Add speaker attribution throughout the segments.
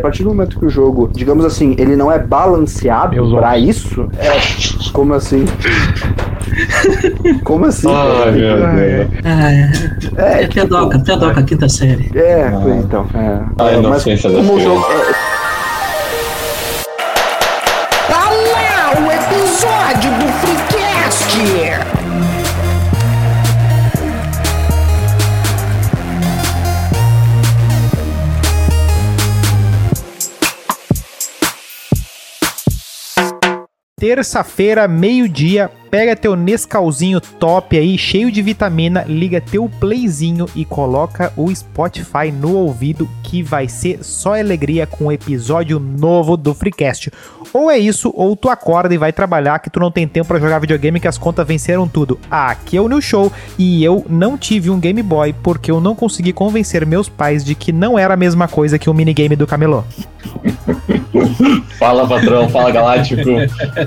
Speaker 1: partir do momento que o jogo, digamos assim, ele não é balanceado
Speaker 2: Meus
Speaker 1: pra
Speaker 2: ovos.
Speaker 1: isso, é. Como assim? Como assim?
Speaker 3: Ai, meu Deus.
Speaker 4: É,
Speaker 1: É,
Speaker 4: é Pedoca, Pedoca, quinta série.
Speaker 1: é, pois então. É.
Speaker 3: A
Speaker 1: É,
Speaker 3: inocência da
Speaker 1: como o
Speaker 3: filha.
Speaker 1: jogo. é,
Speaker 5: Tá lá o episódio do Freecast!
Speaker 6: Terça-feira, meio-dia, pega teu Nescauzinho top aí, cheio de vitamina, liga teu playzinho e coloca o Spotify no ouvido que vai ser só alegria com o episódio novo do Freecast. Ou é isso, ou tu acorda e vai trabalhar que tu não tem tempo pra jogar videogame que as contas venceram tudo. Aqui é o New Show e eu não tive um Game Boy porque eu não consegui convencer meus pais de que não era a mesma coisa que o minigame do Camelô.
Speaker 3: Fala, patrão, fala, galáctico.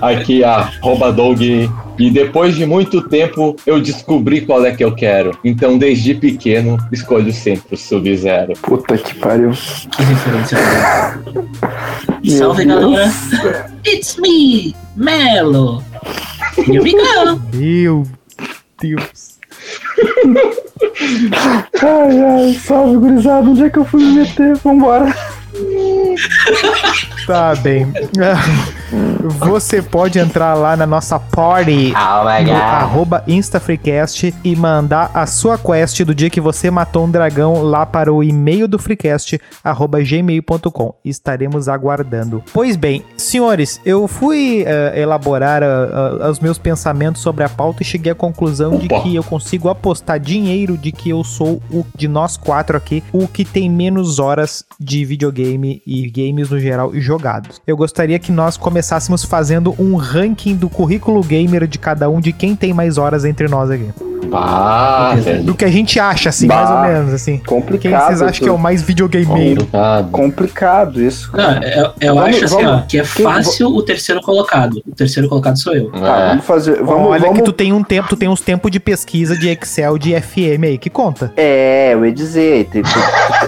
Speaker 3: Aqui, arroba Doug. E depois de muito tempo, eu descobri qual é que eu quero. Então, desde pequeno, escolho sempre o Sub-Zero.
Speaker 1: Puta que pariu.
Speaker 4: Que referência.
Speaker 1: Meu
Speaker 4: Salve,
Speaker 1: Deus.
Speaker 4: galera. It's me, Melo. Here we go.
Speaker 6: Meu Deus.
Speaker 1: Ai, ai, salve, gurizada. Onde é que eu fui me meter? Vambora.
Speaker 6: Tá bem. Você pode entrar lá na nossa party no arroba InstaFreecast e mandar a sua quest do dia que você matou um dragão lá para o e-mail do freecast, arroba gmail.com. Estaremos aguardando. Pois bem, senhores, eu fui eh, elaborar ah, ah, os meus pensamentos sobre a pauta e cheguei à conclusão de
Speaker 3: Opa.
Speaker 6: que eu consigo apostar dinheiro de que eu sou o de nós quatro aqui, o que tem menos horas de videogame e games no geral jogados. Eu gostaria que nós começássemos fazendo um ranking do currículo gamer de cada um, de quem tem mais horas entre nós aqui.
Speaker 3: Bah, velho.
Speaker 6: Do que a gente acha, assim,
Speaker 1: Bah.
Speaker 6: mais ou menos, assim. Quem
Speaker 1: Complicado.
Speaker 6: vocês acham que é o mais videogameiro?
Speaker 3: Complicado.
Speaker 1: Complicado isso.
Speaker 4: Não, eu, eu
Speaker 1: Vamos-
Speaker 4: acho assim,
Speaker 1: vamos.
Speaker 4: ó, que Ah, é
Speaker 1: Quem-
Speaker 4: fácil o terceiro colocado. O terceiro colocado sou eu.
Speaker 1: Tá,
Speaker 3: É.
Speaker 1: vamos fazer. Vamos,
Speaker 6: Olha
Speaker 1: vamos...
Speaker 6: que tu tem um tempo, tu tem uns tempos de pesquisa de Excel, de FM aí, que conta.
Speaker 1: É, eu ia dizer. tem- tem-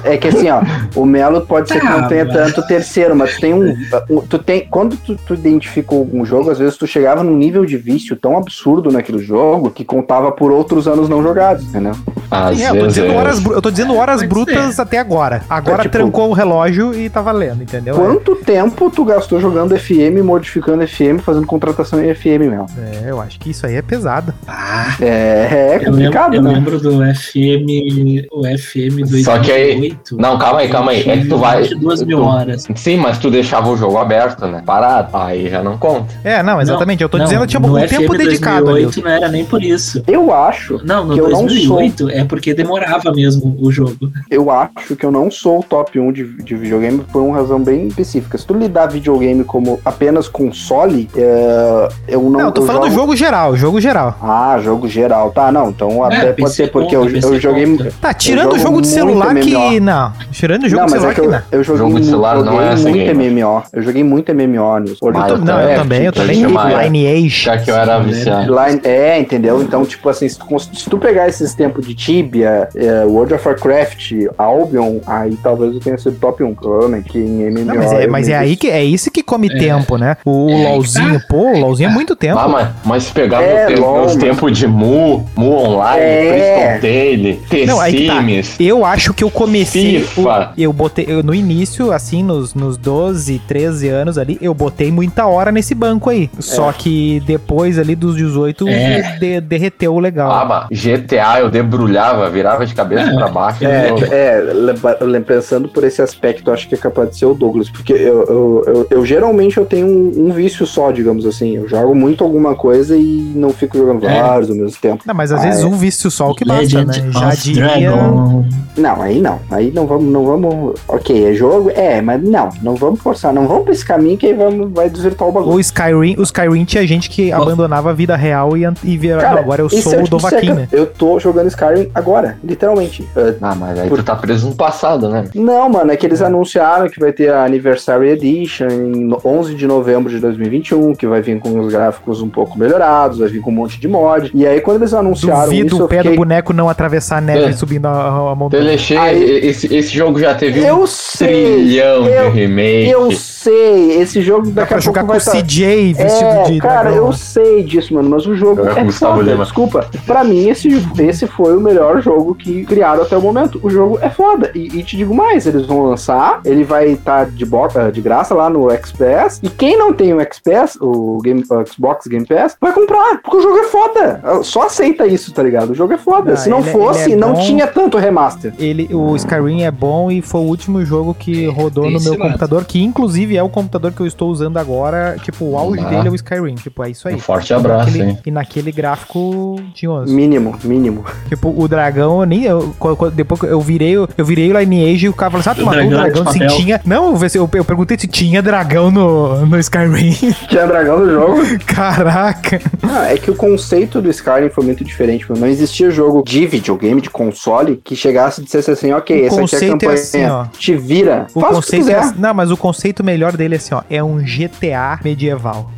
Speaker 1: É que assim, ó, o Melo pode ser que não
Speaker 4: Tá,
Speaker 1: tenha
Speaker 4: mas-
Speaker 1: tanto terceiro, mas tu tem um. um- tu tem, quando tu, tu identificou um jogo, às vezes tu chegava num nível de vício tão absurdo naquele jogo que contava por outros anos não jogados, entendeu?
Speaker 3: Às
Speaker 6: Sim, é, eu, tô
Speaker 3: vezes.
Speaker 6: dizendo horas, bru- eu tô dizendo horas
Speaker 4: Pode
Speaker 6: brutas até agora. Agora
Speaker 1: É, tipo-
Speaker 6: trancou o relógio e tá valendo, entendeu?
Speaker 1: Quanto tempo tu gastou jogando FM, modificando FM, fazendo contratação em FM, Melo?
Speaker 6: É, eu acho que isso aí é pesado.
Speaker 4: Ah,
Speaker 1: É, é
Speaker 4: eu lembro,
Speaker 1: complicado,
Speaker 4: eu
Speaker 1: né?
Speaker 4: lembro do FM, o FM
Speaker 3: Só que aí-
Speaker 4: 2008.
Speaker 3: Não, calma aí, calma aí. É que tu vai.
Speaker 4: 22 mil
Speaker 3: tu-
Speaker 4: horas.
Speaker 3: Sim, mas tu deixava o jogo aberto, né? Parado. Aí já não conta.
Speaker 6: É, não, exatamente. eu tô
Speaker 4: Não,
Speaker 6: dizendo que tinha um
Speaker 4: no
Speaker 6: tempo
Speaker 4: FM
Speaker 6: dedicado ali.
Speaker 4: 2008 não era nem por isso.
Speaker 1: Eu acho,
Speaker 4: Não, no
Speaker 1: Que eu não
Speaker 4: 2008 é porque demorava mesmo o jogo.
Speaker 1: eu acho que eu não sou o top 1 de, de videogame por uma razão bem específica. Se tu lidar videogame como apenas console, é, eu não.
Speaker 6: Não, eu tô falando
Speaker 1: jogo.
Speaker 6: jogo geral, jogo geral.
Speaker 1: Ah, jogo geral. Tá, não. Então
Speaker 4: É,
Speaker 1: até pode
Speaker 4: PC
Speaker 1: ser porque eu,
Speaker 4: conta,
Speaker 1: eu
Speaker 4: PC
Speaker 1: joguei.
Speaker 4: conta.
Speaker 6: Tá, tirando o
Speaker 1: jogo
Speaker 6: jogo
Speaker 1: muito
Speaker 6: de celular que.
Speaker 1: MMO.
Speaker 6: Não, tirando o jogo
Speaker 1: não,
Speaker 6: de
Speaker 1: mas é
Speaker 6: celular
Speaker 1: que
Speaker 6: que,
Speaker 1: eu,
Speaker 6: não.
Speaker 1: eu joguei,
Speaker 3: Jogo de
Speaker 1: mu-
Speaker 3: celular não é
Speaker 1: joguei
Speaker 3: essa
Speaker 1: muito
Speaker 3: game.
Speaker 1: MMO. Eu joguei muito MMO nisso.
Speaker 3: Ah,
Speaker 6: Eu tô-
Speaker 3: eu
Speaker 6: não, eu
Speaker 3: também,
Speaker 6: também, eu
Speaker 3: eu
Speaker 6: também.
Speaker 3: tinha uma-
Speaker 6: Line Age.
Speaker 3: Já que eu era
Speaker 4: Sim, né?
Speaker 3: viciado.
Speaker 1: Line- é, entendeu? Então, tipo assim, se tu, cons- se tu pegar esses tempos de Tibia, é, World of Warcraft, Albion, aí talvez eu tenha sido top 1, provavelmente, que em MMO.
Speaker 6: Não, mas é,
Speaker 1: eu
Speaker 6: mas
Speaker 1: me-
Speaker 6: é aí que é isso que come
Speaker 4: É.
Speaker 6: tempo, né? O,
Speaker 4: É aí que tá.
Speaker 6: LOLzinho, pô, o LOLzinho é muito tempo.
Speaker 3: Ah, mas, mas se pegar
Speaker 1: É,
Speaker 3: meu te-
Speaker 1: LOL,
Speaker 3: meus
Speaker 1: mano.
Speaker 3: tempos de Mu, Mu Online,
Speaker 1: É.
Speaker 3: Preston Tale,
Speaker 6: Não, aí que tá.
Speaker 3: T-Sims,
Speaker 6: Eu acho que eu comecei.
Speaker 3: FIFA.
Speaker 6: o- eu botei. eu, no início, assim, nos, nos 12, 13 anos ali, eu botei muita hora nesse banco aí. Só que depois ali dos 18,
Speaker 4: É.
Speaker 6: de- derreteu o legal.
Speaker 3: Ah, mas GTA eu debrulhava, virava de cabeça
Speaker 4: É,
Speaker 3: pra baixo.
Speaker 1: É,
Speaker 3: eu-
Speaker 1: é, lembra- lem- pensando por esse aspecto, acho que é capaz de ser o Douglas, porque eu, eu, eu- eu geralmente eu tenho um, um vício só, digamos assim. Eu jogo muito alguma coisa e não fico jogando
Speaker 4: É.
Speaker 1: vários ao mesmo tempo.
Speaker 6: Não, mas às
Speaker 1: Ah,
Speaker 6: vezes
Speaker 1: é.
Speaker 6: um vício só é o que basta,
Speaker 4: Legend
Speaker 6: né? Já
Speaker 4: of
Speaker 6: diria.
Speaker 4: Dragon.
Speaker 1: Não, aí não. Aí não vamos, não vamos. Ok, é jogo, é, mas não, não vamos forçar, não vamos pra esse caminho que aí vamos, vai desvirtuar o bagulho.
Speaker 6: O Skyrim, o Skyrim tinha gente que abandonava a vida real e, an- e vira,
Speaker 1: Oh. Cara,
Speaker 6: "Não, agora eu
Speaker 1: esse
Speaker 6: sou
Speaker 1: é
Speaker 6: o
Speaker 1: tipo
Speaker 6: Dovaquim,
Speaker 1: seca-
Speaker 6: né?
Speaker 1: Eu tô jogando Skyrim agora, literalmente. Uh,
Speaker 3: Ah, mas aí tu tá preso no passado, né?
Speaker 1: Não, mano, é que eles anunciaram que vai ter a Anniversary Edition em no- 11 de novembro de 2021, que vai vir com os gráficos um pouco melhorados, vai vir com um monte de mod. E aí, quando eles anunciaram
Speaker 6: Duvido
Speaker 1: isso,
Speaker 6: o pé
Speaker 1: eu
Speaker 6: do
Speaker 1: fiquei...
Speaker 6: boneco não atravessar a neve
Speaker 3: É.
Speaker 6: subindo a, a montanha.
Speaker 3: Telexê,
Speaker 1: Aí-
Speaker 3: esse, esse jogo já teve um
Speaker 1: Eu sei,
Speaker 3: trilhão
Speaker 1: eu-
Speaker 3: de remake. Um
Speaker 1: eu sei, esse jogo
Speaker 6: Dá
Speaker 1: daqui a
Speaker 6: pra
Speaker 1: pouco
Speaker 6: jogar com
Speaker 1: vai
Speaker 6: o
Speaker 1: estar...
Speaker 6: CJ vestido
Speaker 1: É,
Speaker 6: de.
Speaker 1: cara,
Speaker 6: dragão,
Speaker 1: eu
Speaker 6: né?
Speaker 1: sei disso, mano, mas o jogo
Speaker 3: Jogar com
Speaker 1: é
Speaker 3: Gustavo
Speaker 1: foda,
Speaker 3: Lima.
Speaker 1: desculpa. Pra mim, esse, esse foi o melhor jogo que criaram até o momento. O jogo é foda. E, e te digo mais, eles vão lançar, ele vai estar de, bo- eh, de graça lá no Xbox. E quem não tem o Xbox, o Game, o Xbox Game Pass, vai comprar, porque o jogo é foda. Só aceita isso, tá ligado? O jogo é foda.
Speaker 6: Ah,
Speaker 1: Se não
Speaker 6: ele é-
Speaker 1: fosse,
Speaker 6: ele é
Speaker 1: não
Speaker 6: bom.
Speaker 1: tinha tanto remaster.
Speaker 6: Ele, o Skyrim é bom e foi o último jogo que rodou no
Speaker 2: Esse
Speaker 6: meu
Speaker 2: mesmo.
Speaker 6: computador, que inclusive é o computador que eu estou usando agora. Tipo, o auge
Speaker 3: Ah.
Speaker 6: dele é o Skyrim. Tipo, é isso aí.
Speaker 3: Um forte abraço,
Speaker 6: Naquele-
Speaker 3: hein?
Speaker 6: E naquele gráfico de 11.
Speaker 1: Mínimo, mínimo.
Speaker 6: Tipo, o dragão, eu nem. Eu, co- co- depois que eu virei, o- eu virei o Lineage e o cara falou assim: Ah, tu
Speaker 2: O
Speaker 6: matou o
Speaker 2: dragão era de
Speaker 6: dragão se
Speaker 2: papel.
Speaker 6: tinha. Não, eu, eu, eu perguntei se tinha dragão no, no Skyrim.
Speaker 1: Tinha dragão no jogo.
Speaker 6: Caraca.
Speaker 1: Ah, é que o conceito do Skyrim foi muito diferente, mano. Não existia jogo de videogame, de console, que chegasse e dissesse assim, ok,
Speaker 6: O
Speaker 1: essa aqui é a
Speaker 6: conceito é
Speaker 1: campanha,
Speaker 6: assim, ó.
Speaker 1: te vira,
Speaker 6: O
Speaker 1: faz o
Speaker 6: conceito
Speaker 1: que
Speaker 6: é,
Speaker 1: quiser,
Speaker 6: assim- não, mas o conceito melhor dele é assim, ó, é um GTA medieval.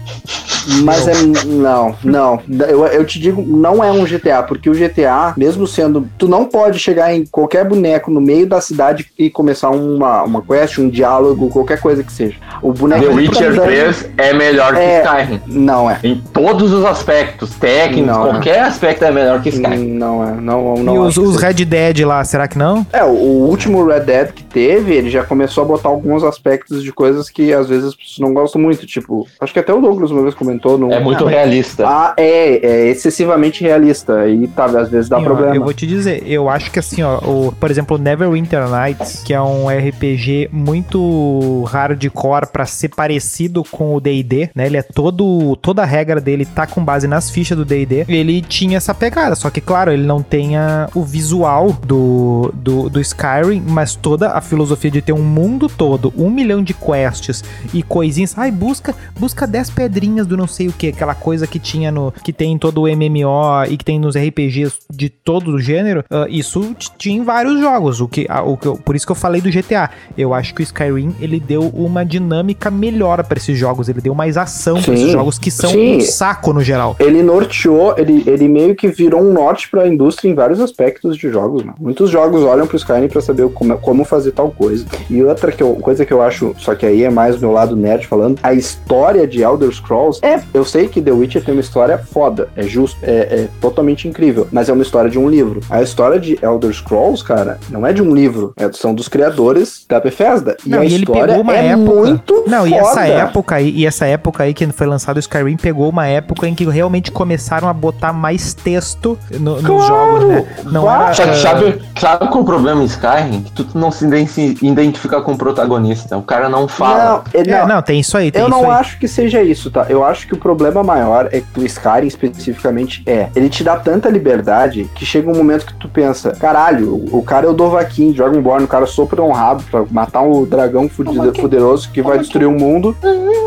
Speaker 1: mas é, não, não, eu, eu te digo, não é um GTA, porque o GTA, mesmo sendo, tu não pode chegar em qualquer boneco no meio da cidade e começar uma, uma quest, um diálogo, qualquer coisa que seja. O boneco...
Speaker 3: The
Speaker 1: ele tá
Speaker 3: Witcher
Speaker 1: andando-
Speaker 3: 3 é melhor
Speaker 1: É.
Speaker 3: que Skyrim.
Speaker 1: Não é.
Speaker 3: Em todos os aspectos, técnicos,
Speaker 1: Não.
Speaker 3: qualquer aspecto é melhor que Skyrim.
Speaker 1: Não é, não, não
Speaker 6: e os,
Speaker 1: acho que
Speaker 6: os
Speaker 1: seja.
Speaker 6: Red Dead lá, será que não?
Speaker 1: É, o último Red Dead que teve, ele já começou a botar alguns aspectos de coisas que às vezes as pessoas não gostam muito. Tipo, acho que até o Douglas uma vez comentou. Num...
Speaker 3: É muito realista.
Speaker 1: Ah, é, é excessivamente realista. E tá, às vezes dá
Speaker 6: Sim, Assim, ó,
Speaker 1: problema.
Speaker 6: eu vou te dizer, eu acho que assim, ó, o, por exemplo, Neverwinter Nights, que é um RPG muito hardcore pra ser parecido com o D&D, né? Ele é todo toda a regra dele tá com base nas fichas do D&D. Ele tinha essa pegada, só que claro, ele não tenha o visual do, do, do Skyrim, mas toda a filosofia de ter um mundo todo, um milhão de quests e coisinhas, ai, busca busca 10 pedrinhas do não sei o que, aquela coisa que tinha no. que tem em todo o MMO e que tem nos RPGs de todo o gênero. ah, isso t- tinha em vários jogos. O que, a- o que eu- por isso que eu falei do GTA. Eu acho que o Skyrim ele deu uma dinâmica melhor pra esses jogos. Ele deu mais ação pra
Speaker 1: Sim.
Speaker 6: esses jogos que são
Speaker 1: Sim.
Speaker 6: um saco no geral.
Speaker 1: Ele norteou, ele, ele meio que virou um norte pra indústria em vários aspectos de jogos, mano. Muitos jogos olham pro Skyrim pra saber como, como fazer tal coisa. E outra que eu- coisa que eu acho, só que aí é mais do meu lado nerd falando, a história de Elder Scrolls é. Eu sei que The Witcher tem uma história foda, é justo, é, é totalmente incrível, mas é uma história de um livro. A história de Elder Scrolls, cara, não é de um livro, é, são dos criadores da Bethesda. E
Speaker 6: Não,
Speaker 1: a
Speaker 6: e ele
Speaker 1: história
Speaker 6: pegou uma
Speaker 1: é
Speaker 6: época.
Speaker 1: muito
Speaker 6: Não,
Speaker 1: foda.
Speaker 6: e essa época aí, e essa época aí que foi lançado o Skyrim pegou uma época em que realmente começaram a botar mais texto no- nos jogos, né? Não
Speaker 1: claro.
Speaker 3: Só que
Speaker 6: era,
Speaker 3: sabe, sabe qual é o problema em Skyrim? Que tu não se iden- se identifica com o protagonista. O cara não fala.
Speaker 1: Não, ele,
Speaker 6: É,
Speaker 1: não,
Speaker 6: não, tem isso aí, tem
Speaker 1: Eu
Speaker 6: isso
Speaker 1: não
Speaker 6: aí.
Speaker 1: acho que seja isso, tá? Eu acho que o problema maior é que o Skyrim especificamente é. Ele te dá tanta liberdade que chega um momento que tu pensa, caralho, o- o cara é o Dovahkiin, Dragonborn, o cara sopra um rabo pra matar um dragão fudido- poderoso que vai destruir o mundo.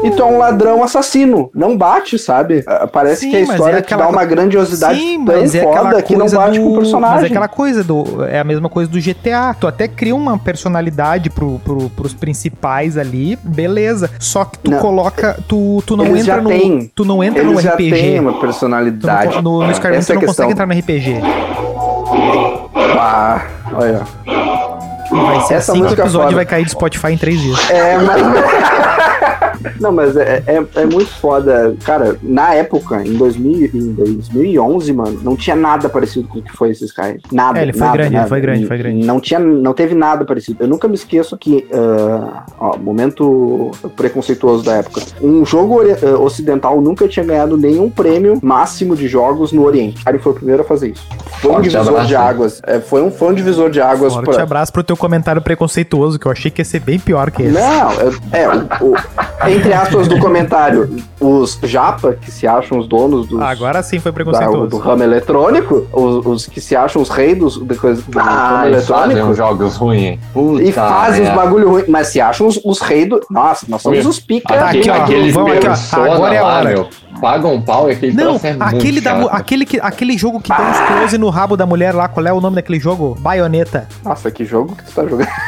Speaker 1: E tu é um ladrão assassino. Não bate, sabe? Ah, Parece
Speaker 6: Sim,
Speaker 1: que a
Speaker 6: mas é
Speaker 1: história
Speaker 6: aquela
Speaker 1: te dá uma grandiosidade tão
Speaker 6: é
Speaker 1: foda que não bate com o personagem.
Speaker 6: Mas é aquela coisa do. É a mesma coisa do GTA. Tu até cria uma personalidade pro, pro, pros principais ali, beleza. Só que tu
Speaker 1: Não.
Speaker 6: coloca. Tu, tu não
Speaker 1: Eles
Speaker 6: entra
Speaker 1: já
Speaker 6: no.
Speaker 1: têm.
Speaker 6: Tu não entra
Speaker 1: Ele
Speaker 6: no
Speaker 1: já
Speaker 6: RPG.
Speaker 1: tem uma
Speaker 6: Tu não
Speaker 1: personalidade.
Speaker 6: con- no, no Skyrim
Speaker 1: Essa
Speaker 6: tu
Speaker 1: é
Speaker 6: não
Speaker 1: a questão.
Speaker 6: consegue entrar no RPG.
Speaker 1: Ah, olha.
Speaker 6: Vai ser
Speaker 1: Essa
Speaker 6: assim que o
Speaker 1: música é
Speaker 6: episódio
Speaker 1: foda.
Speaker 6: vai cair do Spotify em três dias.
Speaker 1: É, mas. Não, mas é, é, é muito foda. Cara, na época, em, 2000, e- em 2011, mano, não tinha nada parecido com o que foi esse Sky. Nada.
Speaker 6: É, ele foi
Speaker 1: nada,
Speaker 6: grande, ele
Speaker 1: nada.
Speaker 6: foi grande, foi grande.
Speaker 1: Não, tinha, não teve nada parecido. Eu nunca me esqueço que. ah, ó, momento preconceituoso da época. Um jogo ori- ah, ocidental nunca tinha ganhado nenhum prêmio máximo de jogos no Oriente. Ele foi o primeiro a fazer isso. Foi um
Speaker 3: Forte
Speaker 1: divisor
Speaker 3: abraço.
Speaker 1: de águas. É, foi um fã divisor de águas
Speaker 6: Forte
Speaker 1: pra-
Speaker 6: abraço pro teu comentário preconceituoso, que eu achei que ia ser bem pior que esse.
Speaker 1: não, eu- é, o, o- entre aspas, do comentário, os japa, que se acham os donos dos,
Speaker 6: Ah, Agora sim
Speaker 1: da,
Speaker 6: foi
Speaker 1: do
Speaker 6: preconceituoso.
Speaker 1: ramo eletrônico, os, os que se acham os reis dos, da coisa- do
Speaker 3: Ah,
Speaker 1: ramo
Speaker 3: eles fazem
Speaker 1: eletrônico,
Speaker 3: uns jogos ruins. Puta
Speaker 1: e fazem os
Speaker 3: merda.
Speaker 1: bagulho ruim, mas se acham os, os reis do... Nossa, nós somos
Speaker 3: Meu,
Speaker 1: os pica.
Speaker 6: Tá
Speaker 3: Aquele,
Speaker 6: aqui, ó,
Speaker 3: aquele
Speaker 6: vamos aqui, ó.
Speaker 3: persona
Speaker 6: Agora é a
Speaker 3: lá,
Speaker 6: hora.
Speaker 3: meu, paga um pau e aquele
Speaker 6: Não,
Speaker 3: troço é muito
Speaker 6: aquele, da, mu-
Speaker 3: chato.
Speaker 6: aquele, que- aquele jogo que dá uns close no rabo da mulher lá, qual é o nome daquele jogo? Baioneta.
Speaker 1: Nossa, que jogo que tu tá jogando.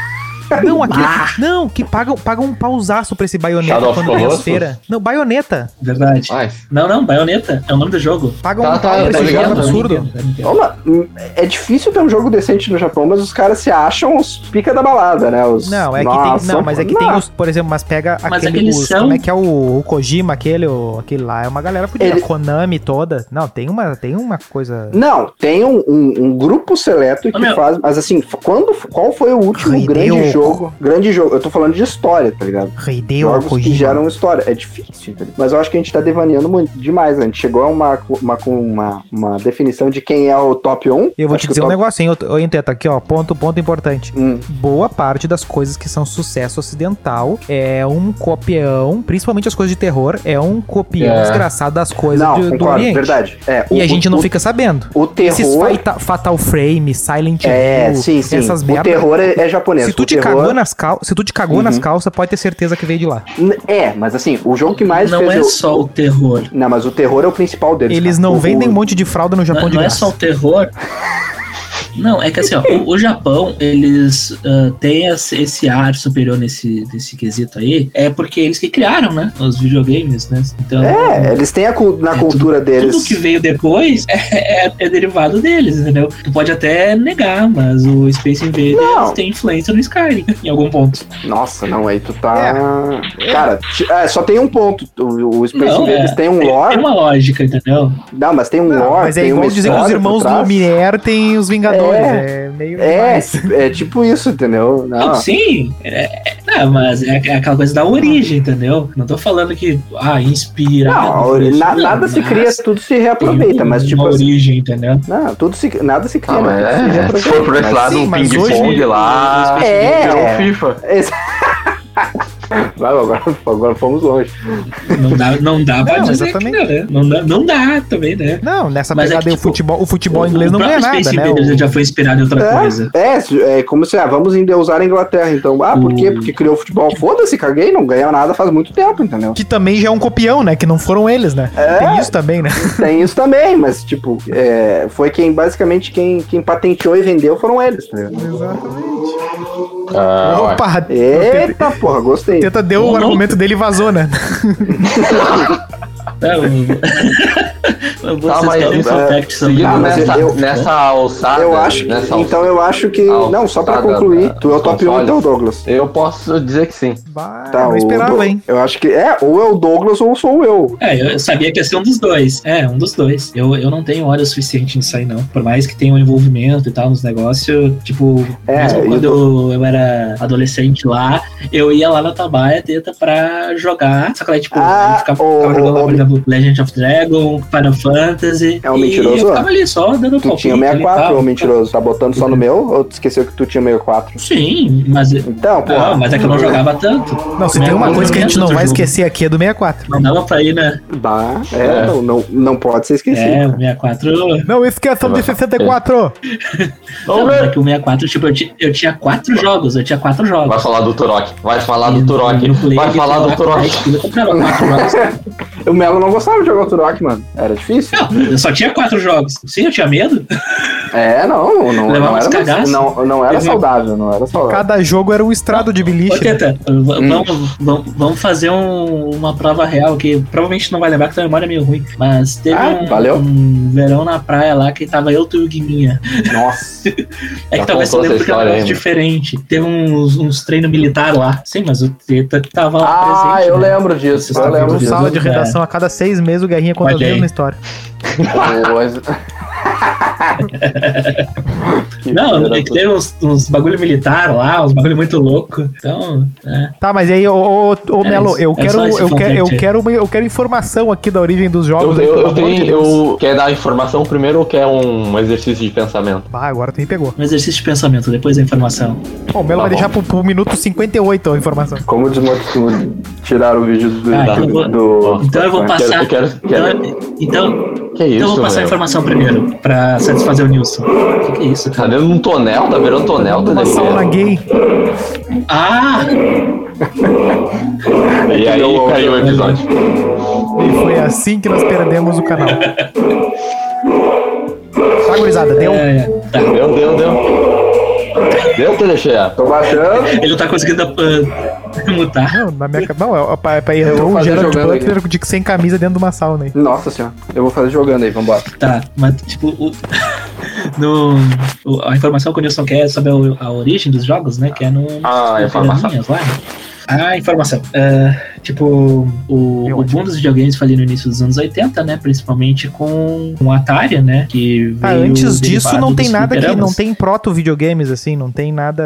Speaker 6: Não, aquele, não que pagam, pagam um pausaço pra esse baioneta
Speaker 3: Ah! Shadow of
Speaker 6: quando tem as
Speaker 3: Colossus?
Speaker 6: feira. Não, baioneta.
Speaker 4: Verdade.
Speaker 3: Ai,
Speaker 4: Não, não, baioneta é o nome do jogo. é
Speaker 6: Pagam
Speaker 3: Tá,
Speaker 6: um
Speaker 3: tá,
Speaker 1: Ah,
Speaker 6: pau
Speaker 3: eu
Speaker 6: pra
Speaker 3: tô
Speaker 6: esse jogo
Speaker 3: ligado.
Speaker 6: absurdo.
Speaker 1: Ô, mas, hum, é difícil ter um jogo decente no Japão, mas os caras se acham os pica da balada, né? Os,
Speaker 6: Não, é que
Speaker 1: Nossa,
Speaker 6: tem. Não, mas é que tem
Speaker 1: não.
Speaker 6: os, por exemplo, mas pega
Speaker 4: Mas é que
Speaker 6: aquele.
Speaker 4: eles
Speaker 6: os-
Speaker 4: são-
Speaker 6: Como é que é o, o Kojima, aquele, o- aquele lá? É uma galera fodida.
Speaker 1: Ele-
Speaker 6: Konami toda. Não, tem uma, tem uma coisa.
Speaker 1: Não, tem um, um- um grupo seleto que
Speaker 4: Ô, meu.
Speaker 1: faz. Mas assim, f- quando, f- qual foi o último
Speaker 6: Ai,
Speaker 1: grande
Speaker 6: meu.
Speaker 1: jogo? Grande jogo. Eu tô falando de história, tá ligado?
Speaker 6: Hideo
Speaker 1: Jogos que
Speaker 6: Kojima.
Speaker 1: geram história. É difícil, entendeu? mas eu acho que a gente tá devaneando muito demais. Né? A gente chegou a uma, uma, com uma, uma definição de quem é o top 1.
Speaker 6: Eu vou
Speaker 1: Acho
Speaker 6: te
Speaker 1: que
Speaker 6: dizer
Speaker 1: o
Speaker 6: um
Speaker 1: top...
Speaker 6: negócio, hein? Eu, eu entendo, tá aqui, ó. Ponto, ponto importante.
Speaker 1: Hum,
Speaker 6: Boa parte das coisas que são sucesso ocidental é um copião, principalmente as coisas de terror, é um copião
Speaker 3: É.
Speaker 6: desgraçado das coisas
Speaker 1: Não,
Speaker 6: de- do
Speaker 1: concordo,
Speaker 6: Oriente.
Speaker 1: verdade. É,
Speaker 6: E
Speaker 1: o-
Speaker 6: a gente
Speaker 1: o-
Speaker 6: não fica sabendo.
Speaker 1: O
Speaker 6: Esses
Speaker 1: terror.
Speaker 6: faita- Fatal Frame, Silent
Speaker 1: É, sim, sim.
Speaker 6: essas
Speaker 1: o
Speaker 6: merdas.
Speaker 1: terror é, é japonês.
Speaker 6: Se tu
Speaker 1: O
Speaker 6: te
Speaker 1: terror-
Speaker 6: cagou nas calças, se tu te cagou nas
Speaker 1: Uhum.
Speaker 6: calças, pode ter certeza que veio de lá.
Speaker 1: N- É, mas assim, o jogo que mais
Speaker 4: não
Speaker 1: fez.
Speaker 4: é
Speaker 1: eu-
Speaker 4: só o terror.
Speaker 1: Não, mas o terror é o principal deles.
Speaker 6: Eles
Speaker 1: cara.
Speaker 6: não
Speaker 1: O-
Speaker 6: vendem
Speaker 1: o-
Speaker 6: um monte de fralda no
Speaker 4: Não-
Speaker 6: Japão
Speaker 4: não,
Speaker 6: de
Speaker 4: é
Speaker 6: graça.
Speaker 4: só o terror. Não, é que assim, ó, o, o Japão, eles ah, têm esse, esse ar superior nesse, nesse quesito aí, é porque eles que criaram, né? Os videogames, né? Então,
Speaker 1: É, eles têm a cul- na
Speaker 4: É,
Speaker 1: cultura deles.
Speaker 4: tudo que veio depois é, é- é derivado deles, entendeu? Tu pode até negar, mas o Space Invaders
Speaker 1: Não.
Speaker 4: tem influência no Skyrim, em algum ponto.
Speaker 1: Nossa, não, aí tu tá. Cara, ti- é, só tem um ponto. O, o Space
Speaker 4: Não,
Speaker 1: Invaders
Speaker 4: é.
Speaker 1: tem um
Speaker 4: Tem,
Speaker 1: lore.
Speaker 4: tem uma lógica, entendeu?
Speaker 1: Não, mas tem um
Speaker 6: Não,
Speaker 1: lore.
Speaker 6: mas é
Speaker 1: tem
Speaker 6: igual
Speaker 1: uma
Speaker 6: dizer que os
Speaker 1: história por
Speaker 6: irmãos né?
Speaker 1: trás.
Speaker 6: Lumière têm os Vingadores. É, meio
Speaker 1: É,
Speaker 6: demais.
Speaker 1: é tipo isso, entendeu? Não.
Speaker 4: Não, sim, é, é- não, mas é aquela coisa da origem, entendeu? Não tô falando que, ah, inspira.
Speaker 1: Não, na- nada se cria, tudo se reaproveita, mas tipo
Speaker 4: Uma
Speaker 1: assim,
Speaker 4: origem, entendeu?
Speaker 1: não, tudo se, nada se cria,
Speaker 3: Ah, mas
Speaker 1: né, tudo se
Speaker 3: é, se for por esse
Speaker 1: reaproveita.
Speaker 3: lado,
Speaker 6: sim,
Speaker 3: um
Speaker 6: mas
Speaker 3: ping-pong
Speaker 4: hoje-
Speaker 3: lá.
Speaker 1: É.
Speaker 3: Virou FIFA.
Speaker 1: Esse- Vai, agora, agora fomos longe.
Speaker 4: Não dá, não dá pra
Speaker 6: Não,
Speaker 4: dizer que
Speaker 6: exatamente.
Speaker 4: não, né? Não dá, não dá também, né?
Speaker 6: Não, nessa
Speaker 4: Mas é
Speaker 6: pegada
Speaker 4: que,
Speaker 6: aí, o
Speaker 4: tipo,
Speaker 6: futebol, o futebol inglês não ganha
Speaker 4: próprio
Speaker 6: nada,
Speaker 4: Space
Speaker 6: né?
Speaker 4: Invaders
Speaker 6: O-
Speaker 4: já foi inspirado em outra
Speaker 1: É.
Speaker 4: coisa.
Speaker 1: É, é como se, ah, vamos endeusar a Inglaterra, então. Ah, por quê? Porque criou o futebol. Foda-se, caguei, não ganhou nada faz muito tempo, entendeu?
Speaker 6: Que também já é um copião, né? Que não foram eles, né?
Speaker 1: É.
Speaker 6: Tem isso também, né?
Speaker 1: Tem isso também, mas, tipo, é, foi quem, basicamente, quem, quem patenteou e vendeu foram eles, tá ligado?
Speaker 6: Exatamente.
Speaker 3: Ah, ué.
Speaker 6: Opa!
Speaker 1: Eita, porra, gostei.
Speaker 6: Tenta deu o
Speaker 4: Não, não.
Speaker 6: argumento dele e vazou, né?
Speaker 3: Tá,
Speaker 4: Não, Então, vocês
Speaker 3: mas,
Speaker 4: querem
Speaker 3: é,
Speaker 4: fun fact sobre
Speaker 3: Seguindo
Speaker 1: Ah, mas
Speaker 3: nessa,
Speaker 1: eu-
Speaker 3: nessa alçada.
Speaker 1: Eu acho que,
Speaker 3: nessa
Speaker 1: então
Speaker 3: alçada.
Speaker 1: eu acho que,
Speaker 3: Ah,
Speaker 1: não, só pra
Speaker 3: tá,
Speaker 1: concluir,
Speaker 3: tá, tá.
Speaker 1: tu é o top 1
Speaker 3: Console.
Speaker 1: então, Douglas.
Speaker 3: Eu posso dizer que sim.
Speaker 4: Ah,
Speaker 6: Bah,
Speaker 1: Tá,
Speaker 6: não
Speaker 1: o
Speaker 6: esperava,
Speaker 1: Do-
Speaker 6: hein?
Speaker 1: Eu acho que, é, ou é o Douglas ou sou eu.
Speaker 4: É, eu sabia que ia ser um dos dois. É, um dos dois. Eu, eu não tenho hora suficiente nisso aí, não. Por mais que tenha um envolvimento e tal nos negócios, tipo,
Speaker 1: É,
Speaker 4: mesmo
Speaker 1: e
Speaker 4: quando eu, eu era adolescente lá, eu ia lá na Tabaia teta pra jogar. Só que lá, tipo,
Speaker 1: Ah,
Speaker 4: eu ficava,
Speaker 1: o-
Speaker 4: ficava jogando,
Speaker 1: o-
Speaker 4: lá, por exemplo, Legend of Dragon, Final Fantasy.
Speaker 1: É um
Speaker 4: e
Speaker 1: mentiroso,
Speaker 4: eu ficava ali só dando
Speaker 1: Tu tinha um o
Speaker 4: ali e
Speaker 1: 64,
Speaker 4: tal.
Speaker 1: ô mentiroso. Tá botando só no meu ou tu esqueceu que tu tinha o 64?
Speaker 4: Sim, mas.
Speaker 1: Então, porra.
Speaker 4: Não, mas é que eu não jogava tanto.
Speaker 6: Não, se tem uma coisa que a gente não vai esquecer aqui é do 64.
Speaker 4: Não dava pra ir, né?
Speaker 1: Bah, é,
Speaker 3: É.
Speaker 1: Não, não, não pode ser esquecido.
Speaker 4: É, o 64.
Speaker 6: Não esqueçam de 64!
Speaker 4: Não, mas é que o 64, tipo, eu, ti- eu tinha quatro jogos, eu tinha quatro
Speaker 3: Vai
Speaker 4: jogos.
Speaker 3: falar do Turok. Vai falar do
Speaker 4: E
Speaker 3: Turok.
Speaker 4: no Play,
Speaker 3: Vai falar do
Speaker 4: Turok,
Speaker 3: Turok.
Speaker 4: Eu comprava quatro jogos.
Speaker 1: O Melo não gostava de jogar o Turok, mano. Era difícil.
Speaker 4: Não, eu só tinha quatro jogos. Sim, eu tinha medo.
Speaker 1: É, não, não, não
Speaker 4: Levava uns
Speaker 1: era, mais-
Speaker 4: cagaços.
Speaker 1: não, não era
Speaker 4: Uhum.
Speaker 1: saudável, não era saudável.
Speaker 6: Cada jogo era um estrado de
Speaker 4: Ô,
Speaker 6: bilhete. né?
Speaker 4: Teta,
Speaker 3: Hum.
Speaker 4: v- vamos, vamos, vamos fazer um- uma prova real, que provavelmente não vai lembrar, que tua memória é meio ruim. Mas teve
Speaker 1: Ah,
Speaker 4: um,
Speaker 1: valeu.
Speaker 4: um verão na praia lá que tava eu, tu e o Guiminha.
Speaker 1: Nossa.
Speaker 4: É
Speaker 3: Já
Speaker 4: que talvez você
Speaker 3: contou essa
Speaker 4: lembre porque era um
Speaker 3: história aí,
Speaker 4: negócio
Speaker 3: né?
Speaker 4: diferente. Teve uns, uns treinos militares lá. Sim, mas o Teta tava lá
Speaker 1: Ah,
Speaker 4: presente.
Speaker 1: eu
Speaker 4: né?
Speaker 1: lembro disso.
Speaker 4: Vocês
Speaker 1: Eu
Speaker 4: estavam
Speaker 1: lembro
Speaker 6: Um
Speaker 4: Jesus,
Speaker 3: né?
Speaker 6: sala de
Speaker 4: é.
Speaker 6: redação a cada seis meses o Guerrinha conta a
Speaker 4: Olha aí.
Speaker 6: mesma história.
Speaker 1: disso.
Speaker 4: Não, é que teve uns, uns bagulho militar lá, uns bagulho muito louco. Então, é.
Speaker 6: Tá, mas aí, ô, ô, ô,
Speaker 4: É
Speaker 6: Melo,
Speaker 4: isso.
Speaker 6: eu
Speaker 4: É
Speaker 6: quero,
Speaker 4: só esse
Speaker 6: eu,
Speaker 4: fun
Speaker 6: quero, eu,
Speaker 4: fact aí.
Speaker 6: quero, uma- eu quero informação aqui da origem dos
Speaker 3: Eu,
Speaker 6: jogos. aí,
Speaker 3: eu,
Speaker 6: pelo
Speaker 3: eu
Speaker 6: amor
Speaker 3: tenho.
Speaker 6: de Deus.
Speaker 3: Eu, quer dar informação primeiro ou quer um exercício de pensamento?
Speaker 6: Ah, agora tu me pegou.
Speaker 4: Um exercício de pensamento, depois da informação.
Speaker 6: Ó, o Melo
Speaker 3: Tá
Speaker 6: vai
Speaker 3: bom.
Speaker 6: deixar pro, pro minuto 58 a informação.
Speaker 1: Como desmo- tirar o vídeo do.
Speaker 4: Ah, então eu vou-
Speaker 1: do-
Speaker 4: Então eu vou
Speaker 1: do-
Speaker 4: passar.
Speaker 3: Tá. eu quero- quero-
Speaker 4: Então, então,
Speaker 3: Que
Speaker 4: então
Speaker 3: isso,
Speaker 4: eu vou passar a
Speaker 3: meu?
Speaker 4: informação primeiro, pra satisfazer o Nilson. O que, que é isso,
Speaker 3: Tá
Speaker 4: cara?
Speaker 3: dentro de um tonel, tá virando tonel, tá
Speaker 6: Uma sauna gay.
Speaker 4: Ah!
Speaker 3: E aí
Speaker 1: Entendeu?
Speaker 3: caiu o episódio.
Speaker 6: E foi assim que nós perdemos o canal. Tá, gurizada, deu?
Speaker 4: É, tá.
Speaker 3: Deu, deu, deu. Deu, Telexeia?
Speaker 1: Tô baixando.
Speaker 4: Ele não tá conseguindo ah, mutar.
Speaker 6: Não, na minha ca- Não, é, é, é,
Speaker 1: Eu vou
Speaker 6: entrou o
Speaker 1: fazer
Speaker 6: Gerard
Speaker 1: jogando
Speaker 6: Butler de, sem camisa dentro de uma sauna aí.
Speaker 1: Nossa senhora. Eu vou fazer jogando aí, vambora.
Speaker 4: Tá, mas tipo, o, no, o- a informação que o Nilson quer é sobre a, a origem dos jogos, né? Que é no.
Speaker 3: Ah,
Speaker 4: no
Speaker 3: informação.
Speaker 4: Piranhas lá, né? A informação. Ah, tipo, o,
Speaker 6: Meu
Speaker 4: o boom dos videogames foi ali no início dos anos 80, né? Principalmente com o Atari, né? Que
Speaker 6: Ah,
Speaker 4: veio
Speaker 6: antes disso
Speaker 4: derivado
Speaker 6: não tem
Speaker 4: dos
Speaker 6: nada que. Não
Speaker 4: fliperamas.
Speaker 6: tem proto videogames assim, não tem nada.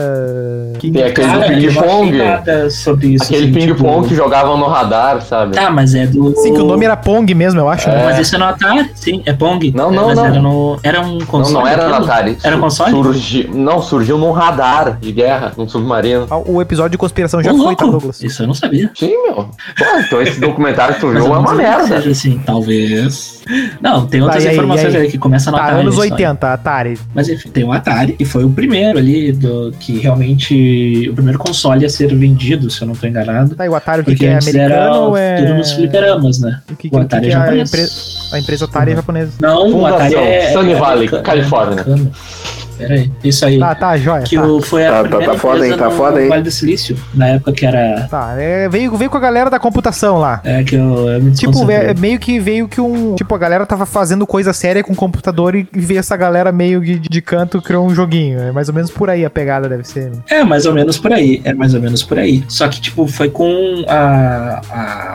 Speaker 6: que-
Speaker 3: Tem aquele
Speaker 4: Cara, eu não achei
Speaker 3: ping-pong.
Speaker 4: nada sobre isso.
Speaker 3: Aquele
Speaker 4: assim,
Speaker 3: ping-pong que
Speaker 4: tipo-
Speaker 3: jogavam no radar, sabe?
Speaker 4: Tá, mas é do.
Speaker 6: Sim, que o nome era Pong mesmo, eu acho. né?
Speaker 4: Mas isso é no Atari, sim, é Pong.
Speaker 3: Não,
Speaker 4: É,
Speaker 3: não,
Speaker 4: mas
Speaker 3: não.
Speaker 4: Era, no... era um
Speaker 3: Não,
Speaker 4: console.
Speaker 3: não era no
Speaker 4: aquilo?
Speaker 3: Atari.
Speaker 4: Era um console?
Speaker 3: Surgiu, não, surgiu num radar de guerra, num submarino.
Speaker 6: Ah, O episódio de conspiração já
Speaker 4: Ô,
Speaker 6: foi, tá,
Speaker 4: louco!
Speaker 6: Douglas?
Speaker 4: Isso eu não sabia.
Speaker 3: Sim, meu. Pô, então esse documentário que tu
Speaker 4: Mas
Speaker 3: viu é
Speaker 4: eu não
Speaker 3: uma
Speaker 4: duvido que
Speaker 3: merda.
Speaker 4: Seja assim, talvez. Não, tem outras
Speaker 6: e aí,
Speaker 4: informações
Speaker 6: e aí?
Speaker 4: ali que começa no
Speaker 6: Tá,
Speaker 4: Atari.
Speaker 6: anos
Speaker 4: só.
Speaker 6: 80, Atari.
Speaker 4: Mas enfim, tem o Atari, que foi o primeiro ali, do... que realmente. O primeiro console a ser vendido, se eu não tô enganado.
Speaker 6: Tá, e o Atari, o que,
Speaker 4: Porque
Speaker 6: que é
Speaker 4: antes era
Speaker 6: americano ou é.
Speaker 4: tudo nos fliperamas, né?
Speaker 6: O que, que,
Speaker 4: O
Speaker 6: o que,
Speaker 4: Atari
Speaker 6: que é
Speaker 4: é
Speaker 6: a,
Speaker 4: japonês. Uhum.
Speaker 6: empresa, a empresa Atari é japonesa?
Speaker 4: Não, o
Speaker 3: Fundação,
Speaker 4: Atari é.
Speaker 3: Sunny
Speaker 4: é
Speaker 3: Valley,
Speaker 4: americana,
Speaker 3: Califórnia.
Speaker 4: americana. Pera aí, isso aí.
Speaker 6: Tá, tá, joia.
Speaker 4: que
Speaker 6: tá.
Speaker 4: o- foi a
Speaker 1: Tá- tá- tá
Speaker 4: primeira
Speaker 1: foda,
Speaker 4: empresa
Speaker 1: hein, tá
Speaker 4: no
Speaker 1: foda, hein?
Speaker 4: Vale do Silício, na época que era...
Speaker 6: Tá, é, veio, veio com a galera da computação lá.
Speaker 4: É, que eu, eu me
Speaker 6: Tipo, é,
Speaker 4: desconcentrei.
Speaker 6: meio que veio que um. Tipo, a galera tava fazendo coisa séria com o computador e e veio essa galera meio de, de canto criou um joguinho. É mais ou menos por aí a pegada, deve ser. né?
Speaker 4: É, mais ou menos por aí, é mais ou menos por aí. Só que, tipo, foi com a,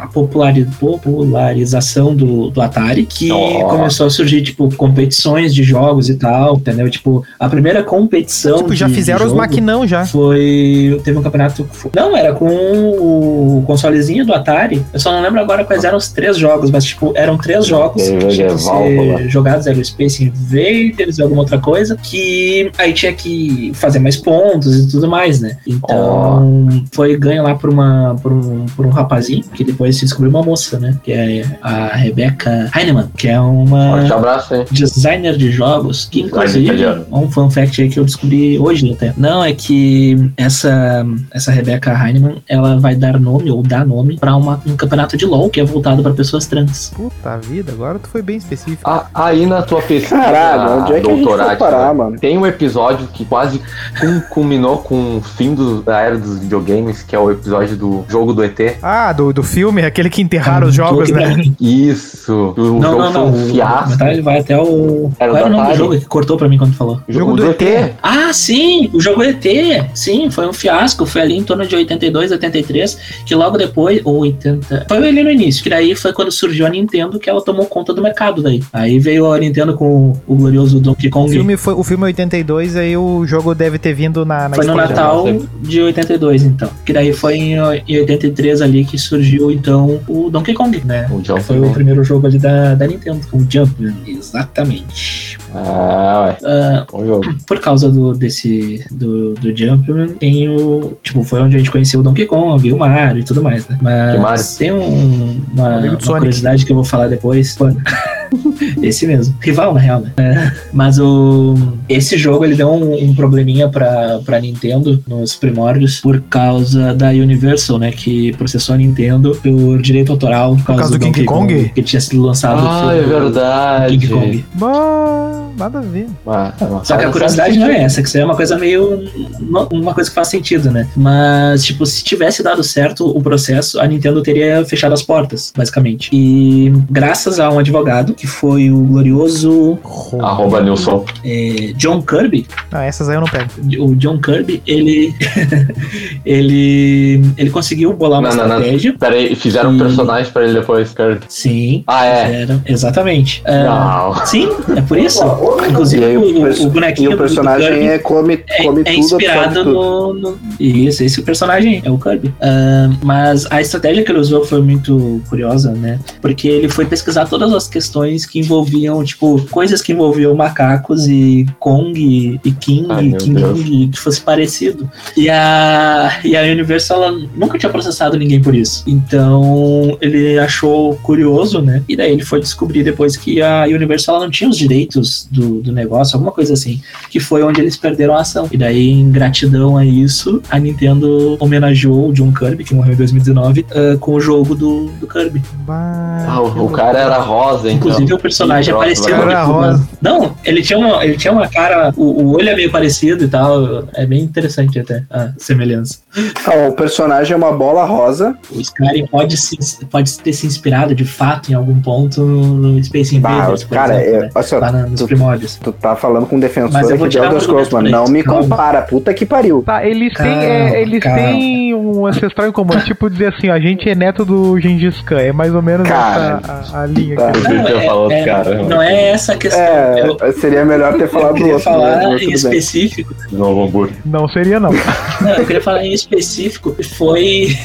Speaker 4: a populari- popularização do, do Atari que
Speaker 3: Ó.
Speaker 4: começou a surgir, tipo, competições de jogos e tal, entendeu? Tipo, a primeira competição
Speaker 6: tipo, já
Speaker 4: Então, de- de
Speaker 6: fizeram os
Speaker 4: jogo
Speaker 6: maquinão já.
Speaker 4: Foi. Teve um campeonato. que foi- Não, era com o consolezinho do Atari. Eu só não lembro agora quais eram os três jogos, mas, tipo, eram três jogos
Speaker 3: Aquele
Speaker 4: que
Speaker 3: jogo
Speaker 4: tinham
Speaker 3: é
Speaker 4: que
Speaker 3: válvula.
Speaker 4: ser jogados. Era o Space Invaders e alguma outra coisa. Que aí tinha que fazer mais pontos e tudo mais, né? Então, foi ganho lá por, uma, por, um, por um rapazinho, que depois se descobriu uma moça, né? Que é a Rebecca Heinemann, que é uma
Speaker 3: Forte abraço, hein?
Speaker 4: designer de jogos, que inclusive
Speaker 3: italiano.
Speaker 4: um fun fact aí que eu descobri hoje até. Não, é que essa, essa Rebecca Heinemann, ela vai dar nome ou dá nome pra uma- um campeonato de LOL que é voltado pra pessoas trans.
Speaker 6: Puta vida, agora tu foi bem específico.
Speaker 3: Ah, aí na tua
Speaker 4: Ah,
Speaker 3: pesquisa,
Speaker 1: Caralho, onde é que a gente
Speaker 3: doutorado,
Speaker 1: foi
Speaker 4: né?
Speaker 1: parar, mano?
Speaker 3: tem um episódio que quase cum- culminou com o fim do- da era dos videogames, que é o episódio do jogo do ET.
Speaker 6: Ah, do, do filme, aquele que enterraram os jogos,
Speaker 4: Jogo que pra
Speaker 6: né?
Speaker 4: mim-
Speaker 3: Isso! O
Speaker 4: Não,
Speaker 3: jogo
Speaker 4: não,
Speaker 3: foi
Speaker 4: não.
Speaker 3: um
Speaker 4: O
Speaker 3: fiasco.
Speaker 4: documentário, ele vai até o.
Speaker 3: Era
Speaker 4: Qual
Speaker 3: do
Speaker 4: era o nome do
Speaker 3: Atari?
Speaker 4: jogo que cortou pra mim quando falou?
Speaker 3: O jogo do ET.
Speaker 4: Ah, sim, o jogo ET, sim, foi um fiasco, foi ali em torno de 82, 83, que logo depois, ou 80, foi ali no início, que daí foi quando surgiu a Nintendo, que ela tomou conta do mercado daí. Aí veio a Nintendo com o glorioso Donkey
Speaker 6: O
Speaker 4: Kong,
Speaker 6: filme, foi, o filme é 82, aí o jogo deve ter vindo na, na
Speaker 4: foi no
Speaker 6: história.
Speaker 4: Natal
Speaker 3: né?
Speaker 4: de 82, então, que daí foi em o- em 83 ali que surgiu, então, o Donkey Kong, né?
Speaker 3: O jogo
Speaker 4: Foi o primeiro jogo ali da, da Nintendo, o Jumpman, exatamente.
Speaker 3: Ah, ué.
Speaker 4: Ah,
Speaker 3: Bom jogo.
Speaker 4: por causa do, desse do, do Jumpman, tem o. Tipo, foi onde a gente conheceu o Donkey Kong, o Mario e tudo mais, né?
Speaker 3: Que Mario?
Speaker 4: Mas tem um- uma,
Speaker 6: Amigo do
Speaker 4: uma
Speaker 6: Sonic.
Speaker 4: curiosidade que eu vou falar depois. Pô, Esse mesmo, rival na real, né? É, Mas o. Esse jogo ele deu um, um probleminha pra, pra Nintendo nos primórdios por causa da Universal, né? Que processou a Nintendo por direito autoral por causa,
Speaker 6: causa do King Kong?
Speaker 4: Que tinha sido lançado o
Speaker 3: Ah, é
Speaker 4: filme do
Speaker 3: verdade.
Speaker 4: King Kong.
Speaker 6: Bah, nada a ver.
Speaker 3: Ah, mas-
Speaker 4: Só que a curiosidade não é essa, que isso aí é uma coisa meio. uma coisa que faz sentido, né? Mas, tipo, se tivesse dado certo o processo, a Nintendo teria fechado as portas, basicamente. E graças a um advogado, que foi o glorioso Ah,
Speaker 3: Arroba Nilson.
Speaker 4: eh, John Kirby,
Speaker 6: Não, essas aí eu não pego.
Speaker 4: o John Kirby, ele. ele. ele conseguiu bolar uma
Speaker 3: Não, não, não.
Speaker 4: estratégia.
Speaker 3: Pera aí, fizeram um
Speaker 4: E-
Speaker 3: personagem pra ele depois, Kurt.
Speaker 4: Sim,
Speaker 3: Ah, é?
Speaker 4: fizeram, exatamente. Ah,
Speaker 3: Não.
Speaker 4: Sim, é por isso.
Speaker 1: E
Speaker 4: Inclusive,
Speaker 1: aí o
Speaker 4: o,
Speaker 1: perso-
Speaker 4: o bonequinho
Speaker 1: e o
Speaker 4: do- do
Speaker 1: personagem
Speaker 4: Kirby
Speaker 1: é come, come
Speaker 4: é, é
Speaker 1: tudo, absorve
Speaker 4: inspirado
Speaker 1: tudo.
Speaker 4: no, no- Isso, esse é o personagem é o Kirby. Ah, mas a estratégia que ele usou foi muito curiosa, né? Porque ele foi pesquisar todas as questões que envolviam, tipo, coisas que envolviam macacos e Kong e King,
Speaker 3: Ai, meu
Speaker 4: King
Speaker 3: Deus.
Speaker 4: Kong, que fosse parecido. E a, e a Universal ela nunca tinha processado ninguém por isso. Então ele achou curioso, né? E daí ele foi descobrir depois que a Universal ela não tinha os direitos do, do negócio, alguma coisa assim que foi onde eles perderam a ação. E daí, em gratidão a isso, a Nintendo homenageou o John Kirby, que morreu em 2019, ah, com o jogo do, do Kirby.
Speaker 6: Bah,
Speaker 3: Ah,
Speaker 6: que
Speaker 3: o, o
Speaker 6: louco.
Speaker 3: cara era rosa, então.
Speaker 4: Inclusive, o personagem
Speaker 3: Ih,
Speaker 4: apareceu.
Speaker 1: é
Speaker 3: próximo,
Speaker 6: Cara
Speaker 4: tipo,
Speaker 6: rosa.
Speaker 4: na- Não, ele tinha uma, ele tinha uma cara. O, o olho é meio parecido e tal. É bem interessante até a semelhança.
Speaker 1: Ah, o personagem é uma bola rosa.
Speaker 4: O Skyrim pode, se, pode ter se inspirado de fato em algum ponto no Space
Speaker 1: Bah,
Speaker 4: Invaders, por
Speaker 1: cara,
Speaker 4: exemplo,
Speaker 1: é,
Speaker 4: né?
Speaker 1: olha só,
Speaker 4: lá na- nos
Speaker 1: tu-
Speaker 4: primórdios.
Speaker 1: tu tá falando com um defensor
Speaker 4: Mas eu
Speaker 1: aqui
Speaker 4: vou
Speaker 1: de
Speaker 4: tirar um
Speaker 1: Elder Scrolls,
Speaker 4: argumento
Speaker 1: mano. Não
Speaker 4: pra
Speaker 1: me
Speaker 4: isso, calma.
Speaker 1: compara, puta que pariu.
Speaker 6: Tá, eles têm,
Speaker 4: Calma,
Speaker 6: é, eles
Speaker 4: calma.
Speaker 6: têm um ancestral em comum. É tipo dizer assim, ó, a gente é neto do Gengis Khan. É mais ou menos
Speaker 1: Cara,
Speaker 6: essa a, a linha.
Speaker 1: tá.
Speaker 6: que
Speaker 3: Eu devia falar outro cara,
Speaker 4: não
Speaker 3: mano.
Speaker 4: é essa a questão. eu,
Speaker 1: né? É, seria melhor ter
Speaker 4: eu
Speaker 1: falado do
Speaker 4: queria
Speaker 1: outro. né?
Speaker 4: falar
Speaker 1: Mas
Speaker 4: em
Speaker 1: tudo bem.
Speaker 4: específico
Speaker 3: Novo Hamburgo.
Speaker 6: Não seria, não.
Speaker 4: Não, eu queria falar em específico que foi.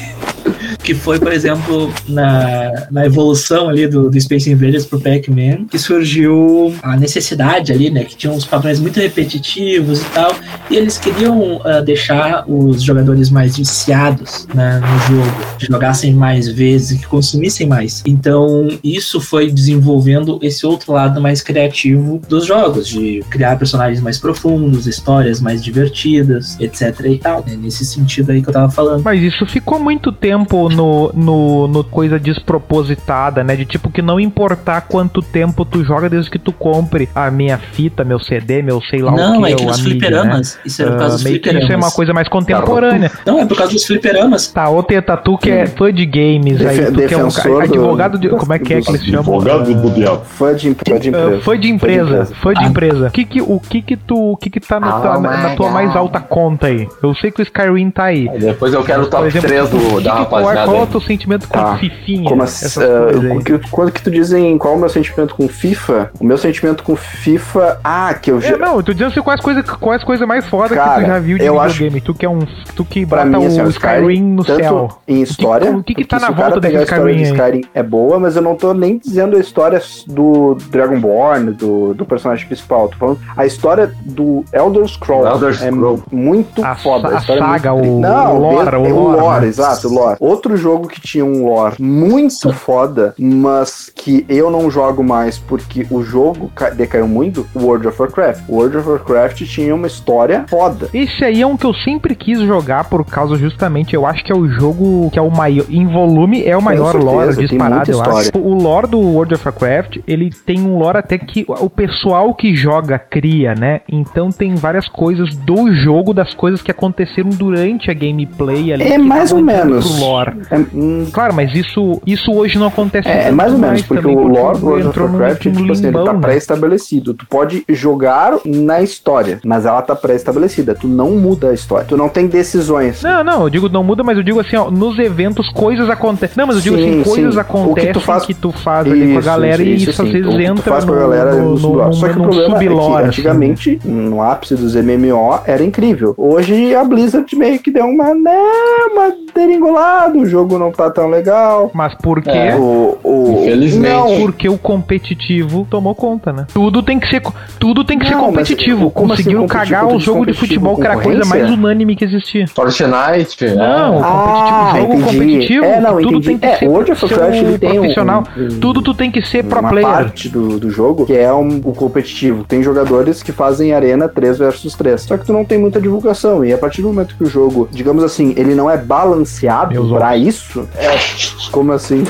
Speaker 4: Que foi, por exemplo, na, na evolução ali do, do Space Invaders pro Pac-Man, que surgiu a necessidade ali, né? Que tinha uns padrões muito repetitivos e tal. E eles queriam ah, deixar os jogadores mais viciados né, no jogo, que jogassem mais vezes, que consumissem mais. Então, isso foi desenvolvendo esse outro lado mais criativo dos jogos, de criar personagens mais profundos, histórias mais divertidas, etc. e tal. É nesse sentido aí que eu tava falando.
Speaker 6: Mas isso ficou muito tempo no, no, no coisa despropositada, né? De tipo que não importar quanto tempo tu joga desde que tu compre a minha fita, meu CD, meu sei lá o
Speaker 4: Não,
Speaker 6: que.
Speaker 4: é que
Speaker 6: ou a
Speaker 4: nos
Speaker 6: mídia, né?
Speaker 4: fliperamas. Isso era por
Speaker 6: Ah,
Speaker 4: causa dos
Speaker 6: meio que isso é uma
Speaker 4: fliperamas.
Speaker 6: coisa mais
Speaker 1: Tá,
Speaker 6: contemporânea.
Speaker 4: Não, é por causa dos fliperamas.
Speaker 6: Tá, ô Teta, tu que é fã de games aí,
Speaker 1: Defe-
Speaker 6: tu que é um
Speaker 1: defensor
Speaker 6: ca-
Speaker 1: do-
Speaker 6: advogado de. Como é que é que eles chamam?
Speaker 3: Advogado do diabo.
Speaker 1: Fã de, empre- fã de
Speaker 6: Ah,
Speaker 1: empresa.
Speaker 6: Foi de empresa,
Speaker 1: empresa.
Speaker 6: foi de
Speaker 4: Ah.
Speaker 6: empresa. O que que, o que, que tu. O que que tá na, tua-
Speaker 3: Oh
Speaker 6: na- na
Speaker 3: my
Speaker 6: tua
Speaker 3: God.
Speaker 6: mais alta conta aí? Eu sei que o Skyrim tá aí.
Speaker 3: Aí Depois eu quero o top
Speaker 6: Por exemplo,
Speaker 3: 3
Speaker 6: o
Speaker 3: do,
Speaker 6: que
Speaker 3: da
Speaker 6: que- qual, é-
Speaker 3: rapaziada.
Speaker 6: qual é o
Speaker 3: aí.
Speaker 6: teu sentimento com
Speaker 1: Tá.
Speaker 6: Fifinha?
Speaker 1: Como assim,
Speaker 6: essas
Speaker 1: ah,
Speaker 6: coisas aí?
Speaker 1: o que- quando que tu dizem qual é o meu sentimento com FIFA? O meu sentimento com FIFA. Ah, que eu já.
Speaker 6: É, não, eu tô dizendo assim, quais coisas quais coisas mais fodas que
Speaker 1: Cara,
Speaker 6: tu já viu de
Speaker 1: eu acho-
Speaker 6: videogame. Tu que é um. Tu que
Speaker 1: Pra
Speaker 6: bota
Speaker 1: mim,
Speaker 6: o
Speaker 1: assim, ó,
Speaker 6: Skyrim no
Speaker 1: tanto
Speaker 6: céu.
Speaker 1: em história.
Speaker 6: o que que tá
Speaker 1: porque
Speaker 6: na
Speaker 1: se cara
Speaker 6: volta desse
Speaker 1: pegar a história
Speaker 6: Skyrim
Speaker 1: do Skyrim é boa, mas eu não tô nem dizendo a história do Dragonborn, do, do personagem principal. Tô falando a história do Elder Scrolls.
Speaker 3: Elder Scroll.
Speaker 1: É muito
Speaker 6: A
Speaker 1: foda.
Speaker 6: sa- a
Speaker 1: história é muito
Speaker 6: saga,
Speaker 1: tri-
Speaker 6: o-
Speaker 1: não,
Speaker 6: o lore,
Speaker 1: mesmo-
Speaker 6: o
Speaker 1: é
Speaker 6: lore, né?
Speaker 1: exato, o lore. Outro jogo que tinha um lore muito foda, mas que eu não jogo mais porque o jogo ca- decaiu muito, o World of Warcraft. O World of Warcraft tinha uma história foda.
Speaker 6: Esse aí é um que eu sempre quis jogar por causa justamente, eu acho que é o jogo que é o maior em volume é o maior
Speaker 1: certeza,
Speaker 6: lore
Speaker 1: tem
Speaker 6: disparado,
Speaker 1: muita
Speaker 6: eu acho. Tipo,
Speaker 1: história.
Speaker 6: O lore do World of Warcraft, ele tem um lore até que o pessoal que joga cria, né? Então tem várias coisas do jogo, das coisas que aconteceram durante a gameplay ali.
Speaker 1: É
Speaker 6: que
Speaker 1: mais ou
Speaker 6: acabam entrando
Speaker 1: menos.
Speaker 6: pro lore.
Speaker 1: É, hum,
Speaker 6: Claro, mas isso, isso hoje não acontece
Speaker 1: É, é
Speaker 6: tanto
Speaker 1: mais ou menos, porque
Speaker 6: também,
Speaker 1: o lore do
Speaker 6: entrou
Speaker 1: World of
Speaker 6: num-
Speaker 1: Warcraft,
Speaker 6: num
Speaker 1: tipo assim, ele tá
Speaker 6: limbão, né?
Speaker 1: pré-estabelecido. Tu pode jogar na história, mas ela tá pré-estabelecida. Tu não muda a história. Tu não tem decisões.
Speaker 6: Não, não, eu digo não muda, mas eu digo assim, ó, nos eventos coisas acontecem. Não, mas eu digo
Speaker 1: Sim,
Speaker 6: assim, coisas
Speaker 1: sim.
Speaker 6: acontecem
Speaker 1: O que tu faz-
Speaker 6: faz ali com a galera e isso, às
Speaker 1: sim.
Speaker 6: vezes
Speaker 1: O que tu
Speaker 6: entra
Speaker 1: faz
Speaker 6: no,
Speaker 1: pra galera é
Speaker 6: no,
Speaker 1: um
Speaker 6: no,
Speaker 1: sublore. Só que o
Speaker 6: num
Speaker 1: problema é
Speaker 6: sublore,
Speaker 1: que
Speaker 6: assim.
Speaker 1: antigamente, no ápice dos MMO, era incrível. Hoje a Blizzard meio que deu uma, né, uma deringolada, o jogo não tá tão legal.
Speaker 6: Mas por quê?
Speaker 3: É.
Speaker 1: O, o,
Speaker 3: Infelizmente.
Speaker 1: Não,
Speaker 6: Porque o competitivo tomou conta, né? Tudo tem que ser, co- tudo tem que ser
Speaker 1: Não, mas
Speaker 6: competitivo.
Speaker 1: o- como assim
Speaker 6: Conseguiram
Speaker 1: competitivo?
Speaker 6: cagar o
Speaker 1: Competitivo,
Speaker 6: jogo de futebol, que era a coisa mais
Speaker 1: concorrência?
Speaker 6: unânime que existia.
Speaker 3: Fortnite. é.
Speaker 6: Não,
Speaker 1: Ah,
Speaker 6: competitivo, jogo
Speaker 1: entendi.
Speaker 6: competitivo,
Speaker 1: É, não,
Speaker 6: tudo
Speaker 1: entendi.
Speaker 6: tem que
Speaker 1: É,
Speaker 6: ser,
Speaker 1: World of
Speaker 6: ser
Speaker 1: Warcraft,
Speaker 6: um
Speaker 1: ele tem um-
Speaker 6: profissional,
Speaker 1: um-
Speaker 6: tudo tu tem que ser pro
Speaker 1: uma
Speaker 6: player.
Speaker 1: parte do, do jogo que é um- o competitivo. Tem jogadores que fazem arena 3 versus 3. Só que tu não tem muita divulgação. E a partir do momento que o jogo, digamos assim, ele não é balanceado
Speaker 6: Meus
Speaker 1: pra isso, é. Como assim?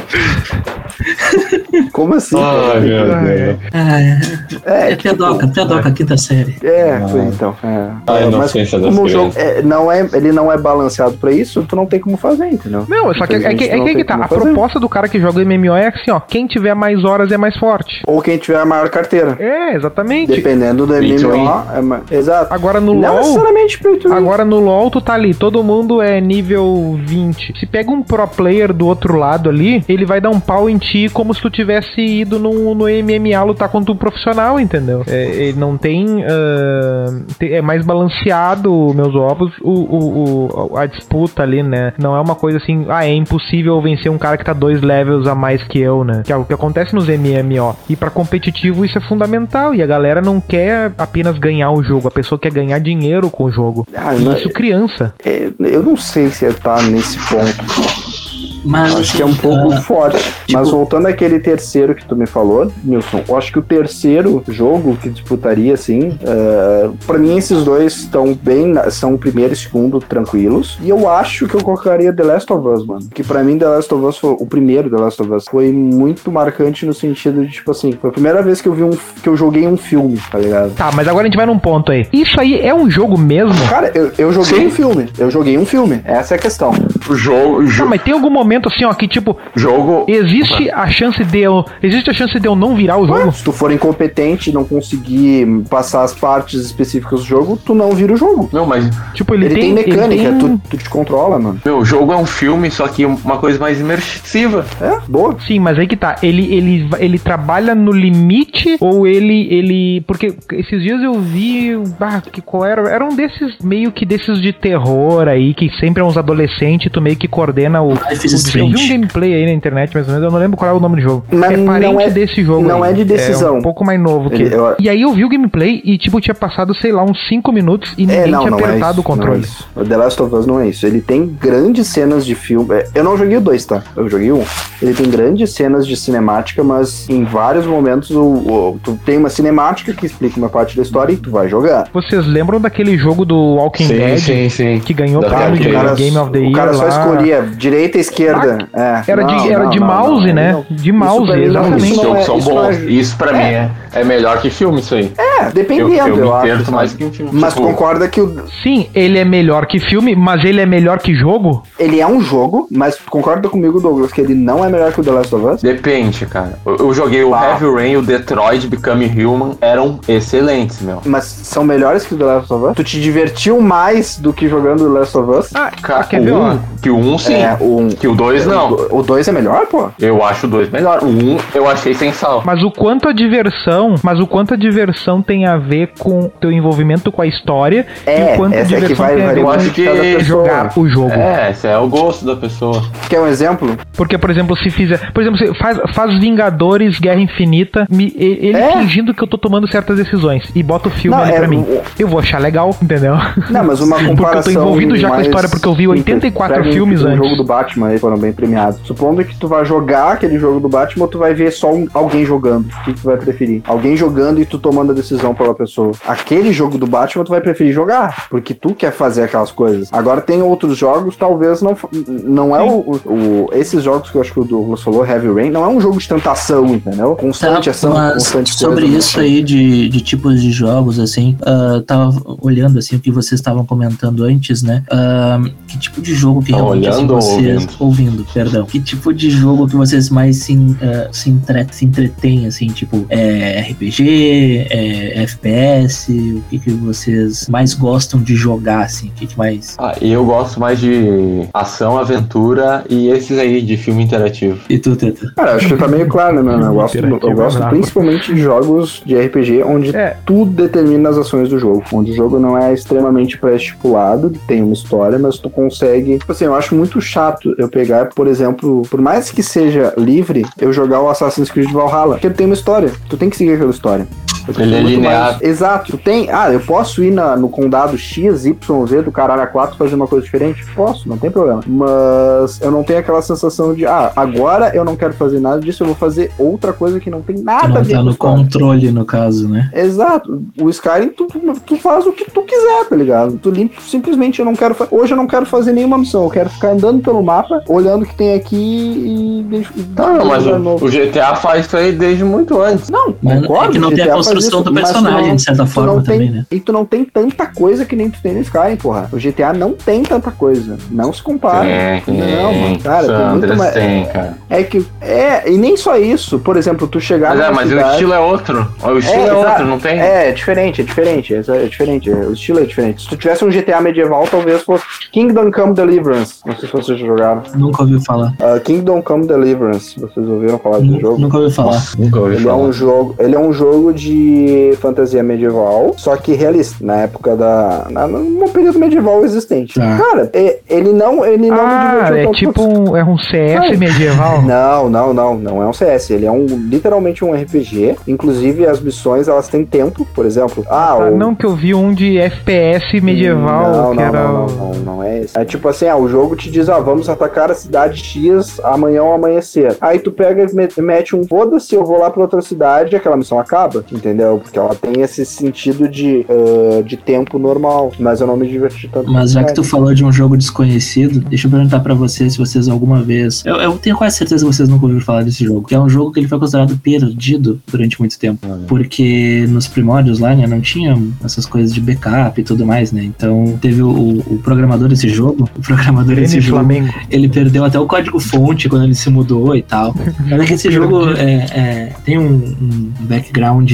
Speaker 1: Como assim?
Speaker 3: Ai, meu
Speaker 6: Ah, é.
Speaker 4: né?
Speaker 3: Deus.
Speaker 1: É,
Speaker 4: é pedoca, pedoca, quinta série.
Speaker 1: é,
Speaker 6: Ah.
Speaker 1: foi então. É.
Speaker 3: A
Speaker 1: É, mas
Speaker 3: inocência das
Speaker 1: como o jogo
Speaker 3: crianças.
Speaker 1: é, não é, ele não é balanceado pra isso, tu não tem como fazer, entendeu?
Speaker 6: Não, só que é, que, é que- é que tá. A proposta do cara que joga MMO é assim, ó. Quem tiver mais horas é mais forte.
Speaker 1: Ou quem tiver a maior carteira.
Speaker 6: É, exatamente.
Speaker 1: Dependendo do
Speaker 3: Pay to
Speaker 1: MMO. é ma- Exato.
Speaker 6: Agora no
Speaker 1: Não
Speaker 6: LoL.
Speaker 1: necessariamente pay to win.
Speaker 6: Agora no LoL tu tá ali, todo mundo é nível 20. Se pega um pro player do outro lado ali, ele vai dar um pau em ti como se tu tivesse ido no, no MMA lutar contra um profissional, entendeu? É, ele não tem, ah, te- É mais balanceado, meus ovos, o, o- o- a disputa ali, né? Não é uma coisa assim, ah, é impossível eu vencer um cara que tá dois levels a mais que eu, né? Que é o que acontece nos MMO. E pra competitivo isso é fundamental. E a galera não quer apenas ganhar o jogo, a pessoa quer ganhar dinheiro com o jogo.
Speaker 1: Ah,
Speaker 6: E
Speaker 1: não-
Speaker 6: Isso criança.
Speaker 1: é, eu não sei se tá nesse ponto.
Speaker 4: Mas
Speaker 1: Acho que é um pouco
Speaker 6: Ah,
Speaker 1: forte.
Speaker 4: tipo-
Speaker 1: Mas voltando àquele terceiro que tu me falou, Nilson, eu acho que o terceiro jogo que disputaria, assim, eh, pra mim esses dois estão bem, na- são o primeiro e segundo tranquilos. E eu acho que eu colocaria The Last of Us, mano. Que pra mim The Last of Us foi o primeiro The Last of Us foi muito marcante no sentido de tipo assim, foi a primeira vez que eu vi um que eu joguei um filme, tá ligado?
Speaker 6: Tá, mas agora a gente vai num ponto aí. Isso aí é um jogo mesmo?
Speaker 1: Cara, eu, eu joguei
Speaker 3: Sim.
Speaker 1: um filme. Eu joguei um filme. Essa é a questão.
Speaker 3: O jogo,
Speaker 6: Tá,
Speaker 3: jo,
Speaker 6: mas tem algum momento assim, ó, que tipo,
Speaker 3: jogo
Speaker 6: existe a chance de eu. Existe a chance de eu não virar o jogo?
Speaker 1: Se tu for incompetente e não conseguir passar as partes específicas do jogo, tu não vira o jogo.
Speaker 3: Não, mas
Speaker 6: Tipo, ele,
Speaker 1: Ele, tem,
Speaker 6: ele
Speaker 1: mecânica,
Speaker 6: tem-
Speaker 1: Tu, tu te controla, mano.
Speaker 3: meu, o jogo é um filme, só que uma coisa mais imersiva.
Speaker 1: É, boa.
Speaker 6: Sim, mas aí que tá. Ele, ele, ele trabalha no limite ou ele, ele. Porque esses dias eu vi. Ah, que qual era? Era um desses meio que desses de terror aí, que sempre é uns adolescentes, tu meio que coordena o.
Speaker 4: Life is
Speaker 6: Eu vi um
Speaker 4: é Strange.
Speaker 6: gameplay aí na internet, mais ou menos, eu não lembro qual é o nome do jogo.
Speaker 1: Mas
Speaker 6: é
Speaker 1: não
Speaker 6: parente
Speaker 1: é-
Speaker 6: desse jogo.
Speaker 1: não
Speaker 6: aí.
Speaker 1: é de decisão.
Speaker 6: um pouco mais novo que
Speaker 1: Ele- eu-
Speaker 6: E aí eu vi o gameplay e, tipo, tinha passado, sei lá, uns 5 minutos e ninguém tinha apertado
Speaker 1: isso,
Speaker 6: o
Speaker 1: É,
Speaker 6: controle.
Speaker 1: não é isso. O The Last of Us não é isso. Ele tem grandes cenas de filme. é, Eu não joguei o 2, tá? Eu joguei o 1. Ele tem grandes cenas de cinemática, mas em vários momentos o, o- tu tem uma cinemática que explica uma parte da história e tu vai jogar.
Speaker 6: Vocês lembram daquele jogo do Walking Dead?
Speaker 3: sim.
Speaker 6: Que ganhou
Speaker 3: Da
Speaker 6: prêmio de
Speaker 3: Arcade.
Speaker 1: Tá, cara,
Speaker 6: Game of the Year.
Speaker 1: o cara só
Speaker 6: lá.
Speaker 1: escolhia direita e esquerda. É.
Speaker 6: Era,
Speaker 1: Não,
Speaker 6: de, era
Speaker 1: não,
Speaker 6: de
Speaker 1: não, não,
Speaker 6: mouse,
Speaker 1: não,
Speaker 6: né?
Speaker 1: não.
Speaker 6: De mouse,
Speaker 1: pra mim não,
Speaker 6: exatamente.
Speaker 3: Esses
Speaker 1: Isso não
Speaker 3: jogos
Speaker 1: é-
Speaker 3: são
Speaker 1: isso não
Speaker 3: bons.
Speaker 1: é-
Speaker 3: Isso pra mim é, é melhor que filme, isso aí.
Speaker 1: É, dependendo, eu, acho.
Speaker 3: entendo
Speaker 1: sabe?
Speaker 3: mais que um filme.
Speaker 1: Mas
Speaker 3: tipo,
Speaker 1: concorda que o-
Speaker 6: Sim, ele é melhor que filme, mas ele é melhor que jogo?
Speaker 1: ele é um jogo, mas concorda comigo, Douglas, que ele não é melhor que o The Last of Us?
Speaker 3: Depende, cara. Eu, eu joguei o
Speaker 1: Tá.
Speaker 3: Heavy Rain, o Detroit Become Human, eram excelentes, meu.
Speaker 1: Mas são melhores que o The Last of Us? Tu te divertiu mais do que jogando The Last of Us?
Speaker 6: Ah,
Speaker 3: Ca-
Speaker 6: quer
Speaker 3: o
Speaker 6: ver,
Speaker 1: Uh.
Speaker 6: ó?
Speaker 3: um, que o 1 um, sim,
Speaker 1: É, o um-
Speaker 3: que o 2 não.
Speaker 1: O 2 é melhor, pô?
Speaker 3: Eu acho o 2 melhor. O 1 um, eu achei sem sal.
Speaker 6: Mas o quanto a diversão, mas o quanto a diversão tem a ver com teu envolvimento com a história e
Speaker 1: É,
Speaker 6: o quanto a
Speaker 1: essa é que
Speaker 6: diversão
Speaker 1: vai
Speaker 6: tem a ver
Speaker 1: variar
Speaker 3: acho
Speaker 1: de
Speaker 3: que
Speaker 1: cada pessoa.
Speaker 6: com jogar o jogo.
Speaker 3: É, esse é o gosto da pessoa.
Speaker 1: Quer um exemplo?
Speaker 6: Porque, por exemplo, se fizer. Por exemplo, se faz, faz Vingadores, Guerra Infinita, me- e- ele
Speaker 1: É.
Speaker 6: fingindo que eu tô tomando certas decisões e bota o filme
Speaker 1: Não,
Speaker 6: ali
Speaker 1: é,
Speaker 6: pra mim.
Speaker 1: o-
Speaker 6: Eu vou achar legal, entendeu?
Speaker 1: Não, mas uma comparação.
Speaker 6: Porque eu tô envolvido já com a
Speaker 1: mais
Speaker 6: história, porque eu vi 84
Speaker 1: simples. Pega
Speaker 6: filmes
Speaker 1: um,
Speaker 6: antes.
Speaker 1: O jogo do Batman aí foram bem premiados. Supondo que tu vai jogar aquele jogo do Batman ou tu vai ver só um- alguém jogando. O que tu vai preferir? Alguém jogando e tu tomando a decisão pela pessoa. Aquele jogo do Batman tu vai preferir jogar, porque tu quer fazer aquelas coisas. Agora tem outros jogos, talvez não fa- não é o, o- esses jogos que eu acho que o Douglas falou, Heavy Rain, não é um jogo de tentação, entendeu? Constante
Speaker 4: Tá,
Speaker 1: ação,
Speaker 4: mas
Speaker 1: constante
Speaker 4: sobre
Speaker 1: coisa,
Speaker 4: isso aí de, de tipos de jogos, assim, ah, tava olhando assim o que vocês estavam comentando antes, né? Ah, que tipo de jogo que
Speaker 3: Tá
Speaker 4: realmente assim,
Speaker 3: olhando ou
Speaker 4: vocês.
Speaker 3: ouvindo?
Speaker 4: perdão. Que tipo de jogo que vocês mais se, en- ah, se, entre, se entretêm, assim, tipo, é RPG, é FPS, o que, que vocês mais gostam de jogar, assim, o que, que mais.
Speaker 3: Ah, e eu gosto mais de ação, aventura e esses aí de filme interativo.
Speaker 4: E tu, Teta?
Speaker 1: Cara, acho que tá meio claro, né, mano? Eu gosto, eu gosto principalmente de jogos de RPG onde
Speaker 6: É.
Speaker 1: tudo determina as ações do jogo. Onde o jogo não é extremamente pré-estipulado, tem uma história, mas tu consegue. Tipo assim, eu acho muito chato eu pegar, por exemplo, por mais que seja livre, eu jogar o Assassin's Creed Valhalla. Porque ele tem uma história, tu tem que seguir aquela história. Eu tô
Speaker 3: Ele é
Speaker 1: muito
Speaker 3: linear.
Speaker 1: mais- Exato. Tu Tem. Ah, eu posso ir na- no condado X, Y, Z do caralho A4 fazer uma coisa diferente? Posso, não tem problema. Mas eu não tenho aquela sensação de, ah, agora eu não quero fazer nada disso, eu vou fazer outra coisa que não tem
Speaker 4: Tu
Speaker 1: nada a
Speaker 4: não
Speaker 1: ver
Speaker 4: tá
Speaker 1: com
Speaker 4: no
Speaker 1: história.
Speaker 4: controle, no caso, né?
Speaker 1: Exato. O Skyrim, tu, tu faz o que tu quiser, tá ligado? Tu limpa, simplesmente eu não quero. fa- Hoje eu não quero fazer nenhuma missão. Eu quero ficar andando pelo mapa, olhando o que tem aqui e.
Speaker 3: Não, mas o, o GTA faz isso aí desde muito antes.
Speaker 1: Não,
Speaker 4: Mas
Speaker 1: concordo.
Speaker 4: é que não tem
Speaker 1: GTA
Speaker 4: a
Speaker 1: faz
Speaker 4: construção
Speaker 1: isso,
Speaker 4: do
Speaker 1: mas tu
Speaker 4: personagem,
Speaker 1: não-
Speaker 4: de certa
Speaker 1: tu
Speaker 4: forma,
Speaker 1: não tem-
Speaker 4: também, né?
Speaker 1: E tu não tem tanta coisa que nem tu tem no Skyrim, porra. O GTA não tem tanta coisa. Não se compara.
Speaker 3: É.
Speaker 1: não, mano, cara, tem muito
Speaker 3: Sandras
Speaker 1: mais.
Speaker 3: tem, cara.
Speaker 1: É que. É, e nem só isso. Por exemplo, tu chegar.
Speaker 3: Mas, é,
Speaker 1: numa
Speaker 3: mas o
Speaker 1: cidade-
Speaker 3: estilo é outro. O estilo é,
Speaker 1: exato.
Speaker 3: outro, não tem?
Speaker 1: É, é diferente, é diferente, é, é diferente, é, o estilo é diferente. Se tu tivesse um GTA medieval, talvez fosse Kingdom Come Deliverance. Não sei se vocês jogaram.
Speaker 4: Nunca ouvi falar.
Speaker 1: Ah, Kingdom Come Deliverance, vocês ouviram falar desse jogo?
Speaker 4: Nunca ouvi falar.
Speaker 3: Nossa, nunca ouvi
Speaker 1: Ele é,
Speaker 3: falar.
Speaker 1: um jogo, ele é um jogo de fantasia medieval, só que realista, na época da. Na, no período medieval existente.
Speaker 4: Tá.
Speaker 1: Cara, e- ele não. Ele não
Speaker 6: Ah, é
Speaker 1: tanto
Speaker 6: tipo
Speaker 1: quanto-
Speaker 6: um, é um CS
Speaker 1: Ai.
Speaker 6: medieval.
Speaker 1: Não, não, não, não é um CS, ele é um literalmente um RPG. Inclusive as missões elas têm tempo, por exemplo. Ah,
Speaker 6: Ah,
Speaker 1: o-
Speaker 6: não que eu vi um de FPS medieval,
Speaker 1: Não,
Speaker 6: que
Speaker 1: não,
Speaker 6: era
Speaker 1: não,
Speaker 6: o-
Speaker 1: não, não, não é esse. É tipo assim, ah, o jogo te diz, ah, vamos atacar a cidade X amanhã ao amanhecer. Aí tu pega e met- mete um foda-se, eu vou lá pra outra cidade e aquela missão acaba, entendeu? Porque ela tem esse sentido de, ah, de tempo normal, mas eu não me diverti tanto.
Speaker 4: Mas já que
Speaker 1: É.
Speaker 4: tu falou de um jogo desconhecido, deixa eu perguntar pra vocês se vocês alguma vez. Eu, eu tenho quase certeza que vocês nunca ouviram falar desse jogo. Que é um jogo que ele foi considerado perdido durante muito tempo. Porque nos primórdios lá, né, não tinha essas coisas de backup e tudo mais, né? Então teve o, o programador desse jogo. O programador desse
Speaker 6: Grêmio e
Speaker 4: jogo
Speaker 6: Flamengo.
Speaker 4: ele perdeu até o código-fonte quando ele se mudou e tal. Mas é que esse jogo é, é, tem um, um background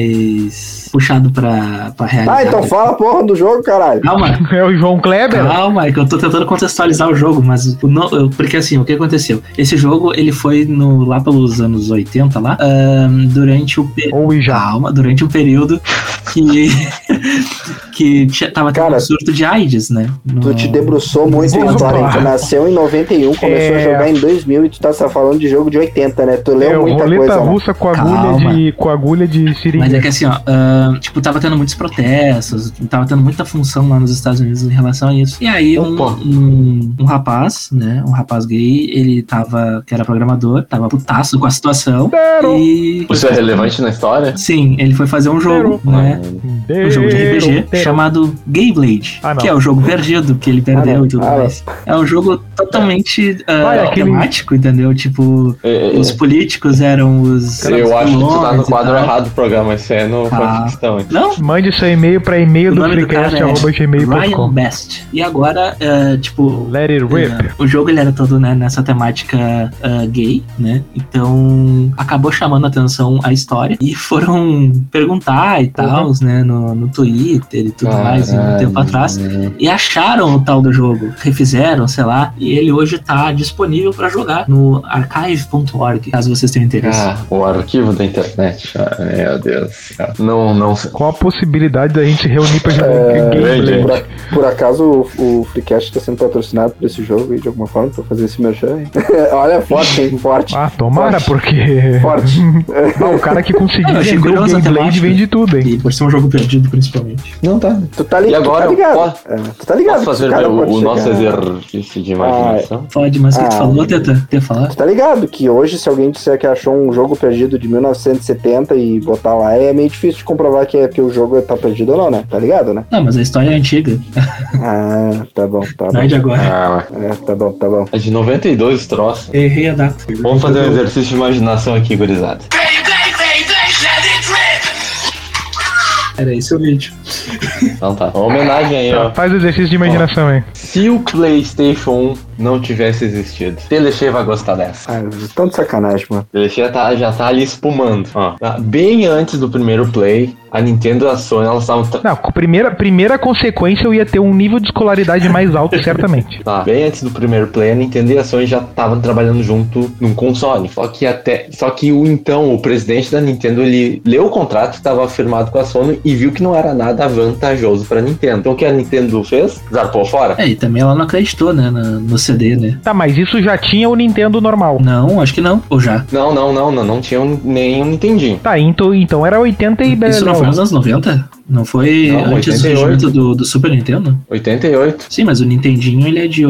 Speaker 4: mais puxado pra, pra realidade.
Speaker 1: Ah, então fala a porra do jogo, caralho.
Speaker 4: Calma,
Speaker 6: É o João Kleber?
Speaker 4: calma, é que eu tô tentando contextualizar o jogo, mas o no- eu- porque assim, o que aconteceu? Esse jogo, ele foi no, lá pelos anos 80 lá, ahn, durante o... pe-
Speaker 6: Ou já?
Speaker 4: Calma, durante um período que, que tinha- tava tendo
Speaker 1: Cara,
Speaker 4: um surto de AIDS, né? No-
Speaker 1: Tu te debruçou muito em
Speaker 6: Porra.
Speaker 1: história. Tu nasceu em 91, começou
Speaker 6: É.
Speaker 1: a jogar em 2000 e tu tá só falando de jogo de 80, né? Tu
Speaker 6: É
Speaker 1: leu
Speaker 6: o
Speaker 1: muita
Speaker 6: roleta
Speaker 1: coisa. né?
Speaker 6: russa com agulha
Speaker 4: Calma.
Speaker 6: de com agulha de seringa.
Speaker 4: Mas é que assim, ó, ahn, tipo, tava tendo muitos protestos, tava tendo muita função lá nos Estados Unidos em relação a isso. E aí, um,
Speaker 3: Opa.
Speaker 4: um, um rapaz, né, um rapaz gay, ele tava, que era programador, tava putaço com a situação.
Speaker 6: Dero,
Speaker 4: E.
Speaker 3: Isso é relevante na história?
Speaker 4: Sim, ele foi fazer um jogo, né? Um jogo de
Speaker 6: dero,
Speaker 4: RPG
Speaker 6: dero.
Speaker 4: chamado Gay Blade,
Speaker 6: Ah, não.
Speaker 4: que é o jogo perdido que ele perdeu
Speaker 1: Ah, não.
Speaker 4: e tudo
Speaker 1: Ah, não.
Speaker 4: mais. É um jogo totalmente ah,
Speaker 6: Vai, aquele-
Speaker 4: temático, entendeu? Tipo,
Speaker 3: É, é,
Speaker 4: os políticos eram os.
Speaker 3: eu
Speaker 4: os
Speaker 3: acho que tu tá no
Speaker 4: vilões e
Speaker 3: quadro
Speaker 4: tal.
Speaker 3: errado do programa, isso é no
Speaker 4: Ah.
Speaker 3: Fanfictão.
Speaker 4: Não,
Speaker 6: Mande seu e-mail para e-mail
Speaker 4: O
Speaker 6: do
Speaker 4: nome do
Speaker 6: freecast,
Speaker 4: cara é
Speaker 6: arroba
Speaker 4: Ryan
Speaker 6: gmail.com.
Speaker 4: Best. E agora, é, tipo.
Speaker 6: Let it rip.
Speaker 4: é, o jogo ele era todo né, nessa temática é, gay, né? Então acabou chamando a atenção a história e foram perguntar e tal, né? No, no Twitter e tudo mais,
Speaker 3: Ah,
Speaker 4: um
Speaker 3: é.
Speaker 4: tempo atrás. E acharam o tal do jogo, refizeram, sei lá, e ele hoje tá disponível pra jogar no archive.org, caso vocês tenham interesse.
Speaker 3: Ah, o arquivo da internet. Ah, meu Deus. cara. Não, não.
Speaker 6: Qual a possibilidade da gente se reunir pra jogar é...
Speaker 3: grande.
Speaker 1: Por, a- por acaso o, o Freecast tá sendo patrocinado por esse jogo aí, de alguma forma, pra fazer esse merchan aí. Olha, forte, hein? Forte.
Speaker 6: Ah, tomara,
Speaker 1: Forte.
Speaker 6: porque.
Speaker 1: Forte.
Speaker 6: Ah, o cara que conseguiu
Speaker 4: Eu achei
Speaker 6: vender o
Speaker 4: curiosa a
Speaker 6: Gameblade
Speaker 4: temática.
Speaker 6: vende tudo, hein?
Speaker 4: E por ser um jogo perdido, principalmente.
Speaker 3: Não tá.
Speaker 1: Tu tá, li
Speaker 3: E agora,
Speaker 1: tu tá ligado.
Speaker 3: posso,
Speaker 1: É, tu tá ligado.
Speaker 3: posso
Speaker 1: que
Speaker 3: fazer
Speaker 1: o cara
Speaker 3: o,
Speaker 1: pode
Speaker 3: o
Speaker 1: chegar-
Speaker 3: nosso exercício de imaginação?
Speaker 4: Pode, mas o que tu
Speaker 1: Ah.
Speaker 4: falou, Teta? Quer falar?
Speaker 1: Tu tá ligado que hoje, se alguém disser que achou um jogo perdido de 1970 e botar lá, é meio difícil de comprovar que, é, que o jogo tá perdido ou não, né? Tá ligado, né?
Speaker 4: Não, mas a história é antiga,
Speaker 1: Ah, tá bom, tá
Speaker 4: não é
Speaker 1: bom.
Speaker 4: de agora.
Speaker 3: Ah,
Speaker 1: É, tá bom, tá bom.
Speaker 3: é de 92 os troços.
Speaker 4: Errei a data.
Speaker 3: Vamos fazer um exercício de imaginação aqui, gurizada.
Speaker 4: Era esse o vídeo.
Speaker 3: Então tá. Uma homenagem aí, ó.
Speaker 6: Faz o exercício de imaginação, hein?
Speaker 3: Se o PlayStation 1 não tivesse existido, Telexê vai gostar dessa.
Speaker 1: Ah, tão de sacanagem, mano.
Speaker 3: Telexê já tá, já tá ali espumando. ó. Tá, Bem antes do primeiro Play, a Nintendo e a Sony elas estavam. tra-
Speaker 6: Não, com primeira, primeira consequência eu ia ter um nível de escolaridade mais alto, certamente.
Speaker 3: Tá, bem antes do primeiro Play, a Nintendo e a Sony já estavam trabalhando junto num console. Só que até. Só que o então, o presidente da Nintendo, ele leu o contrato que estava firmado com a Sony e viu que não era nada vantajoso pra Nintendo. Então o que a Nintendo fez? Zarpou fora.
Speaker 4: É, e também ela não acreditou, né, no, no CD, né?
Speaker 6: Tá, mas isso já tinha o Nintendo normal.
Speaker 4: Não, acho que não, ou já.
Speaker 3: Não, não, não, não, não tinha um- nenhum Nintendinho.
Speaker 6: Tá, então, então era 80 e...
Speaker 4: Isso não foi nos anos 90? Não foi
Speaker 3: Não,
Speaker 4: antes do
Speaker 3: 88.
Speaker 4: surgimento do, do Super Nintendo?
Speaker 3: 88.
Speaker 4: Sim, mas o Nintendinho ele é de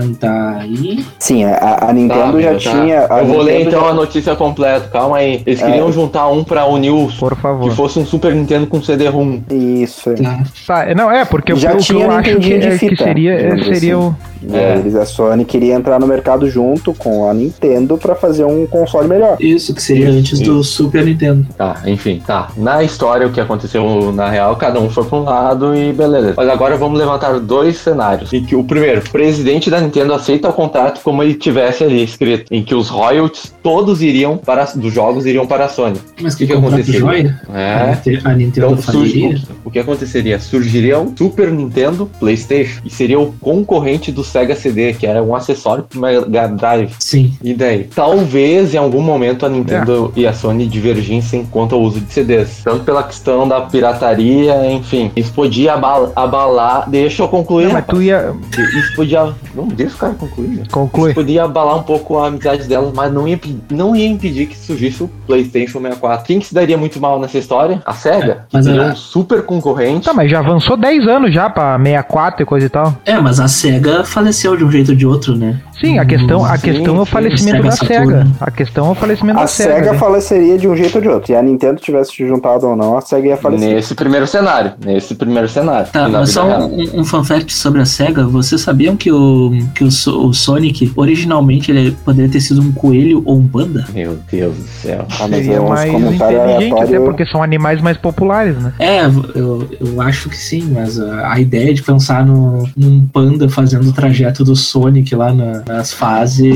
Speaker 4: 80 e...
Speaker 1: Sim, a, a Nintendo
Speaker 3: Tá,
Speaker 1: já
Speaker 3: amigo, tá.
Speaker 1: tinha. a
Speaker 3: Eu vou ler
Speaker 1: Nintendo
Speaker 3: então
Speaker 1: já- É.
Speaker 3: a notícia completa, calma aí. Eles queriam juntar um pra unir o
Speaker 6: Por favor.
Speaker 3: que fosse um Super Nintendo com CD-ROM.
Speaker 1: Isso. é.
Speaker 4: Tá.
Speaker 6: Tá, não, é, porque
Speaker 1: Já
Speaker 6: o que
Speaker 1: tinha
Speaker 6: eu acho que,
Speaker 1: Nintendinho de
Speaker 6: é- que
Speaker 1: fita,
Speaker 6: seria, é,
Speaker 1: digamos
Speaker 6: seria
Speaker 1: assim.
Speaker 6: o.
Speaker 3: É.
Speaker 1: Eles, a Sony queria entrar no mercado junto com a Nintendo pra fazer um console melhor.
Speaker 4: Isso, que seria
Speaker 3: Isso,
Speaker 4: antes do Super Nintendo.
Speaker 3: Tá, enfim, tá. Na história, o que aconteceu na real, cada um foi pra um lado e beleza. Mas agora vamos levantar dois cenários. Em que o primeiro, o presidente da Nintendo aceita o contrato como ele tivesse ali escrito, em que os royalties todos iriam para dos jogos iriam para a Sony.
Speaker 4: Mas
Speaker 3: O que que
Speaker 4: contrato
Speaker 3: aconteceria?
Speaker 4: Joia? A
Speaker 3: É.
Speaker 4: Ninte- A Nintendo
Speaker 3: Então surge,
Speaker 4: faliria?
Speaker 3: o, que, o que aconteceria? Surgiria um Super Nintendo Playstation e seria o concorrente do Sega CD, que era um acessório pro Mega Drive.
Speaker 4: Sim.
Speaker 3: E daí? Talvez em algum momento a Nintendo
Speaker 6: É.
Speaker 3: e a Sony divergissem quanto ao uso de CDs. Tanto pela questão da pirataria, enfim. Isso podia abal- abalar. Deixa eu concluir.
Speaker 6: Não, mas
Speaker 3: rapaz.
Speaker 6: tu ia.
Speaker 3: Isso podia. Não, deixa o cara concluir. né? Isso
Speaker 6: Conclui.
Speaker 3: podia abalar um pouco a amizade delas, mas não ia, impe- não ia impedir que surgisse o PlayStation 64. Quem que se daria muito mal nessa história? A SEGA.
Speaker 4: É, mas
Speaker 3: Seria
Speaker 4: a-
Speaker 3: um super concorrente.
Speaker 6: Tá, mas já avançou 10 anos já pra 64 e coisa e tal.
Speaker 4: É, mas a SEGA faleceu de um jeito ou de outro, né?
Speaker 6: Sim, a questão, a
Speaker 3: sim,
Speaker 6: questão é o
Speaker 3: sim,
Speaker 6: falecimento
Speaker 4: Sega
Speaker 6: da SEGA.
Speaker 4: Saturno.
Speaker 6: A questão é o falecimento
Speaker 1: A
Speaker 6: da SEGA.
Speaker 1: SEGA
Speaker 6: né?
Speaker 1: faleceria de um jeito ou de outro. E a Nintendo tivesse se juntado ou não, a SEGA ia falecer.
Speaker 3: Nesse primeiro cenário. Nesse primeiro cenário.
Speaker 4: Tá,
Speaker 3: Na
Speaker 4: mas
Speaker 3: vida
Speaker 4: só
Speaker 3: real.
Speaker 4: um, um fanfact sobre a SEGA. Vocês sabiam que o, que o, So- o Sonic, originalmente, ele poderia ter sido um coelho ou um panda?
Speaker 3: Meu Deus do céu.
Speaker 1: Ah, mas é
Speaker 6: Seria
Speaker 1: uns
Speaker 6: mais
Speaker 1: comentários
Speaker 6: inteligente, até
Speaker 1: aleatórios.
Speaker 6: porque são animais mais populares, né?
Speaker 4: É, eu, eu acho que sim, mas a, a ideia de pensar no, num panda fazendo o trajeto do Sonic lá na- nas fases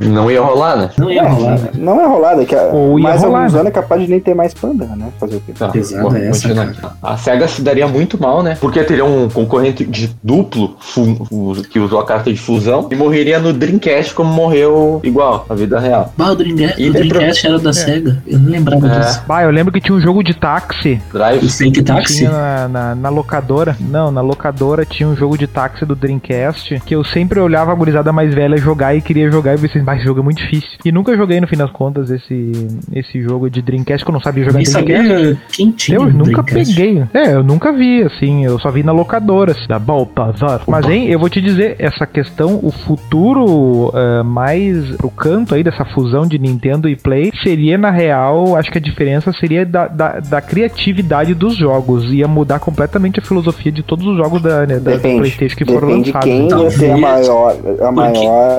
Speaker 3: Não ia rolar, né?
Speaker 4: não ia rolar, né?
Speaker 1: É, não é rolar, daqui a
Speaker 6: Ou ia
Speaker 1: mais
Speaker 6: rolar,
Speaker 1: alguns
Speaker 6: né?
Speaker 1: anos é capaz de nem ter mais panda, né? Fazer o quê?
Speaker 3: Tá,
Speaker 4: Pesada é
Speaker 3: vamos
Speaker 4: essa,
Speaker 3: continuar aqui. A SEGA se daria muito mal, né? Porque teria um concorrente de duplo fu- fu- que usou a carta de fusão e morreria no Dreamcast como morreu igual na vida real.
Speaker 4: Bah, o Dreamcast,
Speaker 3: E
Speaker 4: o
Speaker 3: daí pro-
Speaker 4: Dreamcast
Speaker 6: É.
Speaker 4: era da SEGA. Eu não lembrava
Speaker 3: É.
Speaker 4: disso.
Speaker 6: Bah, eu lembro que tinha um jogo de táxi.
Speaker 4: O
Speaker 3: Drive.
Speaker 4: Fake Taxi?
Speaker 6: Tinha na, na- na locadora. Não, na locadora tinha um jogo de táxi do Dreamcast. Que eu sempre olhava a gurizada mais velha jogar e queria jogar. E pensei, mas esse jogo é muito difícil. E nunca joguei, no fim das contas, esse, esse jogo de Dreamcast, que eu não sabia jogar
Speaker 4: Nem
Speaker 6: Dreamcast.
Speaker 4: sabia quem tinha
Speaker 6: Eu
Speaker 4: um
Speaker 6: nunca
Speaker 4: Dreamcast.
Speaker 6: peguei. É, eu nunca vi, assim, eu só vi na locadora, assim, da Baltazar. Mas, hein, eu vou te dizer, essa questão, o futuro eh, mais pro canto aí dessa fusão de Nintendo e Play, seria, na real, acho que a diferença seria da, da, da criatividade dos jogos. Ia mudar completamente a filosofia de todos os jogos da, né, da- do
Speaker 1: Depende.
Speaker 6: Playstation que então. foram
Speaker 1: Depende de
Speaker 6: lançados.
Speaker 1: quem
Speaker 6: Não,
Speaker 1: ia ter a
Speaker 4: Talvez.
Speaker 1: maior, a maior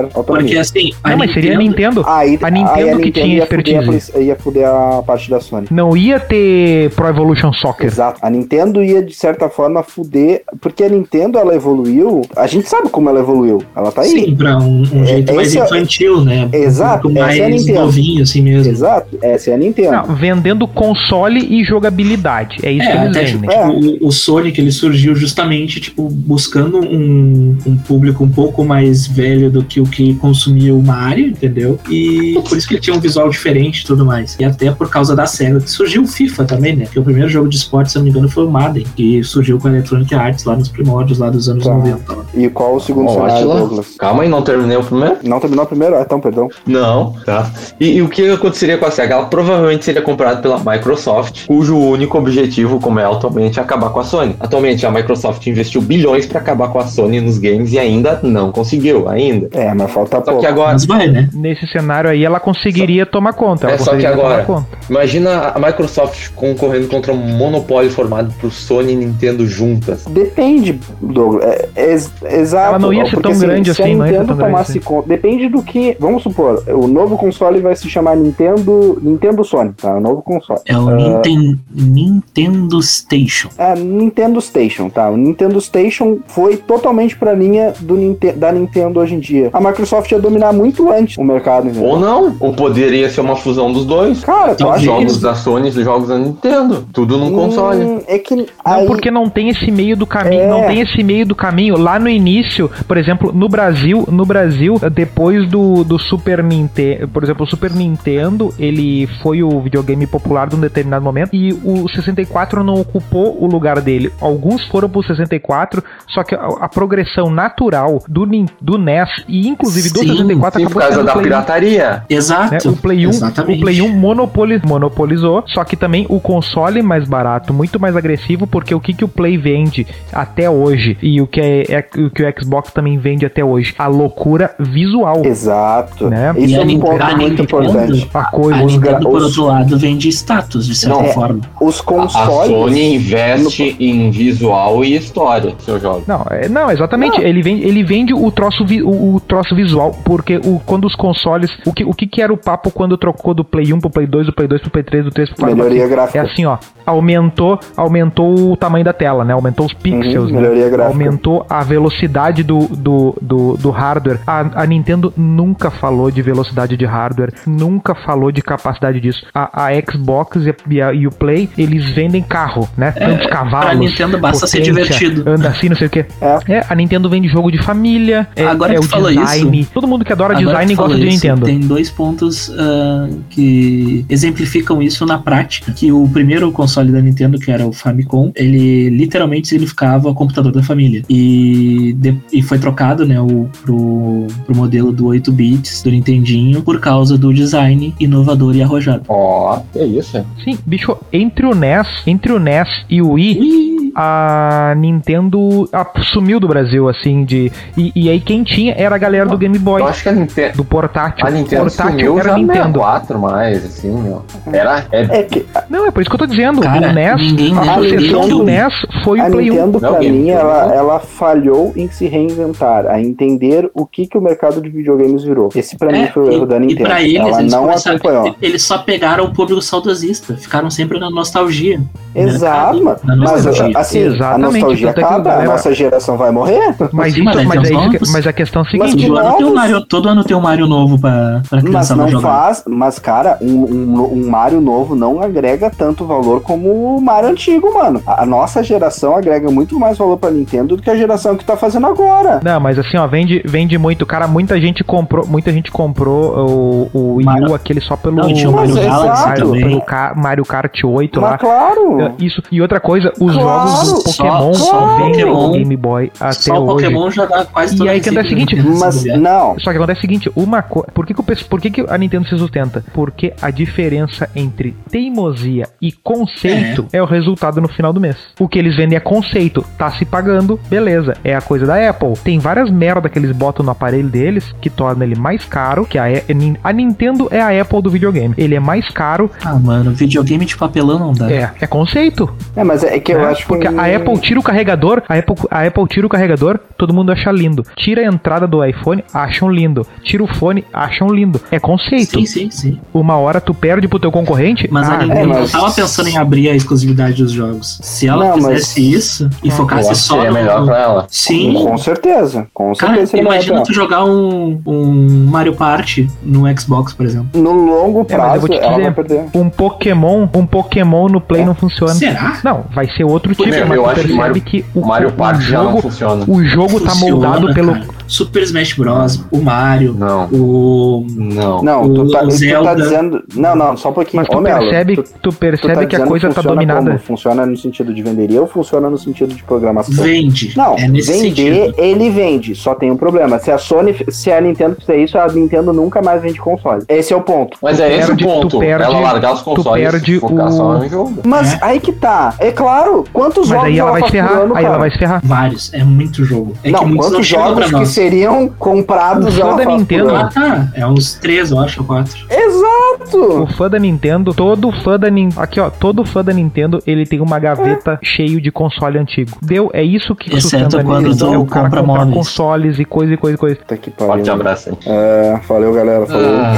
Speaker 4: Porque
Speaker 1: autonomia.
Speaker 4: assim,
Speaker 6: mas seria a Nintendo.
Speaker 1: Aí,
Speaker 6: a Nintendo
Speaker 1: aí a
Speaker 6: que
Speaker 1: Nintendo
Speaker 6: tinha
Speaker 1: ia fuder, a
Speaker 6: expertise.
Speaker 1: Play- ia fuder a parte da Sony.
Speaker 6: Não ia ter Pro Evolution Soccer.
Speaker 1: Exato. A Nintendo ia, de certa forma, fuder. Porque a Nintendo, ela evoluiu. A gente sabe como ela evoluiu. Ela tá aí.
Speaker 4: Sim, pra um, um
Speaker 1: É,
Speaker 4: jeito mais
Speaker 1: esse é-
Speaker 4: infantil, né?
Speaker 1: Exato,
Speaker 4: Um pouco
Speaker 1: essa é a
Speaker 4: mais
Speaker 1: Nintendo.
Speaker 4: novinho, assim mesmo.
Speaker 1: Exato. Essa é a Nintendo.
Speaker 6: Não, vendendo console e jogabilidade. É isso
Speaker 4: É,
Speaker 6: que eles
Speaker 4: até
Speaker 6: vendem.
Speaker 4: tipo,
Speaker 1: né?
Speaker 4: o, o Sonic ele surgiu justamente tipo buscando um, um público um pouco mais velho do que o que consumia o Mario, entendeu? E por isso que ele tinha um visual diferente e tudo mais. E até por causa da SEGA que surgiu o FIFA também, né? Que o primeiro jogo de esporte, se eu não me engano, foi o Madden, que surgiu com a Electronic Arts lá nos primórdios lá dos anos
Speaker 1: Tá.
Speaker 4: 90. lá.
Speaker 1: E qual o segundo
Speaker 3: Ó,
Speaker 1: cenário,
Speaker 3: Átila.
Speaker 1: Douglas?
Speaker 3: Calma aí, não terminei o primeiro?
Speaker 1: Não terminou o primeiro? Ah, então, perdão.
Speaker 3: Não. Tá. E, e o que aconteceria com a SEGA? Ela provavelmente seria comprada pela Microsoft, cujo único objetivo, como é atualmente, é acabar com a Sony. Atualmente, a Microsoft investiu bilhões pra acabar com a Sony nos games e ainda não conseguiu, ainda.
Speaker 1: É, mas falta
Speaker 3: Só
Speaker 1: pouco.
Speaker 3: que agora,
Speaker 4: Mas vai, né?
Speaker 6: nesse cenário aí, ela conseguiria tomar conta. Ela
Speaker 3: É, só que
Speaker 6: conseguiria
Speaker 3: agora-
Speaker 6: tomar conta.
Speaker 3: Imagina a Microsoft concorrendo contra um monopólio formado por Sony e Nintendo juntas.
Speaker 1: Depende, Douglas. É, é, ex- exato.
Speaker 6: Ela não ia ser
Speaker 1: porque,
Speaker 6: tão grande
Speaker 1: se
Speaker 6: assim,
Speaker 1: a
Speaker 6: não ia ser
Speaker 1: Nintendo
Speaker 6: tão grande
Speaker 1: tomasse
Speaker 6: assim.
Speaker 1: conta. Depende do que. Vamos supor, o novo console vai se chamar Nintendo. Nintendo Sony, tá? O novo console.
Speaker 4: É
Speaker 6: Ah.
Speaker 4: o Ninten- Nintendo Station.
Speaker 1: a É, Nintendo Station, tá? O Nintendo Station foi totalmente pra linha do Ninte- da Nintendo hoje em dia. A Microsoft ia dominar muito antes o mercado, entendeu?
Speaker 3: Ou não, ou poderia ser uma fusão dos dois.
Speaker 1: Cara, tu
Speaker 4: Talvez.
Speaker 1: acha que
Speaker 3: Jogos
Speaker 1: eles...
Speaker 3: da Sony e jogos da Nintendo. Tudo num um console.
Speaker 1: Hum, é que
Speaker 6: Não,
Speaker 1: aí...
Speaker 6: porque não tem esse meio do caminho,
Speaker 1: É.
Speaker 6: não tem esse meio do caminho. Lá no início, por exemplo, no Brasil, no Brasil, depois do, do Super Nintendo, por exemplo, o Super Nintendo, ele foi o videogame popular de um determinado momento e o 64 não ocupou o lugar dele. Alguns foram pro 64, só que a, a progressão natural do, Nin- do NES e inclusive do
Speaker 4: Sim,
Speaker 6: 64
Speaker 3: sim, por causa da pirataria.
Speaker 6: Né?
Speaker 4: Exato.
Speaker 6: O, Play 1,
Speaker 4: Exatamente.
Speaker 6: o Play 1 monopoli- monopolizou, só que também o console mais barato, muito mais agressivo, porque o que, que o Play vende até hoje e o que, é, é- o que o Xbox também vende até hoje? A loucura visual,
Speaker 1: Exato.
Speaker 6: né?
Speaker 1: Isso
Speaker 4: E
Speaker 1: é
Speaker 4: a
Speaker 1: um
Speaker 4: Nintendo-
Speaker 1: ponto
Speaker 4: a
Speaker 1: muito
Speaker 4: Nintendo-
Speaker 1: importante.
Speaker 6: A
Speaker 4: A
Speaker 6: coisa.
Speaker 1: os gra-
Speaker 4: Nintendo, por
Speaker 1: os-
Speaker 4: outro lado, vende status, de certa
Speaker 1: Não, é.
Speaker 4: forma.
Speaker 1: Os
Speaker 3: A Sony
Speaker 1: consoles.
Speaker 3: investe em visual e história no seu jogo.
Speaker 6: Não, é- não, exatamente. Ele vende, ele vende o, troço vi- o, o troço visual, porque o, quando os consoles. O que, o que que era o papo quando trocou do Play 1 pro Play 2, do Play 2 pro Play 3, do 3 pro 4?
Speaker 1: Melhoria
Speaker 6: É
Speaker 1: gráfica.
Speaker 6: assim, ó. Aumentou, aumentou o tamanho da tela, né? Aumentou os pixels,
Speaker 1: Uhum,
Speaker 6: né?
Speaker 1: melhoria gráfica.
Speaker 6: Aumentou a velocidade do, do, do, do hardware. A, a Nintendo nunca falou de velocidade de hardware, nunca falou de capacidade disso. A, a Xbox e, a- e a- e o Play, eles vendem carro, né? Tantos cavalos.
Speaker 4: Pra É, Nintendo basta ser
Speaker 6: potência,
Speaker 4: divertido.
Speaker 6: Anda assim, não sei o quê.
Speaker 1: É.
Speaker 6: É, a Nintendo vende jogo de família. É,
Speaker 4: Agora
Speaker 6: é
Speaker 4: que
Speaker 6: o
Speaker 4: tu falou
Speaker 6: design. Todo mundo que adora
Speaker 4: Agora
Speaker 6: design
Speaker 4: que tu
Speaker 6: gosta
Speaker 4: falou
Speaker 6: de
Speaker 4: isso,
Speaker 6: Nintendo.
Speaker 4: Tem dois pontos ah, que exemplificam isso na prática. Que o primeiro console da Nintendo, que era o Famicom, ele literalmente significava computador da família. E, de- e foi trocado, né, o, pro, pro modelo do 8 bits do Nintendinho por causa do design inovador e arrojado.
Speaker 3: Ó, que isso.
Speaker 6: Sim, bicho, entre o NES, entre o NES e o Wii,
Speaker 4: Ih,
Speaker 6: a Nintendo ah, sumiu do Brasil, assim, de. E, e aí quem tinha era a galera do Game Boy,
Speaker 3: Eu acho que a Nintendo.
Speaker 6: do portátil.
Speaker 3: A Nintendo
Speaker 6: portátil
Speaker 3: sumiu
Speaker 6: era
Speaker 3: já no
Speaker 6: Nintendo.
Speaker 3: 64 mais, assim, meu. Era, é,
Speaker 1: É que
Speaker 6: Não, é por isso que eu tô dizendo.
Speaker 4: Cara,
Speaker 6: o
Speaker 4: ninguém
Speaker 6: NES, a
Speaker 1: lembra
Speaker 6: sucessão
Speaker 1: do
Speaker 6: do
Speaker 4: GameCube.
Speaker 6: NES foi
Speaker 1: a
Speaker 6: o Play 1.
Speaker 1: Nintendo,
Speaker 3: Não,
Speaker 1: pra
Speaker 3: Game né?
Speaker 1: mim,
Speaker 3: Boy.
Speaker 1: ela, ela falhou em se reinventar, a entender o que, que o mercado de videogames virou. Esse, pra mim,
Speaker 4: é,
Speaker 1: foi o erro da
Speaker 4: e, e
Speaker 1: Nintendo.
Speaker 4: pra eles,
Speaker 1: ela
Speaker 4: eles,
Speaker 1: não
Speaker 4: começaram-
Speaker 1: acompanhou.
Speaker 4: eles só pegaram o público saudosista, ficaram sempre na nostalgia.
Speaker 1: Exato,
Speaker 4: Mercado, na
Speaker 1: mas
Speaker 4: nostalgia.
Speaker 1: assim,
Speaker 6: Né? Exatamente,
Speaker 1: a nostalgia
Speaker 6: tanto é que
Speaker 1: acaba,
Speaker 6: galera-
Speaker 1: a nossa geração vai morrer.
Speaker 6: Mas,
Speaker 4: Sim,
Speaker 6: isso,
Speaker 4: mas
Speaker 6: mas,
Speaker 4: aí tem
Speaker 6: é
Speaker 4: os
Speaker 6: isso que-
Speaker 4: novos.
Speaker 6: mas a questão é a seguinte.
Speaker 1: Mas que
Speaker 4: Todo ano, tem um
Speaker 1: novos.
Speaker 4: Mario, todo ano tem um Mario novo pra, pra
Speaker 1: Mas
Speaker 4: criançada
Speaker 1: não
Speaker 4: jogar.
Speaker 1: faz, mas cara, um, um- um Mario novo não agrega tanto valor como o Mario antigo, mano. A a nossa geração agrega muito mais valor pra Nintendo do que a geração que tá fazendo agora.
Speaker 6: Não, mas assim, ó, vende, vende muito. Cara, muita gente comprou, muita gente comprou o, o Wii U
Speaker 4: Mario-
Speaker 6: aquele só pelo
Speaker 4: Não, tinha o Mario
Speaker 1: Mas é
Speaker 4: Galaxy
Speaker 1: exato.
Speaker 6: Mario,
Speaker 4: também.
Speaker 6: pelo Ca- Mario Kart 8 lá.
Speaker 1: Mas claro,
Speaker 6: Isso. E outra coisa, os
Speaker 1: Claro,
Speaker 6: jogos do
Speaker 4: só-
Speaker 6: Pokémon
Speaker 4: só
Speaker 6: só vendem
Speaker 4: Pokémon.
Speaker 6: no Game Boy até
Speaker 4: Só o
Speaker 6: hoje.
Speaker 4: Pokémon já dá quase
Speaker 6: E
Speaker 4: toda
Speaker 6: aí
Speaker 4: a
Speaker 6: que é o
Speaker 4: receita
Speaker 6: seguinte,
Speaker 4: da Nintendo,
Speaker 1: mas
Speaker 4: se bobear.
Speaker 1: não.
Speaker 6: Só que acontece o seguinte, uma coisa. Por, que, que, o pes- por que, que a Nintendo se sustenta? Porque a diferença entre teimosia e conceito é. o resultado no final do mês. O que eles vendem é conceito, tá se pagando, beleza. É a coisa da Apple. Tem várias merda que eles botam no aparelho deles que torna ele mais caro, que a, E- a Nintendo é a Apple do videogame. Ele é mais caro,
Speaker 4: Ah, mano, videogame de papelão não dá.
Speaker 6: é, é conceito.
Speaker 1: É, mas é é que eu
Speaker 6: né?
Speaker 1: acho que.
Speaker 6: Porque a Apple tira o carregador, a Apple, a Apple tira o carregador, todo mundo acha lindo. Tira a entrada do iPhone, acham lindo. Tira o fone, acham lindo. É conceito.
Speaker 4: Sim, sim, sim.
Speaker 6: Uma hora tu perde pro teu concorrente,
Speaker 4: Mas a
Speaker 6: ah,
Speaker 4: Nintendo
Speaker 1: é,
Speaker 4: não
Speaker 1: mas-
Speaker 4: tava pensando em abrir a exclusividade dos jogos. Se ela
Speaker 1: Não,
Speaker 4: fizesse
Speaker 1: mas-
Speaker 4: isso e
Speaker 3: eu
Speaker 4: focasse
Speaker 3: acho que
Speaker 4: só
Speaker 3: é
Speaker 4: no...
Speaker 3: melhor pra ela.
Speaker 4: Sim.
Speaker 1: Com certeza, é, com
Speaker 4: Cara,
Speaker 1: certeza. ele vai
Speaker 4: imagina
Speaker 1: até-
Speaker 4: tu jogar um, um Mario Party no Xbox, por exemplo.
Speaker 1: No longo
Speaker 6: É, mas eu
Speaker 1: prazo,
Speaker 6: vou te
Speaker 1: ela vai
Speaker 6: dizer.
Speaker 1: perder.
Speaker 6: um Pokémon, um Pokémon no Play não funciona.
Speaker 4: Será?
Speaker 6: Não, vai ser outro tipo,
Speaker 3: Meu,
Speaker 6: mas
Speaker 3: eu
Speaker 6: tu
Speaker 3: acho que
Speaker 6: percebe
Speaker 3: Mario-
Speaker 6: que
Speaker 3: O Mario Party já não
Speaker 6: jogo,
Speaker 3: funciona.
Speaker 6: o jogo tá
Speaker 4: Funciona,
Speaker 6: moldado pelo
Speaker 4: cara. Super Smash Bros, o Mario,
Speaker 3: Não,
Speaker 4: o...
Speaker 3: não.
Speaker 1: Não,
Speaker 4: O
Speaker 1: tu tá, isso tu tá
Speaker 4: Zelda-
Speaker 1: dizendo. Não, não, só um pouquinho.
Speaker 6: mas tu
Speaker 1: Ô, Melo,
Speaker 6: percebe, tu, percebe
Speaker 1: tá
Speaker 6: que a
Speaker 1: dizendo
Speaker 6: coisa tá
Speaker 1: funciona
Speaker 6: dominada.
Speaker 1: como? Funciona no sentido de venderia ou funciona no sentido de programação?
Speaker 4: Vende.
Speaker 1: Não,
Speaker 4: é nesse
Speaker 1: vender,
Speaker 4: sentido.
Speaker 1: ele vende, só tem um problema. Se a Sony, se a Nintendo fizer isso, a Nintendo nunca mais vende console. Esse é o ponto.
Speaker 3: Mas é esse o
Speaker 6: perde- tu
Speaker 3: ponto.
Speaker 6: perde-
Speaker 3: ela largar os consoles
Speaker 6: perde
Speaker 3: e focar
Speaker 6: o-
Speaker 3: só no jogo.
Speaker 1: Mas
Speaker 4: É.
Speaker 1: aí que tá. É claro, quantos
Speaker 6: Mas
Speaker 1: jogos
Speaker 6: aí ela vai se
Speaker 1: faz por
Speaker 6: ferrar,
Speaker 1: ano,
Speaker 6: aí ela
Speaker 1: cara?
Speaker 6: vai se ferrar.
Speaker 4: Vários, é muito jogo. É que
Speaker 1: Não,
Speaker 4: muitos não
Speaker 1: quantos
Speaker 4: chegam pra
Speaker 1: jogos que
Speaker 4: nós.
Speaker 1: seriam comprados
Speaker 6: O fã
Speaker 1: ela
Speaker 6: da
Speaker 1: faz por
Speaker 6: Nintendo-
Speaker 1: ano?
Speaker 4: Ah, tá. É uns três, eu acho, ou quatro.
Speaker 1: Exato!
Speaker 6: O fã da Nintendo, todo fã da Nintendo. Aqui, ó, todo fã da Nintendo, ele tem uma gaveta cheio de console antigo. Deu, é isso que
Speaker 4: Exceto
Speaker 6: sustenta a
Speaker 4: quando
Speaker 6: Nintendo.
Speaker 4: tu
Speaker 6: É o cara
Speaker 4: compra
Speaker 6: comprar
Speaker 4: móveis.
Speaker 6: consoles e coisa e coisa e coisa.
Speaker 1: Puta que
Speaker 3: Forte
Speaker 1: pariu.
Speaker 4: né?
Speaker 3: abraço. aí.
Speaker 1: É, valeu, galera. Falou.
Speaker 3: Ah.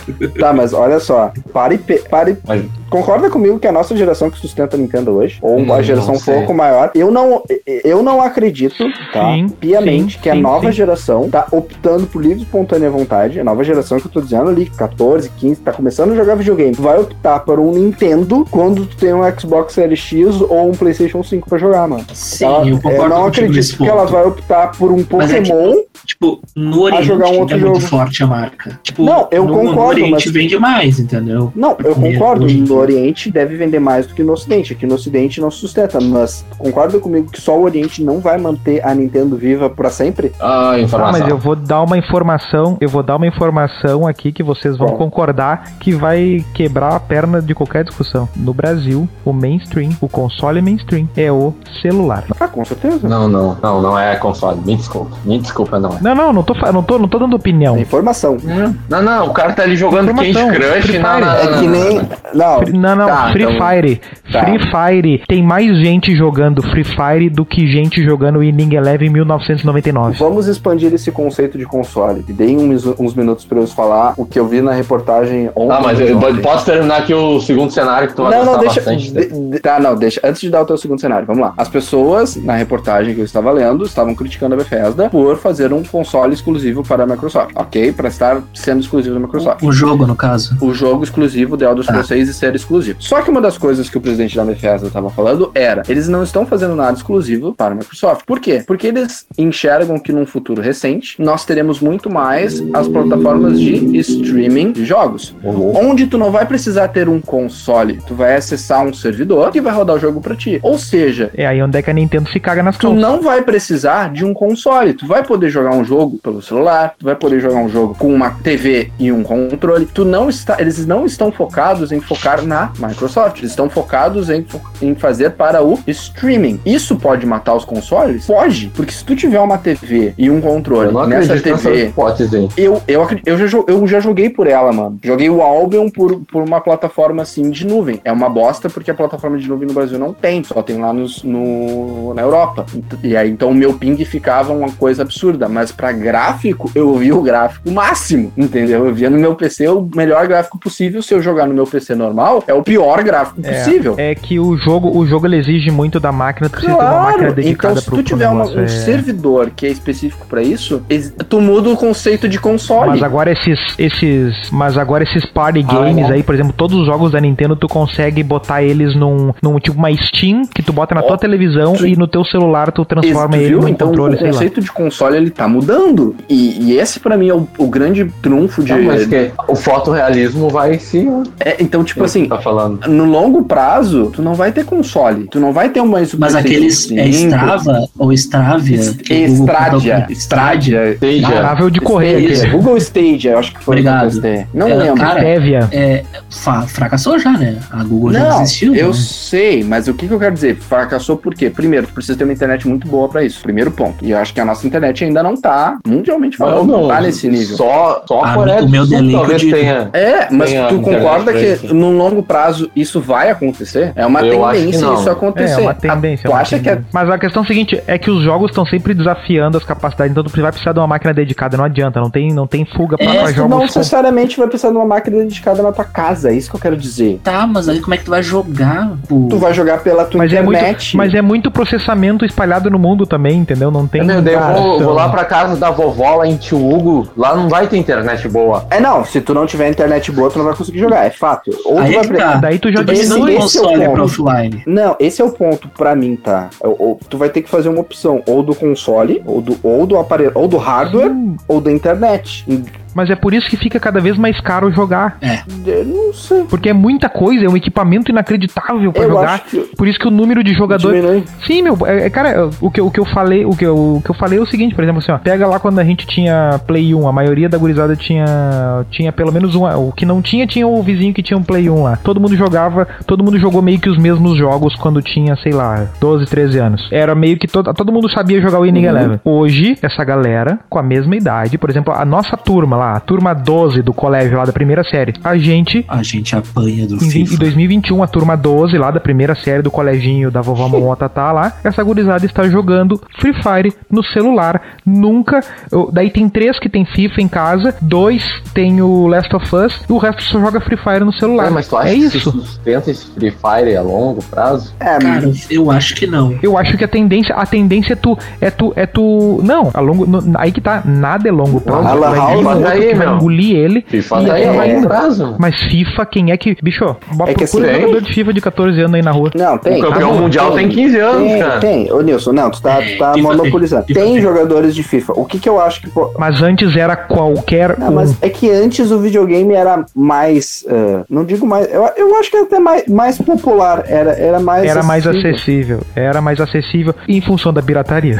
Speaker 1: É, tá, mas olha só. Pare, e pe- pare.
Speaker 3: Mas-
Speaker 1: Concorda comigo que a nossa geração que sustenta a Nintendo hoje, ou
Speaker 3: Hum,
Speaker 1: a geração um
Speaker 3: não sei.
Speaker 1: pouco maior, eu não, eu não acredito, tá?
Speaker 6: Sim,
Speaker 1: piamente,
Speaker 6: sim,
Speaker 1: que a
Speaker 6: sim,
Speaker 1: nova
Speaker 6: sim.
Speaker 1: geração tá optando por livre e espontânea vontade. A nova geração que eu tô dizendo ali, 14, 15, tá começando a jogar videogame. Tu vai optar por um Nintendo quando tu tem um Xbox Series X ou um PlayStation 5 pra jogar, mano.
Speaker 4: Sim,
Speaker 1: Ela-
Speaker 4: eu concordo
Speaker 1: não
Speaker 4: contigo
Speaker 1: acredito
Speaker 4: nesse
Speaker 1: que
Speaker 4: ponto.
Speaker 1: ela vai optar por um
Speaker 4: Mas é que-
Speaker 1: Pokémon.
Speaker 4: Tipo, no Oriente
Speaker 1: jogar um outro
Speaker 4: é muito
Speaker 1: jogo.
Speaker 4: forte a marca. Tipo,
Speaker 1: Não, eu
Speaker 4: no,
Speaker 1: concordo,
Speaker 4: No Oriente
Speaker 1: mas-
Speaker 4: vende mais, entendeu?
Speaker 1: Não, eu
Speaker 4: Hoje em
Speaker 1: concordo. No Oriente deve vender mais do que no Ocidente. Aqui no Ocidente não se sustenta, mas concorda comigo que só o Oriente não vai manter a Nintendo viva pra sempre?
Speaker 3: Ah,
Speaker 4: Tá
Speaker 6: Ah,
Speaker 3: informação.
Speaker 6: mas eu vou dar uma informação, eu vou dar uma informação aqui que vocês vão
Speaker 1: Bom.
Speaker 6: concordar que vai quebrar a perna de qualquer discussão. No Brasil, o mainstream, o console mainstream é o celular.
Speaker 1: Ah, com certeza.
Speaker 3: Não, não, não, não é console. Me desculpa. Me desculpa, não é.
Speaker 6: Não, não, não tô, fa- não tô, não tô dando opinião.
Speaker 1: É Informação.
Speaker 3: Não, não, o cara tá ali jogando Candy
Speaker 6: Hum? Informação,
Speaker 3: Crush.
Speaker 6: Free
Speaker 3: Não,
Speaker 6: Fire.
Speaker 3: não,
Speaker 1: É
Speaker 3: não,
Speaker 1: que
Speaker 3: Ah, não,
Speaker 1: nem.
Speaker 3: não.
Speaker 1: Não,
Speaker 6: Free- Não, não,
Speaker 3: Tá,
Speaker 6: Free
Speaker 3: então-
Speaker 6: Fire.
Speaker 1: Tá.
Speaker 6: Free Fire tem mais gente jogando Free Fire do que gente jogando Inning Eleven em 1999.
Speaker 1: Vamos expandir esse conceito de console. E deem uns, uns minutos pra eu falar o que eu vi na reportagem ontem.
Speaker 3: Ah, mas eu
Speaker 1: ontem.
Speaker 3: eu posso terminar aqui o segundo cenário que tu vai
Speaker 1: Não, não,
Speaker 3: gostar
Speaker 1: deixa.
Speaker 3: bastante. né?
Speaker 1: de- de- tá, não, deixa. Antes de dar o teu segundo cenário, vamos lá. As pessoas, na reportagem que eu estava lendo, estavam criticando a Bethesda por fazer um console exclusivo para a Microsoft. Ok, para estar sendo exclusivo da Microsoft.
Speaker 4: O jogo, no caso.
Speaker 1: O jogo exclusivo The Elder
Speaker 4: Tá.
Speaker 1: Scrolls 6 e ser exclusivo. Só que uma das coisas que o presidente da Bethesda estava falando era: eles não estão fazendo nada exclusivo para a Microsoft. Por quê? Porque eles enxergam que num futuro recente nós teremos muito mais as plataformas de streaming de jogos onde tu não vai precisar ter um console, tu vai acessar um servidor que vai rodar o jogo pra ti. Ou seja,
Speaker 6: É aí onde é que a Nintendo se caga nas
Speaker 1: tu
Speaker 3: Então.
Speaker 6: calças.
Speaker 1: não vai precisar de um console, tu vai poder jogar um jogo pelo celular, tu vai poder jogar um jogo com uma TV e um controle. Tu não está, eles não estão focados em focar na Microsoft, eles estão focados em, fo- em fazer para o streaming. Isso pode matar os consoles? Pode, porque se tu tiver uma TV e um
Speaker 3: Eu
Speaker 1: controle
Speaker 3: não
Speaker 1: nessa
Speaker 3: acredito nessa
Speaker 1: TV
Speaker 3: hipótese. hein.
Speaker 1: Eu, eu, acredi- eu, já, jo- eu já joguei por ela, mano. Joguei o Albion por, por uma plataforma assim de nuvem. É uma bosta porque a plataforma de nuvem no Brasil não tem, só tem lá nos, no, na Europa. Ent- E aí então o meu ping ficava uma coisa absurda. Mas pra gráfico, eu via o gráfico máximo, entendeu? Eu via no meu PC o melhor gráfico possível. Se eu jogar no meu PC normal, é o pior gráfico
Speaker 6: É.
Speaker 1: possível.
Speaker 6: É que o jogo, o jogo ele exige muito da máquina, tu precisa ter uma máquina
Speaker 1: Claro,
Speaker 6: dedicada
Speaker 1: então se
Speaker 6: pro
Speaker 1: tu
Speaker 6: pro
Speaker 1: tiver uma-
Speaker 6: negócio,
Speaker 1: um
Speaker 6: é.
Speaker 1: servidor que é específico pra isso, ex- tu muda o conceito de console.
Speaker 6: Mas agora esses, esses, mas agora esses party
Speaker 1: Ah,
Speaker 6: games
Speaker 1: é?
Speaker 6: aí, por exemplo, todos os jogos da Nintendo tu consegue botar eles num, num tipo uma Steam que tu bota na tua televisão
Speaker 1: tu-
Speaker 6: e no teu celular tu transforma
Speaker 1: Ex-
Speaker 6: ele
Speaker 1: viu?
Speaker 6: num
Speaker 1: então,
Speaker 6: controle,
Speaker 1: o
Speaker 6: sei lá.
Speaker 1: conceito de console ele tá mudando. E, e esse pra mim é o, o grande trunfo de.
Speaker 3: Não, mas que o fotorrealismo vai se.
Speaker 1: É, então, tipo assim,
Speaker 3: tá falando.
Speaker 1: no longo prazo, tu não vai ter console. Tu não vai ter uma Super
Speaker 4: Mas aqueles é
Speaker 1: 65,
Speaker 4: Strava ou Stravia? que
Speaker 1: é, Estradia.
Speaker 4: o Google comprou- Stradia.
Speaker 1: Estradia.
Speaker 3: Seja,
Speaker 6: Parável de correr
Speaker 1: Stadia,
Speaker 6: aquele.
Speaker 1: Google Stadia, eu acho que foi. o que eu
Speaker 4: Obrigado.
Speaker 1: testei. Não
Speaker 4: Era-
Speaker 1: lembro.
Speaker 4: cara,
Speaker 6: Stevia.
Speaker 4: É, fa- fracassou já, né? A Google já
Speaker 1: Não,
Speaker 4: desistiu.
Speaker 1: eu
Speaker 4: né?
Speaker 1: sei, mas o que, que eu quero dizer? Fracassou por quê? Primeiro, tu precisa ter uma internet muito boa pra isso. Primeiro ponto. E eu acho que a nossa internet ainda não tá, mundialmente falando, não, tá nesse nível.
Speaker 3: Só, só
Speaker 4: Ah,
Speaker 3: a Coreia
Speaker 4: o meu
Speaker 3: do Sul
Speaker 4: delay que eu
Speaker 3: talvez
Speaker 4: digo.
Speaker 3: tenha.
Speaker 1: É, mas
Speaker 3: Tem a
Speaker 1: tu
Speaker 3: internet
Speaker 1: concorda
Speaker 3: pra
Speaker 1: que
Speaker 3: isso.
Speaker 1: no longo prazo isso vai acontecer? É uma
Speaker 3: Eu acho que
Speaker 1: tendência
Speaker 3: não.
Speaker 1: isso
Speaker 6: É,
Speaker 1: acontecer.
Speaker 6: é uma tendência.
Speaker 1: Ah,
Speaker 6: é
Speaker 1: Tu
Speaker 6: uma
Speaker 1: acha que é.
Speaker 6: tendência. Mas a questão é a seguinte, é que os jogos estão sempre desafiando as capacidades, então tu vai precisar de uma máquina dedicada, não adianta, não tem, não tem fuga pra, pra
Speaker 1: Mas tu
Speaker 6: jogos
Speaker 1: não
Speaker 6: é com-
Speaker 1: necessariamente vai precisar de uma máquina dedicada na tua casa, é isso que eu quero dizer.
Speaker 4: Tá, mas aí como é que tu vai jogar? pô?
Speaker 1: Tu vai jogar pela tua
Speaker 6: Mas é, muito,
Speaker 1: internet.
Speaker 6: mas é muito processamento espalhado no mundo também, entendeu? Não tem.
Speaker 3: Meu Deus, eu vou,
Speaker 6: comparação.
Speaker 3: vou lá pra casa da vovó lá em Tio Hugo, lá não vai ter internet boa.
Speaker 1: é... não, se tu não tiver internet boa, tu não vai conseguir jogar, é fato. Ou tu
Speaker 4: Aí é
Speaker 1: vai
Speaker 4: que
Speaker 1: pre-
Speaker 4: tá.
Speaker 6: Daí tu
Speaker 4: Tu
Speaker 6: já
Speaker 4: precisa de um
Speaker 1: esse é o
Speaker 4: console
Speaker 1: ponto.
Speaker 4: pra offline.
Speaker 1: Não, esse é o ponto pra mim, tá? Ou- ou tu vai ter que fazer uma opção ou do console, ou do, ou do aparelho, ou do hardware, ou da internet.
Speaker 6: Mas é por isso que fica cada vez mais caro jogar.
Speaker 1: Eu não sei.
Speaker 6: Porque é muita coisa, é um equipamento inacreditável pra
Speaker 1: Eu
Speaker 6: jogar.
Speaker 1: acho que
Speaker 6: Por isso que o número de jogadores.
Speaker 1: diminui.
Speaker 6: Sim, meu, é, é, cara, eu- o que, o que eu falei, o que eu, o que eu falei é o seguinte, por exemplo, assim, ó, pega lá quando a gente tinha Play 1, a maioria da gurizada tinha tinha pelo menos um, o que não tinha tinha o vizinho que tinha um Play 1 lá. Todo mundo jogava, todo mundo jogou meio que os mesmos jogos quando tinha, sei lá, 12, 13 anos. Era meio que todo, todo mundo sabia jogar o Inning Eleven. Hoje, essa galera com a mesma idade, por exemplo, a nossa turma lá, a turma 12 do colégio lá da primeira série, a gente
Speaker 4: A gente apanha do
Speaker 6: em vinte- em
Speaker 4: FIFA.
Speaker 6: 2021, a turma 12 lá da primeira série do coleginho da vovó Monta tá lá. Essa gurizada está jogando Free Fire no celular. Nunca. eu- Daí tem três que tem FIFA em casa, dois tem o Last of Us, e o resto só joga Free Fire no celular.
Speaker 3: Ué, mas tu acha
Speaker 6: é
Speaker 3: que se
Speaker 6: isso.
Speaker 3: sustenta esse Free Fire a longo prazo?
Speaker 1: É,
Speaker 4: Cara, eu acho que não.
Speaker 6: Eu acho que a tendência, a tendência é tu, é tu, é tu, não, a longo, no- aí que tá, nada é longo prazo.
Speaker 1: A Lan
Speaker 6: Mas
Speaker 1: House
Speaker 6: isso
Speaker 1: não
Speaker 6: vai
Speaker 3: tá
Speaker 6: outro
Speaker 3: aí,
Speaker 6: que vai
Speaker 3: meu.
Speaker 6: engolir ele.
Speaker 3: FIFA
Speaker 6: E
Speaker 3: tá aí,
Speaker 6: é.
Speaker 3: ó, um prazo.
Speaker 6: Mas FIFA, quem é que. Bicho, bota
Speaker 1: É que
Speaker 6: procura
Speaker 3: assim,
Speaker 6: um
Speaker 3: tem.
Speaker 6: jogador de FIFA de 14 anos aí na rua.
Speaker 1: Não, tem.
Speaker 3: o campeão
Speaker 1: Não,
Speaker 3: mundial tem 15 anos,
Speaker 1: Tem,
Speaker 3: cara.
Speaker 1: tem. Ô Nilson, não, tu tá, tu tá
Speaker 4: Então, É, FIFA
Speaker 1: monopolizando.
Speaker 4: tem,
Speaker 1: Tem,
Speaker 4: FIFA tem.
Speaker 1: jogadores de FIFA. O que que eu acho que. po-
Speaker 6: Mas antes era qualquer
Speaker 1: Não,
Speaker 6: um.
Speaker 1: mas é que antes o videogame era mais. ah, não digo mais. Eu, eu acho que era até mais, mais popular. Era, era mais.
Speaker 6: Era mais acessível. Era mais acessível em função da pirataria.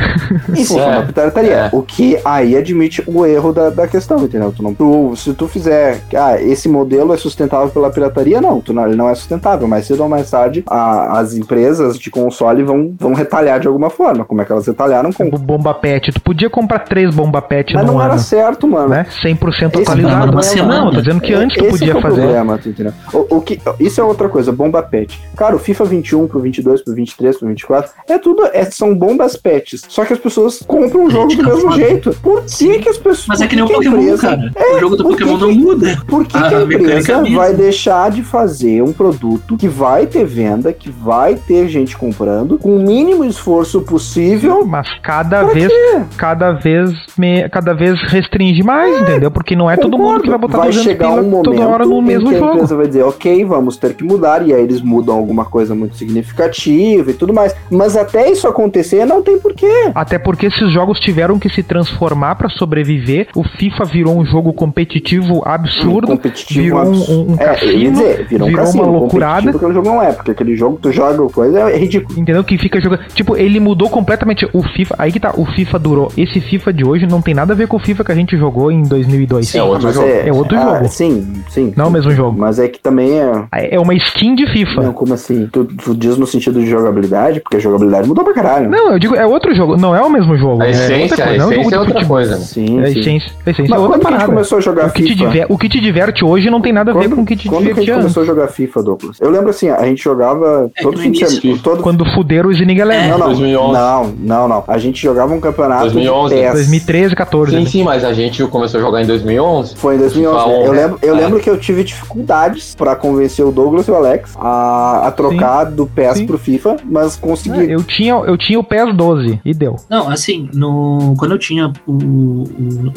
Speaker 1: Em função da
Speaker 3: É,
Speaker 1: pirataria.
Speaker 3: é.
Speaker 1: O que aí admite o erro da, da questão, entendeu? Tu não, tu- se tu fizer, ah, esse modelo é sustentável pela pirataria, não, tu não, ele não é sustentável. Mais cedo ou mais tarde, a- as empresas de console vão, vão retalhar de alguma forma. Como é que elas retalharam com.
Speaker 6: O bomba pet. Tu podia comprar três bomba pet
Speaker 1: Mas
Speaker 6: num
Speaker 1: não
Speaker 6: ano.
Speaker 1: era certo, mano.
Speaker 6: Né? 100%
Speaker 1: Esse
Speaker 6: atualizado.
Speaker 1: programa
Speaker 6: Não,
Speaker 1: é semana.
Speaker 6: tô dizendo que antes tu
Speaker 1: Esse
Speaker 6: podia
Speaker 1: que é o
Speaker 6: fazer.
Speaker 1: Problema, tu entendeu? O, o que, isso é outra coisa, bomba pet. Cara, o FIFA 21 pro 22, pro 23, pro 24, é tudo, é- são bombas pets. Só que as pessoas compram o jogo do
Speaker 4: Crítica
Speaker 1: mesmo
Speaker 4: foda.
Speaker 1: jeito. Por que que as pessoas...
Speaker 4: Mas é que nem
Speaker 1: por
Speaker 4: o Pokémon,
Speaker 1: empresa- É,
Speaker 4: cara. o jogo do
Speaker 1: por que
Speaker 4: Pokémon não
Speaker 1: que-
Speaker 4: muda.
Speaker 1: Por que,
Speaker 4: Ah,
Speaker 1: que a
Speaker 4: a mecânica é
Speaker 1: empresa
Speaker 4: a mesma.
Speaker 1: vai deixar de fazer um produto que vai ter venda, que vai ter gente comprando, com o mínimo esforço possível?
Speaker 6: Mas cada
Speaker 1: Pra
Speaker 6: vez, cada vez, me, cada vez restringe mais, entendeu? Porque não é todo mundo que vai botar 200
Speaker 1: chegar um
Speaker 6: pila
Speaker 1: momento
Speaker 6: toda hora no
Speaker 1: em
Speaker 6: mesmo
Speaker 1: que a
Speaker 6: jogo.
Speaker 1: empresa vai dizer, ok, vamos ter que mudar, e aí eles mudam alguma coisa muito significativa e tudo mais. Mas até isso acontecer, não tem porquê.
Speaker 6: Até porque esses jogos tiveram que se transformar pra sobreviver. O FIFA virou um jogo competitivo absurdo.
Speaker 1: Um competitivo
Speaker 6: Hum. virou um-
Speaker 1: absurdo.
Speaker 6: um, um
Speaker 1: É, eu ia
Speaker 6: cassino,
Speaker 1: dizer, virou, um
Speaker 6: virou
Speaker 1: cassino,
Speaker 6: uma loucurada.
Speaker 1: competitivo que o jogo não é, porque aquele jogo tu joga coisa é ridículo.
Speaker 6: entendeu? Que fica jogando. Tipo, ele mudou completamente o FIFA. Aí que tá, o FIFA durou. Esse FIFA de hoje não tem nada a ver com o FIFA que a gente jogou em 2002.
Speaker 3: É outro
Speaker 1: Mas
Speaker 3: jogo.
Speaker 1: É,
Speaker 6: É outro
Speaker 1: ah,
Speaker 6: jogo.
Speaker 1: Sim, sim.
Speaker 6: Não é o mesmo jogo.
Speaker 1: Mas é que também é.
Speaker 6: É uma skin de FIFA.
Speaker 1: Não, como assim? Tu, tu diz no sentido de jogabilidade, porque a jogabilidade mudou pra caralho.
Speaker 6: Não, eu digo, é outro jogo, não é o mesmo jogo.
Speaker 3: A
Speaker 6: é
Speaker 3: essência, a
Speaker 6: não um
Speaker 3: essência é
Speaker 6: jogo de
Speaker 3: outra
Speaker 6: futebol.
Speaker 3: coisa.
Speaker 1: Sim,
Speaker 6: É, A
Speaker 1: sim.
Speaker 6: essência, a essência é
Speaker 1: Mas
Speaker 6: outra
Speaker 1: quando que a gente
Speaker 6: parada.
Speaker 1: começou a jogar
Speaker 6: O que, te
Speaker 1: FIFA?
Speaker 6: diver- o que te diverte hoje não tem nada a ver com o que te
Speaker 1: quando que a gente
Speaker 6: divertia antes.
Speaker 1: começou a jogar FIFA, Douglas? Eu lembro assim, a gente jogava
Speaker 4: É,
Speaker 1: todo
Speaker 4: no
Speaker 1: fim de
Speaker 4: início.
Speaker 1: semana. Todo...
Speaker 6: Quando fuderam o Zinning Eleven.
Speaker 1: Não, não,
Speaker 3: 2011.
Speaker 1: não, não, não. A gente jogava um campeonato
Speaker 3: 2011.
Speaker 1: de PES.
Speaker 6: 2013, 14.
Speaker 3: Sim,
Speaker 6: né?
Speaker 3: sim, mas a gente começou a jogar em 2011.
Speaker 1: Foi em 2011. né?
Speaker 3: Fala,
Speaker 1: Eu
Speaker 3: né?
Speaker 1: lembro, eu
Speaker 3: É.
Speaker 1: lembro que eu tive dificuldades pra convencer o Douglas e o Alex a, a trocar do PES
Speaker 6: Sim.
Speaker 1: pro FIFA, mas
Speaker 6: Ah,
Speaker 1: consegui.
Speaker 6: eu, tinha, eu tinha o PES 12 e deu.
Speaker 4: Não, assim, no, quando eu tinha o, o,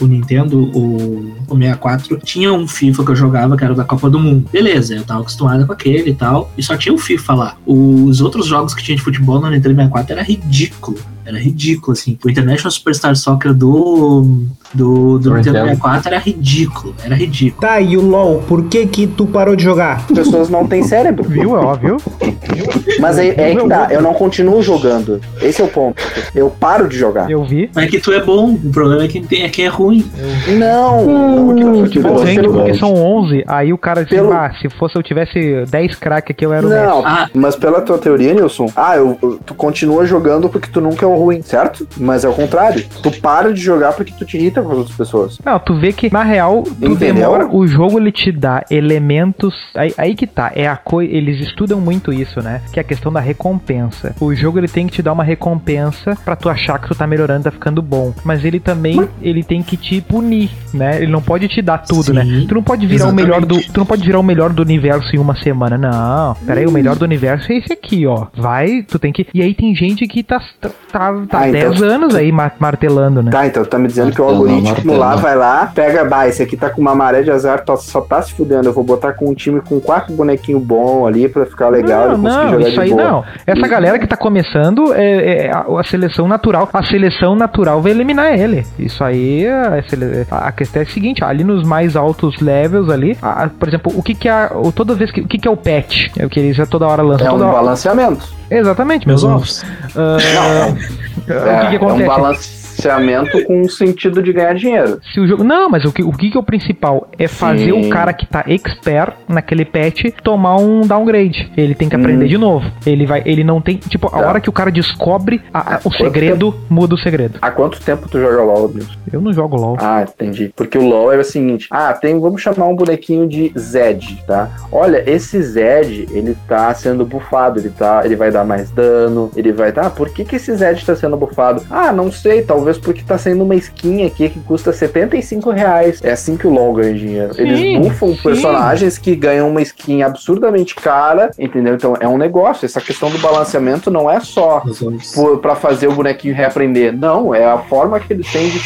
Speaker 4: o Nintendo, o, o 64, tinha um FIFA que eu jogava que era da Copa do Mundo. Beleza, eu tava acostumado com aquele e tal, e só tinha o FIFA lá. Os outros jogos que tinha de futebol no Nintendo 64 era ridículo. Era ridículo, assim. O International Superstar Soccer do, do, do
Speaker 3: Do
Speaker 4: Nintendo
Speaker 3: Nintendo.
Speaker 4: 64 era ridículo. Era ridículo.
Speaker 7: Tá, e o LOL, por que que tu parou de
Speaker 6: Ah,
Speaker 7: jogar?
Speaker 1: As pessoas não têm cérebro.
Speaker 6: Viu? É óbvio.
Speaker 1: Mas é, é que tá, eu não continuo jogando. Esse é o ponto. Eu paro de jogar.
Speaker 6: Eu vi.
Speaker 4: Mas é que tu é bom, o problema é que é, que é ruim.
Speaker 1: Não!
Speaker 6: Hum,
Speaker 1: não, que eu-
Speaker 3: futebol
Speaker 1: você
Speaker 6: Porém,
Speaker 3: tem
Speaker 1: não-
Speaker 6: porque são 11, aí o cara disse,
Speaker 1: Tipo, Pelo-
Speaker 6: ah, se fosse eu tivesse 10 crack aqui, eu era o Messi.
Speaker 1: Não,
Speaker 4: Ah.
Speaker 1: mas pela tua teoria, Nilson, ah, eu, eu- tu continua jogando porque tu nunca é o ruim, certo? Mas é o contrário. Tu para de jogar porque tu te irrita com as outras pessoas.
Speaker 6: Não, tu vê que, na real, tu
Speaker 1: Entendeu?
Speaker 6: demora. O jogo ele te dá elementos. Aí, aí que tá. É a coi... Eles estudam muito isso, né? Que é a questão da recompensa. O jogo ele tem que te dar uma recompensa pra tu achar que tu tá melhorando, tá ficando bom. Mas ele também ele tem que te punir, né? Ele não pode te dar tudo,
Speaker 4: Sim,
Speaker 6: né? Tu não pode virar o melhor do.
Speaker 4: exatamente.
Speaker 6: Tu não pode virar o melhor do universo em uma semana. Não. Pera aí, o melhor do universo é esse aqui, ó. Vai, tu tem que. E aí tem gente que tá, tá, tá, tá
Speaker 1: Ah, então
Speaker 6: 10 anos aí ma- martelando, né?
Speaker 1: Tá, então tá me dizendo que o
Speaker 3: Martelo,
Speaker 1: algoritmo
Speaker 3: martelo.
Speaker 1: lá vai lá, pega, bah, esse aqui tá com uma maré de azar, tá- só tá se fudendo. Eu vou botar com um time com quatro bonequinhos bons ali pra ficar legal e
Speaker 6: Não,
Speaker 1: conseguir
Speaker 6: não,
Speaker 1: jogar
Speaker 6: isso
Speaker 1: de
Speaker 6: aí
Speaker 1: boa.
Speaker 6: não. Essa
Speaker 1: E-
Speaker 6: galera que tá começando é, é a, a seleção natural. A seleção natural vai eliminar ele. Isso aí, a, sele- a questão é a seguinte: ali nos mais altos levels ali, a- a- por exemplo, o que que é o- toda vez que o que que é o patch? É o que eles já toda hora lançam.
Speaker 1: É um
Speaker 6: toda hora-
Speaker 1: balanceamento.
Speaker 6: Exatamente, meus ovos. Ah, o que, que
Speaker 1: É, é um
Speaker 6: acontece?
Speaker 1: balanceamento com um sentido de ganhar dinheiro.
Speaker 6: Se o jogo... Não, mas o que, o que que é o principal? É fazer
Speaker 1: Sim.
Speaker 6: o cara que tá expert naquele patch tomar um downgrade. Ele tem que aprender
Speaker 1: Hum.
Speaker 6: de novo. Ele vai, ele não tem. Tipo, a
Speaker 1: Tá.
Speaker 6: hora que o cara descobre a- a- o
Speaker 1: Quanto
Speaker 6: segredo, muda o segredo.
Speaker 1: Há quanto tempo tu joga LOL, Nilson?
Speaker 6: Eu não jogo LOL.
Speaker 1: Ah, entendi. Porque o LoL era o seguinte: ah, tem, vamos chamar um bonequinho de Zed, tá? Olha, esse Zed, ele tá sendo bufado, ele tá, ele vai dar mais dano, ele vai dar. Ah, por que que esse Zed tá sendo bufado? Ah, não sei, talvez porque tá saindo uma skin aqui que custa 75 reais. É assim que o LoL ganha dinheiro.
Speaker 6: Sim,
Speaker 1: Eles bufam
Speaker 6: sim.
Speaker 1: personagens que ganham uma skin absurdamente cara, entendeu? Então é um negócio. Essa questão do balanceamento não é só por- pra fazer o bonequinho reaprender. Não, é a forma que eles têm de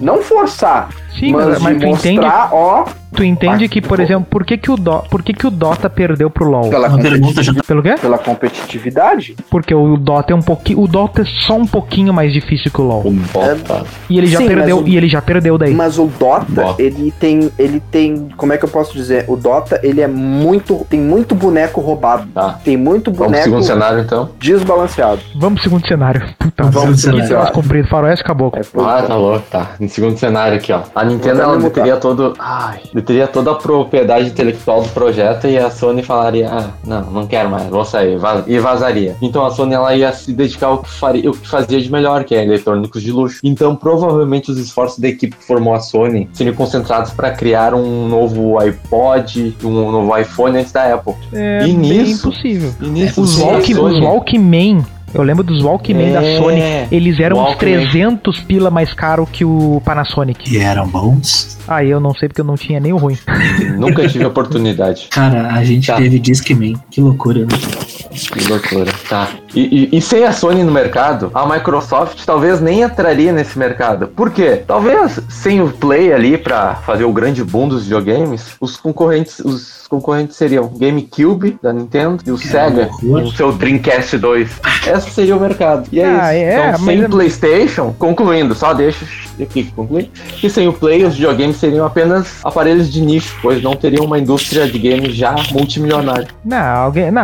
Speaker 1: não forçar,
Speaker 6: Sim,
Speaker 1: mas,
Speaker 6: mas, mas
Speaker 1: de
Speaker 6: tu
Speaker 1: mostrar,
Speaker 6: entende,
Speaker 1: ó,
Speaker 6: tu entende que, por
Speaker 1: Pô.
Speaker 6: exemplo, por que que o, Do, por que que o Dota perdeu pro LoL?
Speaker 1: pela,
Speaker 4: Uma
Speaker 1: competi-
Speaker 4: pergunta já tá.
Speaker 6: Pelo quê?
Speaker 1: pela competitividade.
Speaker 6: Porque o Dota é um pouquinho, o Dota é só um pouquinho mais difícil que o LoL.
Speaker 1: É
Speaker 3: Opa.
Speaker 6: E ele já
Speaker 1: Sim, mas
Speaker 6: perdeu,
Speaker 1: o-
Speaker 6: e ele já perdeu daí.
Speaker 1: Mas o Dota,
Speaker 3: Bota.
Speaker 1: ele tem. Ele tem. Como é que eu posso dizer? O Dota, ele é muito. Tem muito boneco roubado.
Speaker 3: Tá.
Speaker 1: Tem muito
Speaker 3: Vamos pro
Speaker 1: boneco
Speaker 3: segundo cenário, então.
Speaker 1: desbalanceado.
Speaker 6: Vamos pro segundo cenário. Puta,
Speaker 4: Vamos pro
Speaker 6: vamos
Speaker 4: segundo
Speaker 6: segundo cenário.
Speaker 1: cenário.
Speaker 6: Comprido, faroeste, caboclo.
Speaker 1: É,
Speaker 3: Ah, tá louco, tá. No segundo cenário aqui, ó. A Nintendo,
Speaker 1: Vou até
Speaker 3: ela
Speaker 1: me
Speaker 3: teria todo... Ai, teria toda a propriedade intelectual do projeto e a Sony falaria, ah, não, não quero mais, vou sair, va- e vazaria. Então a Sony, ela ia se dedicar ao que, faria, ao que fazia de melhor, que é eletrônicos de luxo. Então, provavelmente, os esforços da equipe que formou a Sony seriam concentrados para criar um novo iPod, um novo iPhone antes da Apple.
Speaker 6: É
Speaker 3: E nisso?
Speaker 6: impossível.
Speaker 3: E nisso,
Speaker 6: É, Os,
Speaker 3: sim, a
Speaker 6: walk,
Speaker 3: Sony-
Speaker 6: os Walkman, eu lembro dos Walkman da
Speaker 3: É.
Speaker 6: Sony, eles eram uns
Speaker 3: Walkman.
Speaker 6: 300 pila mais caro que o Panasonic.
Speaker 4: E eram bons.
Speaker 6: Aí eu não sei porque eu não tinha nem o ruim.
Speaker 3: Nunca tive oportunidade.
Speaker 4: Cara, a gente
Speaker 3: Tá.
Speaker 4: teve Discman. Que loucura, né?
Speaker 3: Que loucura. Tá. E, e- e sem a Sony no mercado, a Microsoft talvez nem entraria nesse mercado. Por quê? Talvez sem o Play ali pra fazer o grande boom dos videogames, os concorrentes, os concorrentes seriam o GameCube da Nintendo e o Sega.
Speaker 4: loucura.
Speaker 3: com seu Dreamcast 2. Esse seria o mercado. E é
Speaker 6: Ah,
Speaker 3: isso.
Speaker 6: é, mas
Speaker 3: então, sem
Speaker 6: é-
Speaker 3: PlayStation, concluindo, só deixa aqui concluir. E sem o Play, os videogames seriam apenas aparelhos de nicho, pois não teriam uma indústria de games já multimilionária.
Speaker 6: Não, alguém. Não,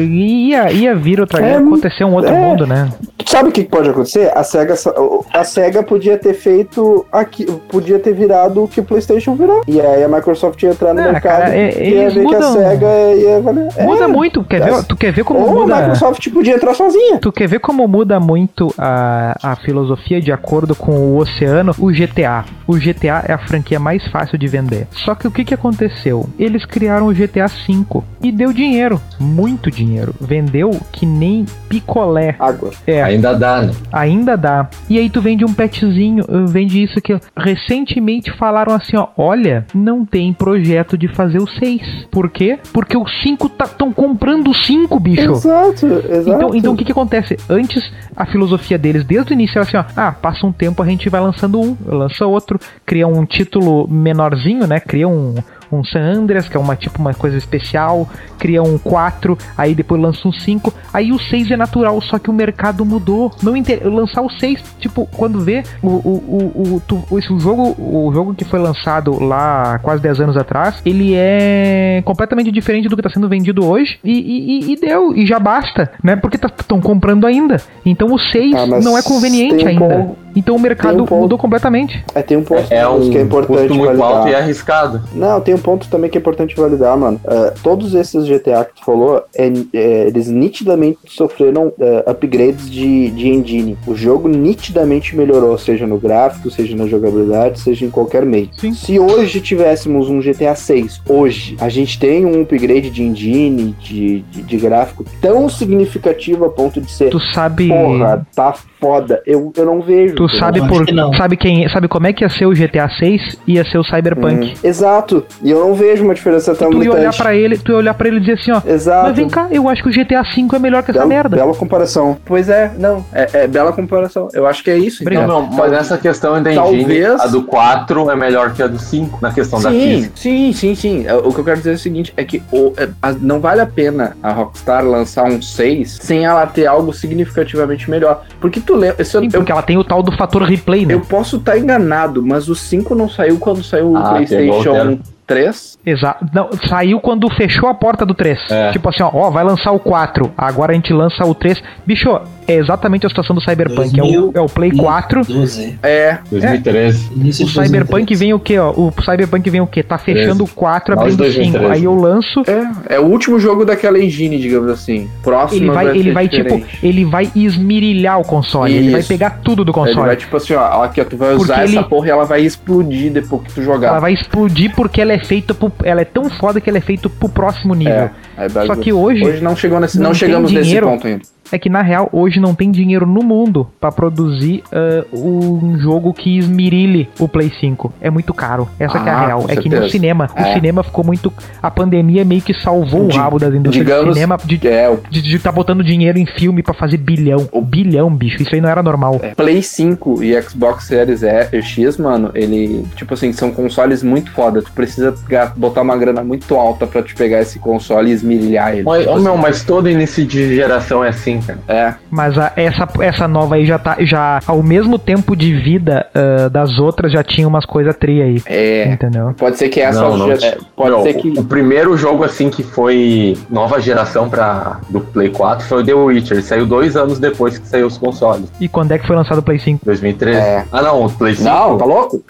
Speaker 6: ia, ia vir outra
Speaker 1: É,
Speaker 6: guerra, acontecer um outro
Speaker 1: é.
Speaker 6: mundo, né?
Speaker 1: Sabe o que pode acontecer? A SEGA, sa- a SEGA podia ter feito aqui, podia ter virado o que o PlayStation virou. E aí a Microsoft ia entrar no
Speaker 6: Ah,
Speaker 1: mercado
Speaker 6: cara, é-
Speaker 1: e ia
Speaker 6: eles
Speaker 1: ver que a
Speaker 6: mudam.
Speaker 1: SEGA ia valer. É,
Speaker 6: Muda muito, quer ver, tu quer ver como
Speaker 1: Ou a
Speaker 6: muda.
Speaker 1: Microsoft podia entrar sozinha.
Speaker 6: Tu quer ver como muda muito a, a filosofia de acordo com o oceano? O GTA. O GTA é a franquia mais fácil de vender. Só que o que, que aconteceu? Eles criaram o GTA V e deu dinheiro. Muito dinheiro. Vendeu que nem picolé.
Speaker 1: Água.
Speaker 6: É.
Speaker 3: Ainda dá, né?
Speaker 6: Ainda dá. E aí tu vende um petzinho, eh, vende isso que recentemente falaram assim, ó, olha, não tem projeto de fazer o 6. Por quê? Porque os 5 estão comprando o 5, bicho.
Speaker 1: Exato, exato.
Speaker 6: Então, então o que que acontece? Antes, a filosofia deles, desde o início, era assim, ó, ah, passa um tempo, a gente vai lançando um, lança outro, cria um título menorzinho, né? Cria um, um San Andreas, que é uma tipo uma coisa especial, cria um 4, aí depois lança um 5, aí o 6 é natural, só que o mercado mudou. Não inter... Lançar o 6, tipo, quando vê o, o, o, o, tu- o- esse- o jogo, o jogo que foi lançado lá quase 10 anos atrás, ele é completamente diferente do que tá sendo vendido hoje e, e- e- e deu, e já basta, né? Porque estão comprando ainda. Então o 6
Speaker 1: Tá, mas
Speaker 6: não é conveniente
Speaker 1: tem um
Speaker 6: ainda.
Speaker 1: ponto-
Speaker 6: Então o mercado
Speaker 1: tem um ponto.
Speaker 6: mudou completamente.
Speaker 1: É, tem um ponto
Speaker 3: É um
Speaker 1: que é importante
Speaker 3: custo muito
Speaker 1: validar.
Speaker 3: alto e é arriscado.
Speaker 1: Não, tem um ponto também que é importante validar, mano. Ah, todos esses GTA que tu falou, é- é, eles nitidamente sofreram ah, upgrades de, de engine. O jogo nitidamente melhorou, seja no gráfico, seja na jogabilidade, seja em qualquer meio.
Speaker 6: Sim.
Speaker 1: Se hoje tivéssemos um GTA 6, hoje, a gente tem um upgrade de engine, de, de, de gráfico tão significativo a ponto de ser,
Speaker 6: Tu sabe.
Speaker 1: porra, tá foda. Eu, eu não vejo.
Speaker 6: Tu
Speaker 1: entendeu?
Speaker 6: sabe
Speaker 4: acho
Speaker 6: por
Speaker 4: que não.
Speaker 6: sabe quem sabe como é que ia ser o GTA 6 ia ser o Cyberpunk.
Speaker 1: Hum, exato. E eu não vejo uma diferença tão
Speaker 6: Tu ia olhar
Speaker 1: gritante.
Speaker 6: pra ele, tu ia olhar para ele e dizer assim, ó,
Speaker 1: Exato.
Speaker 6: mas vem cá, eu acho que o GTA 5 é melhor que essa
Speaker 1: Bela,
Speaker 6: merda.
Speaker 1: bela comparação. Pois é, não. É, é bela comparação. Eu acho que é isso.
Speaker 6: Obrigado.
Speaker 3: Não, não, mas nessa questão da engine,
Speaker 1: Talvez-
Speaker 3: a do 4 é melhor que a do 5 na questão da
Speaker 1: Sim,
Speaker 3: física.
Speaker 1: sim, sim, sim. É, O que eu quero dizer é o seguinte: é que o- é, a- não vale a pena a Rockstar lançar um 6 sem ela ter algo significativamente melhor. Porque tu lembra. se eu-
Speaker 6: Sim,
Speaker 1: eu,
Speaker 6: porque ela tem o tal do fator replay, né?
Speaker 1: eu posso estar enganado, mas o 5 não saiu quando saiu o
Speaker 3: Ah, pegou o
Speaker 1: PlayStation 3.
Speaker 6: Exato. Não, saiu quando fechou a porta do 3.
Speaker 3: É.
Speaker 6: Tipo assim, ó, ó, vai lançar o 4, agora a gente lança o 3. Bicho, é exatamente a situação do Cyberpunk. É o,
Speaker 4: 2000.
Speaker 6: é o Play 4.
Speaker 4: 12.
Speaker 1: É.
Speaker 3: 2013.
Speaker 4: Início
Speaker 6: O
Speaker 4: de
Speaker 6: Cyberpunk
Speaker 4: 2013.
Speaker 6: vem o quê, ó? O Cyberpunk vem o quê? Tá fechando o 4,
Speaker 3: Nós
Speaker 6: abrindo o 5.
Speaker 3: 2013.
Speaker 6: Aí eu lanço,
Speaker 1: É, é o último jogo daquela engine, digamos assim. Próximo
Speaker 6: ele vai,
Speaker 1: vai
Speaker 6: ele
Speaker 1: ser
Speaker 6: vai tipo,
Speaker 1: diferente.
Speaker 6: ele vai esmirilhar o console, ele vai
Speaker 1: Isso.
Speaker 6: pegar tudo do
Speaker 1: Ele
Speaker 6: console.
Speaker 1: vai tipo assim, ó, ó, aqui ó, tu vai
Speaker 6: Porque
Speaker 1: usar essa
Speaker 6: ele-
Speaker 1: porra e ela vai explodir depois que tu jogar.
Speaker 6: Ela vai explodir porque ela é feita pro, ela é tão foda que ela é feita pro próximo nível.
Speaker 1: É, é
Speaker 6: Só
Speaker 1: bagulho.
Speaker 6: que hoje,
Speaker 1: Hoje não chegou nesse, não,
Speaker 6: não tem
Speaker 1: chegamos nesse
Speaker 6: dinheiro.
Speaker 1: ponto ainda.
Speaker 6: é que, na real, hoje não tem dinheiro no mundo pra produzir ah, um jogo que esmirilhe o Play 5. É muito caro. Essa que é a
Speaker 1: Ah,
Speaker 6: real.
Speaker 1: com
Speaker 6: É que nem o
Speaker 1: certeza.
Speaker 6: cinema. O
Speaker 1: É.
Speaker 6: cinema ficou muito. A pandemia meio que salvou
Speaker 1: Di-
Speaker 6: o rabo das indústrias de
Speaker 1: digamos-
Speaker 6: cinema de,
Speaker 1: É, o
Speaker 6: de, de tá botando dinheiro em filme pra fazer bilhão. O bilhão, bicho, isso aí não era normal.
Speaker 1: é, Play 5 e Xbox Series E- X, mano, ele, tipo assim, são consoles muito foda. Tu precisa ga- botar uma grana muito alta pra te pegar esse console e esmirilhar ele. Tipo assim,
Speaker 3: Mas, meu, mas todo início de geração é assim, cara.
Speaker 1: É,
Speaker 6: Mas a- essa, essa nova aí já tá. Já, ao mesmo tempo de vida ah, das outras, já tinha umas coisas tri aí.
Speaker 1: é.
Speaker 6: Entendeu?
Speaker 1: Pode ser que essa.
Speaker 3: Não, não.
Speaker 1: é, pode
Speaker 3: Meu,
Speaker 1: ser que.
Speaker 3: o- O primeiro jogo, assim, que foi nova geração pra, do Play 4 foi o The Witcher. Ele saiu dois anos depois que saiu os consoles,
Speaker 6: E quando é que foi lançado o Play 5?
Speaker 3: 2013.
Speaker 1: É.
Speaker 3: Ah, não, o Play 5
Speaker 1: Não, tá louco?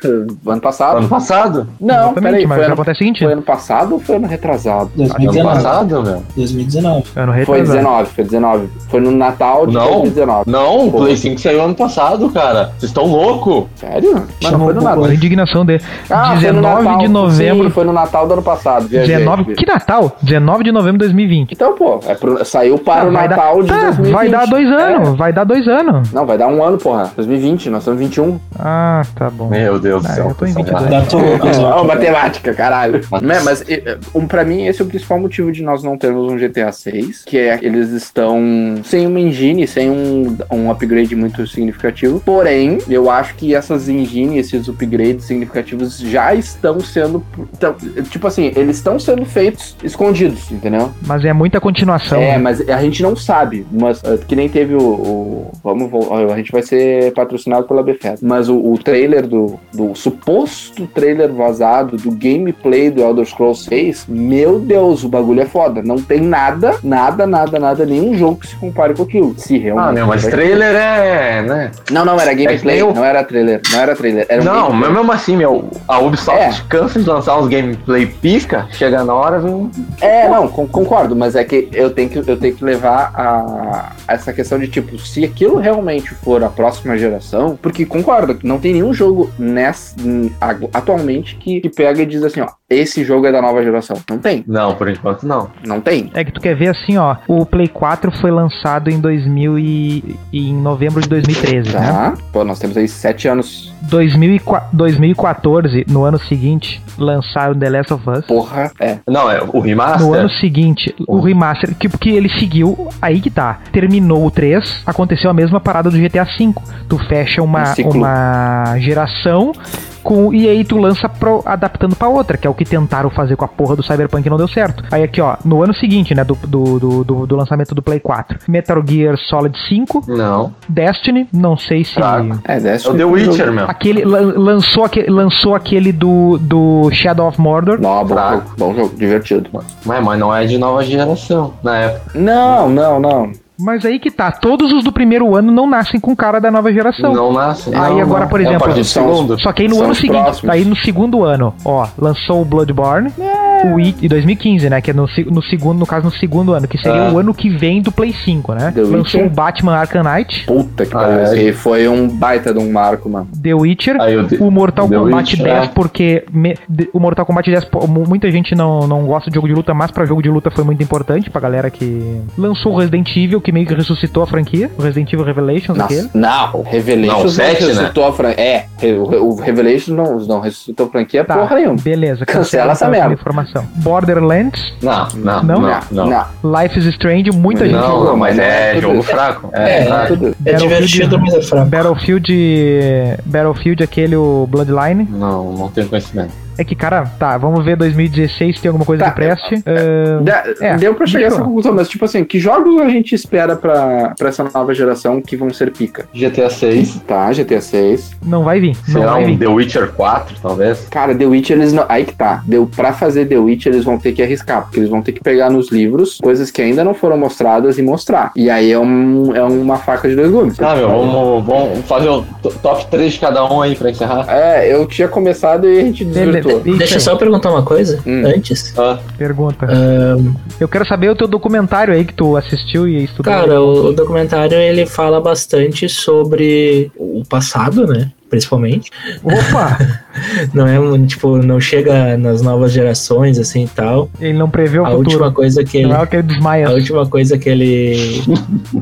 Speaker 1: Ano passado?
Speaker 3: ano passado.
Speaker 1: Não, peraí.
Speaker 6: mas
Speaker 1: Foi ano,
Speaker 6: acontece o seguinte:
Speaker 1: foi ano passado ou foi ano retrasado?
Speaker 3: Ano
Speaker 4: 2019.
Speaker 3: passado, meu.
Speaker 4: 2019.
Speaker 6: ano
Speaker 1: Foi
Speaker 6: retrasado.
Speaker 1: 19, foi 19. Foi no Natal de
Speaker 3: Não.
Speaker 1: 2019.
Speaker 3: Não, o
Speaker 1: Pô.
Speaker 3: Play 5 saiu ano passado, cara. Vocês estão louco?
Speaker 1: Sério? Mano,
Speaker 6: Chamou
Speaker 1: foi no
Speaker 6: um pouco
Speaker 1: Natal.
Speaker 6: a indignação dele.
Speaker 1: Ah, foi no
Speaker 6: 19 de
Speaker 1: Natal.
Speaker 6: novembro.
Speaker 1: Sim, foi no Natal do ano passado. viajei.
Speaker 6: 19. Que Natal? 19 de novembro de 2020.
Speaker 1: Então, pô, é pro- saiu para
Speaker 6: Ah,
Speaker 1: o
Speaker 6: vai dar-
Speaker 1: Natal de
Speaker 6: Tá,
Speaker 1: 2020.
Speaker 6: vai dar dois anos.
Speaker 1: É.
Speaker 6: Vai dar dois anos.
Speaker 1: Não, vai dar um ano, porra. 2020, nós estamos em 21.
Speaker 6: Ah, tá bom.
Speaker 1: É.
Speaker 3: Meu Deus
Speaker 6: Ah,
Speaker 3: do céu.
Speaker 6: eu tô em
Speaker 3: pessoal.
Speaker 6: 22.
Speaker 4: Da tua,
Speaker 1: Ó,
Speaker 4: pessoal.
Speaker 1: matemática, caralho. Né, mas eh, um, pra mim, esse é o principal motivo de nós não termos um GTA 6, que é que eles estão sem uma engine, sem um, um upgrade muito significativo. Porém, eu acho que essas engine, esses upgrades significativos já estão sendo. tão- tipo assim, eles estão sendo feitos escondidos, entendeu?
Speaker 6: Mas é muita
Speaker 3: Então,
Speaker 6: continuação.
Speaker 1: É, mas a gente não sabe. Mas ah, que nem teve o. o- vamos, vol- ah, a gente vai ser patrocinado pela Bethesda. Mas o, o trailer do, do suposto trailer vazado do gameplay do Elder Scrolls 6, meu Deus, o bagulho é foda. Não tem nada, nada, nada, nada, nenhum jogo que se compare com aquilo. Se realmente.
Speaker 3: Ah, meu, mas
Speaker 1: vai-
Speaker 3: trailer é, né?
Speaker 1: Não, não, era
Speaker 3: É que
Speaker 1: gameplay,
Speaker 3: nem o-
Speaker 1: não era trailer, não era trailer. Era um
Speaker 3: Não,
Speaker 1: gameplay.
Speaker 3: mas mesmo assim, meu, a Ubisoft
Speaker 1: É.
Speaker 3: cansa de lançar uns gameplay pica, chega na hora, vem.
Speaker 1: É, não, con- concordo, mas é que eu tenho que, eu tenho que levar a, a essa questão de tipo, se aquilo realmente for a próxima geração, porque concordo, não tem nenhum jogo nessa, em- agu- atualmente que, que pega e diz assim, ó, esse jogo é da nova geração. Não tem,
Speaker 3: Não, por enquanto não.
Speaker 1: não tem.
Speaker 6: É que tu quer ver assim, ó. O Play 4 foi lançado em 2000 e, e em novembro de 2013, né?
Speaker 1: Tá?
Speaker 3: É.
Speaker 1: Pô, nós temos aí sete anos.
Speaker 6: 2004 2014, no ano seguinte, lançaram The Last of Us.
Speaker 1: Porra, é.
Speaker 3: Não, é o
Speaker 6: No ano
Speaker 3: remaster.
Speaker 6: seguinte, o remaster, que, que ele seguiu, aí que tá. Terminou o 3, aconteceu a mesma parada do GTA V. Tu fecha uma,
Speaker 1: Um ciclo.
Speaker 6: uma geração com, e aí tu lança pro, adaptando pra outra, que é o que tentaram fazer com a porra do Cyberpunk e não deu certo. Aí aqui, ó, no ano seguinte, né, do, do, do, do- do lançamento do Play 4, Metal Gear Solid 5,
Speaker 3: Não.
Speaker 6: Destiny, não sei se.
Speaker 3: Fraco.
Speaker 1: É,
Speaker 3: É o
Speaker 1: Destiny
Speaker 3: The
Speaker 1: foi um jogo-
Speaker 3: Witcher, meu.
Speaker 6: Aquele, lan- lançou aquele, lançou aquele do, do Shadow of Mordor.
Speaker 1: Não, bom
Speaker 3: Fraco.
Speaker 1: jogo, bom jogo, divertido.
Speaker 3: Mas, mas não é de nova geração. Na época.
Speaker 1: Não, não, não.
Speaker 6: Mas aí que tá, todos os do primeiro ano não nascem com cara da nova geração.
Speaker 3: não nasce.
Speaker 6: Aí
Speaker 3: não,
Speaker 6: agora,
Speaker 3: não.
Speaker 6: por
Speaker 3: É a
Speaker 6: exemplo,
Speaker 3: partir do
Speaker 1: são os-
Speaker 3: segundo.
Speaker 6: Só que aí no
Speaker 1: São
Speaker 6: ano
Speaker 1: os
Speaker 6: seguinte,
Speaker 1: próximos.
Speaker 6: aí no segundo ano, ó, lançou o Bloodborne, o I, e 2015, né, que é no, se- no segundo, no caso no segundo ano, que seria
Speaker 3: É.
Speaker 6: o ano que vem do Play 5, né?
Speaker 1: The
Speaker 6: lançou
Speaker 1: Witcher.
Speaker 6: o Batman Arkham Knight,
Speaker 1: Puta que
Speaker 3: Ah,
Speaker 1: pariu.
Speaker 3: é.
Speaker 1: esse aí foi um baita de um marco, mano.
Speaker 6: The Witcher,
Speaker 3: Aí eu de-
Speaker 6: o Mortal
Speaker 3: The
Speaker 6: Kombat
Speaker 3: Witcher,
Speaker 6: 10,
Speaker 3: é.
Speaker 6: porque me- de- o Mortal Kombat 10, pô, mu- muita gente não, não gosta de jogo de luta, mas pra jogo de luta foi muito importante pra galera que lançou o Resident Evil, que meio que ressuscitou a franquia, o Resident Evil Revelations, aquele.
Speaker 1: Nossa, não, o Revelations
Speaker 3: Não,
Speaker 1: não,
Speaker 3: sete, né?
Speaker 1: ressuscitou a franquia. É, re- o, o Revelations não, não ressuscitou a franquia
Speaker 6: Tá,
Speaker 1: porra nenhuma.
Speaker 6: beleza, então
Speaker 1: Cancela essa merda.
Speaker 6: informação. Borderlands,
Speaker 3: Não, não,
Speaker 6: Não?
Speaker 3: não. Não, não. não.
Speaker 6: Life is Strange, muita gente
Speaker 3: não,
Speaker 6: jogou.
Speaker 3: mas é
Speaker 1: Tudo.
Speaker 3: jogo fraco. É,
Speaker 4: É,
Speaker 3: fraco.
Speaker 1: tudo.
Speaker 4: É divertido, mas é fraco.
Speaker 6: Battlefield, Battlefield, aquele o Bloodline.
Speaker 3: Não, não tenho conhecimento.
Speaker 6: É que, cara, tá, vamos ver 2016 se tem alguma coisa
Speaker 1: Tá,
Speaker 6: que preste. Ah,
Speaker 1: Da-
Speaker 6: É,
Speaker 1: deu pra chegar a
Speaker 6: deixa
Speaker 1: essa
Speaker 6: eu-
Speaker 1: conclusão, mas tipo assim, que jogos a gente espera pra, pra essa nova geração que vão ser pica?
Speaker 3: GTA 6.
Speaker 1: Tá, GTA 6.
Speaker 6: não vai vir, não é.
Speaker 3: Será
Speaker 6: vai
Speaker 3: um
Speaker 6: vir.
Speaker 3: The Witcher 4, talvez?
Speaker 1: Cara, The Witch eles não. Aí que tá. Deu pra fazer The Witch, eles vão ter que arriscar, porque eles vão ter que pegar nos livros coisas que ainda não foram mostradas e mostrar. E aí é, um, é uma faca de dois gumes.
Speaker 3: Ah, meu, vamos, vamos fazer o to- top 3 de cada um aí pra encerrar.
Speaker 1: É, eu tinha começado e a gente desvirtuou.
Speaker 6: Isso
Speaker 4: Deixa eu
Speaker 6: aí,
Speaker 4: só perguntar uma coisa
Speaker 1: Hum.
Speaker 4: antes.
Speaker 3: Ah,
Speaker 6: Pergunta. Eu quero saber o teu documentário aí que tu assistiu e estudou.
Speaker 4: Cara, o, o documentário ele fala bastante sobre o passado, né? principalmente.
Speaker 6: Opa!
Speaker 4: Não é um, tipo, não chega nas novas gerações, assim e tal.
Speaker 6: Ele não prevê É o
Speaker 4: A
Speaker 6: futuro.
Speaker 4: última coisa que ele.
Speaker 6: Não é o que ele desmaia.
Speaker 4: A última coisa que ele,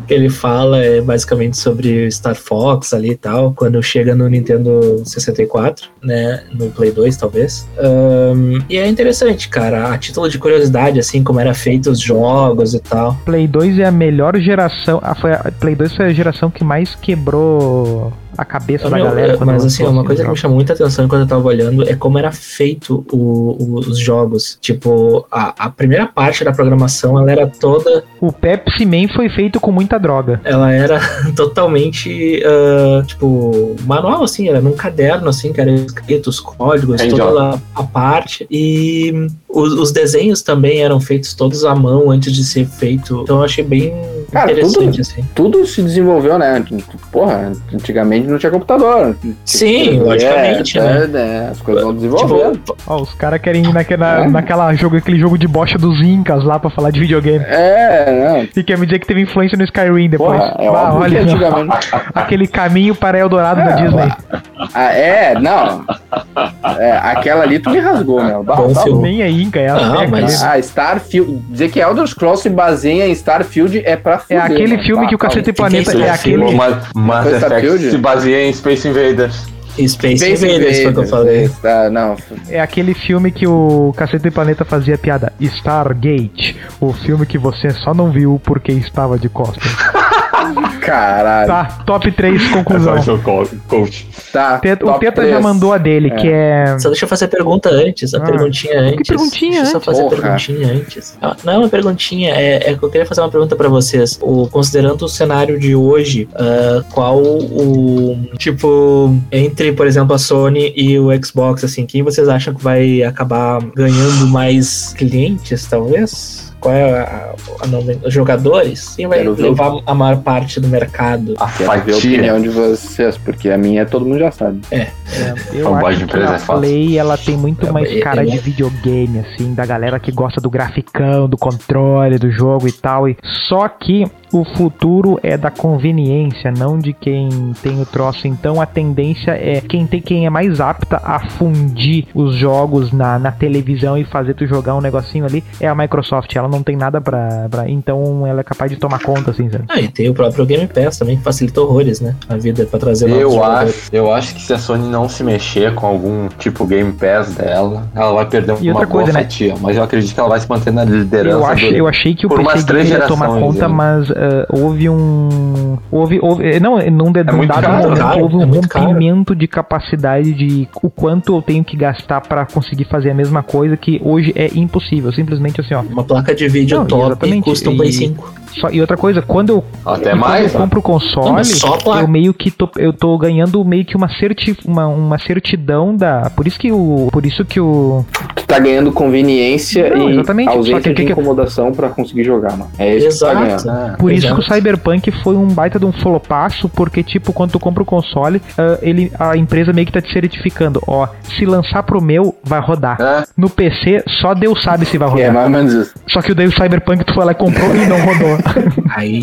Speaker 4: que ele fala é basicamente sobre o Star Fox ali e tal, quando chega no Nintendo 64, né? No Play 2, talvez. Ahn, e é interessante, cara. A título de curiosidade, assim, como era feito os jogos e tal.
Speaker 6: Play 2 é a melhor geração. A, foi a- Play 2 foi a geração que mais quebrou a cabeça da
Speaker 4: Meu,
Speaker 6: galera.
Speaker 4: é,
Speaker 6: quando
Speaker 4: mas assim,
Speaker 6: lançou
Speaker 4: uma
Speaker 6: esse
Speaker 4: coisa que me
Speaker 6: jogo.
Speaker 4: chamou muita atenção enquanto eu tava olhando é como era feito o- o- os jogos. Tipo, a, a primeira parte da programação, ela era toda,
Speaker 6: O Pepsi Man foi feito com muita droga.
Speaker 4: ela era totalmente, ah, tipo, manual, assim, era num caderno, assim, que era escrito os códigos,
Speaker 3: Hand
Speaker 4: toda a, a parte. E hum, os, os desenhos também eram feitos todos à mão antes de ser feito. Então eu achei bem
Speaker 1: Cara,
Speaker 4: interessante,
Speaker 1: tudo-
Speaker 4: assim.
Speaker 1: Tudo se desenvolveu, né? Porra, antigamente não tinha computador.
Speaker 4: Sim, logicamente,
Speaker 1: É,
Speaker 4: né?
Speaker 1: é, né? As coisas vão desenvolvendo.
Speaker 4: Tipo,
Speaker 6: Ó, os caras querem ir naquela,
Speaker 1: É.
Speaker 6: naquela jogo, aquele jogo de bocha dos Incas lá pra falar de videogame.
Speaker 1: É, né?
Speaker 6: E quer me dizer que teve influência no Skyrim depois.
Speaker 1: Porra, é
Speaker 6: Ah,
Speaker 1: óbvio que
Speaker 6: olha,
Speaker 1: antigamente.
Speaker 6: aquele caminho para Eldorado da
Speaker 1: É,
Speaker 6: Disney.
Speaker 1: Ah, é, não. É, aquela ali tu me rasgou, meu. Bah,
Speaker 4: Bom
Speaker 1: tá
Speaker 4: filme.
Speaker 6: Nem é Inca, é
Speaker 4: Não,
Speaker 6: Azteca.
Speaker 4: mas-
Speaker 6: né?
Speaker 1: Ah, Starfield. Dizer que Elder Scrolls se baseia em Starfield é pra
Speaker 6: É
Speaker 1: fuder,
Speaker 6: aquele
Speaker 1: né?
Speaker 6: filme
Speaker 1: Tá,
Speaker 6: que o
Speaker 1: tá,
Speaker 6: Cacete Planeta
Speaker 4: Sim,
Speaker 6: é
Speaker 4: sim,
Speaker 6: aquele.
Speaker 3: O Ma- Mass
Speaker 1: Coisa
Speaker 3: Effect
Speaker 1: build?
Speaker 3: se baseia em Space Invaders.
Speaker 4: Space
Speaker 1: Space
Speaker 4: Invaders foi o que eu
Speaker 1: Invaders,
Speaker 4: falei.
Speaker 1: é, tá, não,
Speaker 6: É aquele filme que o Cacete Planeta fazia piada. Stargate. O filme que você só não viu porque estava de costas.
Speaker 1: caralho. Tá,
Speaker 6: Tá, top 3 conclusão.
Speaker 3: Essa é o co- coach.
Speaker 6: Teta- o
Speaker 1: top
Speaker 6: Teta já
Speaker 1: três.
Speaker 6: mandou a dele, que é.
Speaker 4: Só deixa eu fazer a pergunta antes, a
Speaker 6: Ah,
Speaker 4: perguntinha antes.
Speaker 6: perguntinha
Speaker 4: deixa eu só
Speaker 6: antes?
Speaker 4: fazer a
Speaker 1: Porra.
Speaker 4: perguntinha antes. Ah, Não é uma perguntinha, é, é que eu queria fazer uma pergunta pra vocês. O, considerando o cenário de hoje, ah, qual o. Tipo, entre, por exemplo, a Sony e o Xbox, assim, quem vocês acham que vai acabar ganhando mais clientes, talvez? Qual é a, a- a nome- os jogadores? Quem vai
Speaker 1: Quero ver.
Speaker 4: levar a maior parte do mercado?
Speaker 3: A
Speaker 1: Quero ver a
Speaker 3: fatia.
Speaker 1: opinião de vocês, porque a minha todo mundo já sabe.
Speaker 6: Eu
Speaker 3: Fanboy
Speaker 6: acho
Speaker 3: de
Speaker 6: que
Speaker 3: empresa
Speaker 6: a
Speaker 3: é fácil.
Speaker 6: Play ela tem muito
Speaker 4: É,
Speaker 6: mais
Speaker 4: é,
Speaker 6: cara
Speaker 4: é.
Speaker 6: de videogame, assim, da galera que gosta do graficão, do controle, do jogo e tal. E só que o futuro é da conveniência, não de quem tem o troço. Então a tendência é quem tem quem é mais apta a fundir os jogos na, na televisão e fazer tu jogar um negocinho ali é a Microsoft. Ela não tem nada pra. pra- então ela é capaz de tomar conta, assim, sabe?
Speaker 4: Ah, e tem o próprio Game Pass também, que facilita horrores, né? A vida pra trazer novos
Speaker 3: Eu
Speaker 4: jogadores.
Speaker 3: acho, eu acho que se a Sony não se mexer com algum tipo Game Pass dela, ela vai perder
Speaker 6: E
Speaker 3: uma
Speaker 6: outra
Speaker 3: boa
Speaker 6: coisa, né?
Speaker 3: fatia. Mas eu acredito que ela vai se manter na liderança.
Speaker 6: Eu, acho,
Speaker 3: do-
Speaker 6: eu achei que o
Speaker 3: por umas
Speaker 6: PC
Speaker 3: três
Speaker 6: Gamer ia tomar
Speaker 3: gerações,
Speaker 6: conta,
Speaker 3: né?
Speaker 6: mas ah, houve um. Houve. houve não, num de,
Speaker 3: É
Speaker 6: num
Speaker 3: muito
Speaker 6: dado
Speaker 3: caro,
Speaker 6: momento,
Speaker 4: caro,
Speaker 6: houve um
Speaker 4: é muito caro.
Speaker 6: rompimento de capacidade de o quanto eu tenho que gastar pra conseguir fazer a mesma coisa que hoje é impossível. Simplesmente assim, ó.
Speaker 4: Uma placa de vídeo
Speaker 6: Não,
Speaker 4: top
Speaker 6: exatamente,
Speaker 4: custa um
Speaker 6: e-
Speaker 4: Play 5.
Speaker 6: Só- e outra coisa, quando eu,
Speaker 3: Até
Speaker 6: quando
Speaker 3: mais.
Speaker 6: eu
Speaker 3: ó.
Speaker 6: compro o
Speaker 4: Não,
Speaker 6: console.
Speaker 4: mas só a
Speaker 6: Eu
Speaker 4: placa.
Speaker 6: meio que tô, eu tô ganhando meio que uma, certi, uma, uma certidão da. Por isso que o. Por isso que o.
Speaker 1: Tu tá ganhando conveniência
Speaker 6: Não,
Speaker 1: e
Speaker 6: exatamente, só
Speaker 1: ausência
Speaker 6: que o que
Speaker 1: de
Speaker 6: que-
Speaker 1: incomodação pra conseguir jogar, mano. É isso que tu tá ganhando.
Speaker 4: Exato.
Speaker 3: Ah,
Speaker 6: Por isso
Speaker 4: Exato.
Speaker 6: que o Cyberpunk foi um baita de um flopaço, porque, tipo, quando tu compra o console, ah, ele, a empresa meio que tá te certificando, ó, se lançar pro meu, vai rodar.
Speaker 3: ah,
Speaker 6: No PC, só Deus sabe se vai rodar.
Speaker 1: É mais ou menos isso.
Speaker 6: Só que daí o Cyberpunk tu foi lá e comprou e não rodou.
Speaker 4: Aí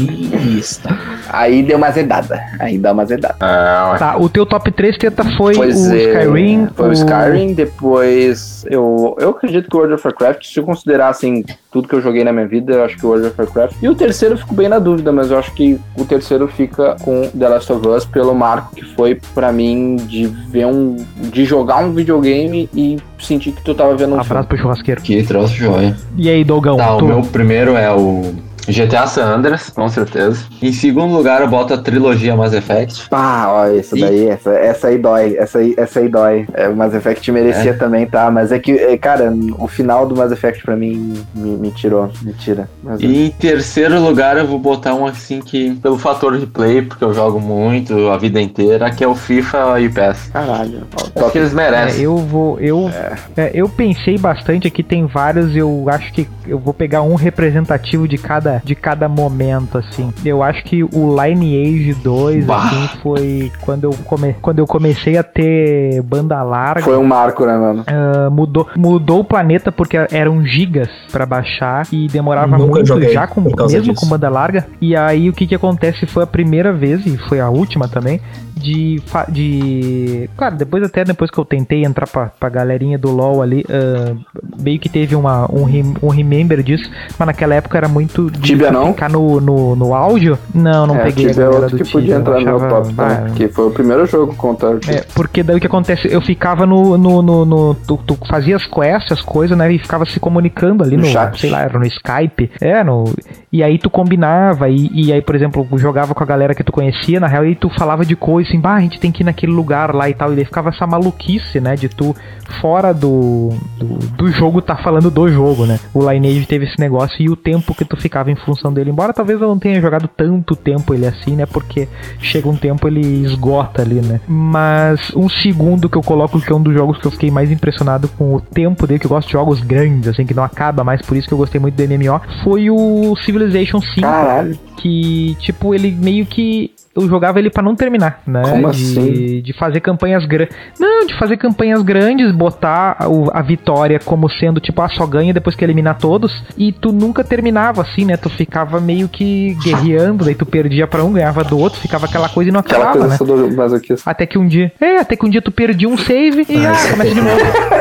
Speaker 4: está.
Speaker 1: Aí deu uma zedada. Aí dá uma zedada.
Speaker 3: ah,
Speaker 6: tá, o teu top 3 teta foi o
Speaker 1: é,
Speaker 6: Skyrim.
Speaker 1: Foi o Skyrim, depois. Eu, eu acredito que o World of Warcraft, se eu considerar assim, tudo que eu joguei na minha vida, eu acho que o World of Warcraft. E o terceiro eu fico bem na dúvida, mas eu acho que o terceiro fica com The Last of Us pelo marco que foi pra mim de ver um. de jogar um videogame e sentir que tu tava vendo um filme.
Speaker 6: Abraço pro churrasqueiro.
Speaker 3: que troço joia.
Speaker 6: E aí, Dogão,
Speaker 3: Tá,
Speaker 6: tu?
Speaker 3: o meu primeiro é o GTA San Andreas, com certeza. Em segundo lugar, eu boto a trilogia Mass Effect.
Speaker 1: Pá, ó, essa
Speaker 3: E-
Speaker 1: daí, essa, essa aí dói, essa aí, essa aí dói. É, o Mass Effect merecia também, tá? Mas é que, é, cara, o final do Mass Effect pra mim me, me tirou, me tira. Mas,
Speaker 3: E em terceiro lugar, eu vou botar um assim que, pelo fator de play, porque eu jogo muito a vida inteira, que é o FIFA e o PES.
Speaker 1: Caralho. Ó,
Speaker 3: Só que
Speaker 1: top.
Speaker 3: eles
Speaker 6: É,
Speaker 3: merecem.
Speaker 6: eu vou. Eu, é, eu pensei bastante aqui, tem vários, eu acho que eu vou pegar um representativo de cada cada, de cada momento, assim. Eu acho que o Lineage 2, assim, foi quando eu, come, quando eu comecei a ter banda larga.
Speaker 1: Foi um marco, né, mano?
Speaker 6: Ah, mudou, mudou o planeta porque eram gigas pra baixar e demorava
Speaker 4: Nunca
Speaker 6: muito
Speaker 4: joguei
Speaker 6: já com,
Speaker 4: por causa
Speaker 6: mesmo
Speaker 4: disso.
Speaker 6: com banda larga. E aí o que que acontece foi a primeira vez e foi a última também de fa- de claro, depois até depois que eu tentei entrar pra, pra galerinha do LoL ali, ah, meio que teve uma, um, rem- um remember disso, mas naquela época era muito de
Speaker 1: Tibia não?
Speaker 6: ficar no, no, no áudio. Não, não
Speaker 1: é,
Speaker 6: peguei a
Speaker 1: Tibia é
Speaker 6: galera
Speaker 1: outro
Speaker 6: do
Speaker 1: que podia
Speaker 6: Tibia, eu
Speaker 1: entrar no meu
Speaker 6: achava-
Speaker 1: top
Speaker 6: ah,
Speaker 1: também, porque foi o primeiro jogo contra o
Speaker 6: é, porque daí o que acontece? Eu ficava no. no, no, no- tu, tu fazia as quests, as coisas, né? E ficava se comunicando ali
Speaker 1: No
Speaker 6: no.
Speaker 1: chat.
Speaker 6: Sei lá, era no Skype. É, no. E aí tu combinava, e, e aí, por exemplo, jogava com a galera que tu conhecia, na real, e tu falava de coisa assim, bah, a gente tem que ir naquele lugar lá e tal. E daí ficava essa maluquice, né? De tu fora do, do, do jogo tá falando do jogo, né? O Lineage teve esse negócio e o tempo que tu ficava em função dele. Embora talvez eu não tenha jogado tanto tempo ele assim, né? Porque chega um tempo ele esgota ali, né? Mas um segundo que eu coloco que é um dos jogos que eu fiquei mais impressionado com o tempo dele, que eu gosto de jogos grandes, assim, que não acaba mais, por isso que eu gostei muito do MMO, foi o Civilization 5
Speaker 1: Caralho.
Speaker 6: que, tipo, ele meio que. Eu jogava ele pra não terminar, né?
Speaker 1: Como
Speaker 6: de,
Speaker 1: assim?
Speaker 6: de fazer campanhas grandes. Não, de fazer campanhas grandes, botar a, o- a vitória como sendo, tipo, ah, só ganha depois que eliminar todos. E tu nunca terminava assim, né? Tu ficava meio que guerreando, daí tu perdia pra um, ganhava do outro, ficava aquela coisa e não
Speaker 1: Aquela
Speaker 6: acabava,
Speaker 1: coisa
Speaker 6: né?
Speaker 1: só do masoquista.
Speaker 6: Até que um dia. É, até que um dia tu perdia um save e ah, começa de novo.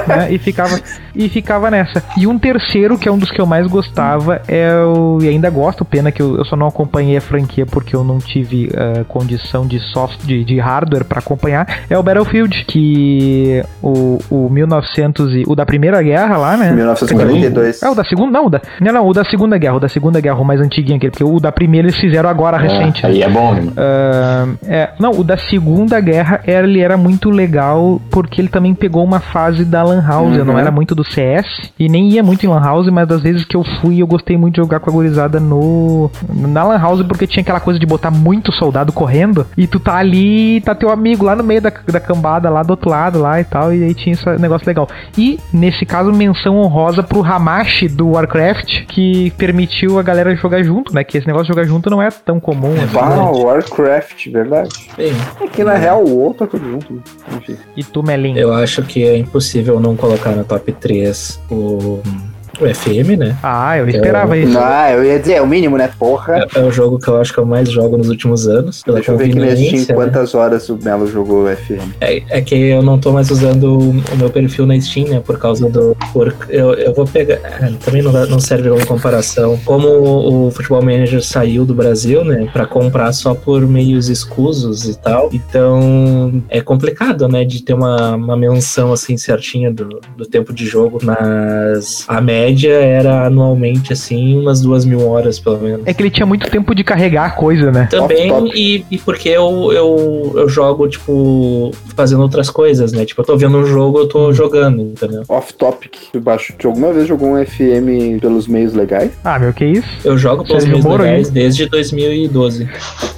Speaker 6: né? E, ficava, e ficava nessa. E um terceiro, que é um dos que eu mais gostava, é o. E ainda gosto, pena que eu, eu só não acompanhei a franquia porque eu não tive ah, condição de soft de, de hardware pra acompanhar. É o Battlefield, que o, o 1900 e, o da Primeira Guerra lá, né?
Speaker 1: 1942.
Speaker 6: É o da segunda, não, o da, não, não, o da Segunda Guerra, o da Segunda Guerra, o mais antiguinho aquele, porque o da Primeira eles fizeram agora, recente. né?
Speaker 8: aí é bom, irmão.
Speaker 6: É, não, o da Segunda Guerra era- ele era muito legal porque ele também pegou uma fase da Lan House. Eu não era muito do CS e nem ia muito em Lan House, mas das vezes que eu fui eu gostei muito de jogar com a gurizada no, na Lan House porque tinha aquela coisa de botar muito soldado correndo e tu tá ali tá teu amigo lá no meio da, da cambada, lá do outro lado lá e tal. E aí tinha esse negócio legal. E nesse caso, menção honrosa pro Hamashi do Warcraft que permitiu a galera jogar junto, né? Que esse negócio de jogar junto não é tão comum assim. né?
Speaker 1: Uau, Warcraft, verdade.
Speaker 4: Bem,
Speaker 1: É que na real o outro é tudo junto. né? Enfim.
Speaker 6: E tu, Melinho?
Speaker 4: eu acho que é impossível não colocar no top 3 o, o FM, né?
Speaker 6: Ah, eu esperava isso.
Speaker 1: Ah, eu ia dizer, é o mínimo, né? Porra.
Speaker 4: É, é o jogo que eu acho que eu mais jogo nos últimos anos, pela
Speaker 1: Deixa eu ver é aqui no Steam
Speaker 4: conveniência. né?
Speaker 1: quantas horas o Melo jogou o FM.
Speaker 4: É, é que eu não tô mais usando o o meu perfil na Steam, né? Por causa do. Por, eu, eu vou pegar. é, Também não, dá- não serve como comparação. Como o, o Futebol Manager saiu do Brasil, né? Pra comprar só por meios escusos e tal. Então é complicado, né? De ter uma, uma menção assim certinha do, do tempo de jogo. Mas a média era anualmente, assim, umas duas mil horas pelo menos.
Speaker 6: É que ele tinha muito tempo de carregar a coisa, né?
Speaker 4: Também,
Speaker 1: Top, top.
Speaker 4: E, e porque eu, eu, eu jogo, tipo, fazendo outras coisas, né? Tipo, eu tô vendo um jogo, eu
Speaker 1: Hum.
Speaker 4: tô jogando, entendeu?
Speaker 1: Off topic, tu baixo. Tu alguma vez jogou um FM pelos meios legais?
Speaker 6: Ah, meu, que isso?
Speaker 4: Eu jogo pelos
Speaker 1: é
Speaker 6: Sérgio
Speaker 4: meus
Speaker 6: Moro,
Speaker 4: legais desde 2012.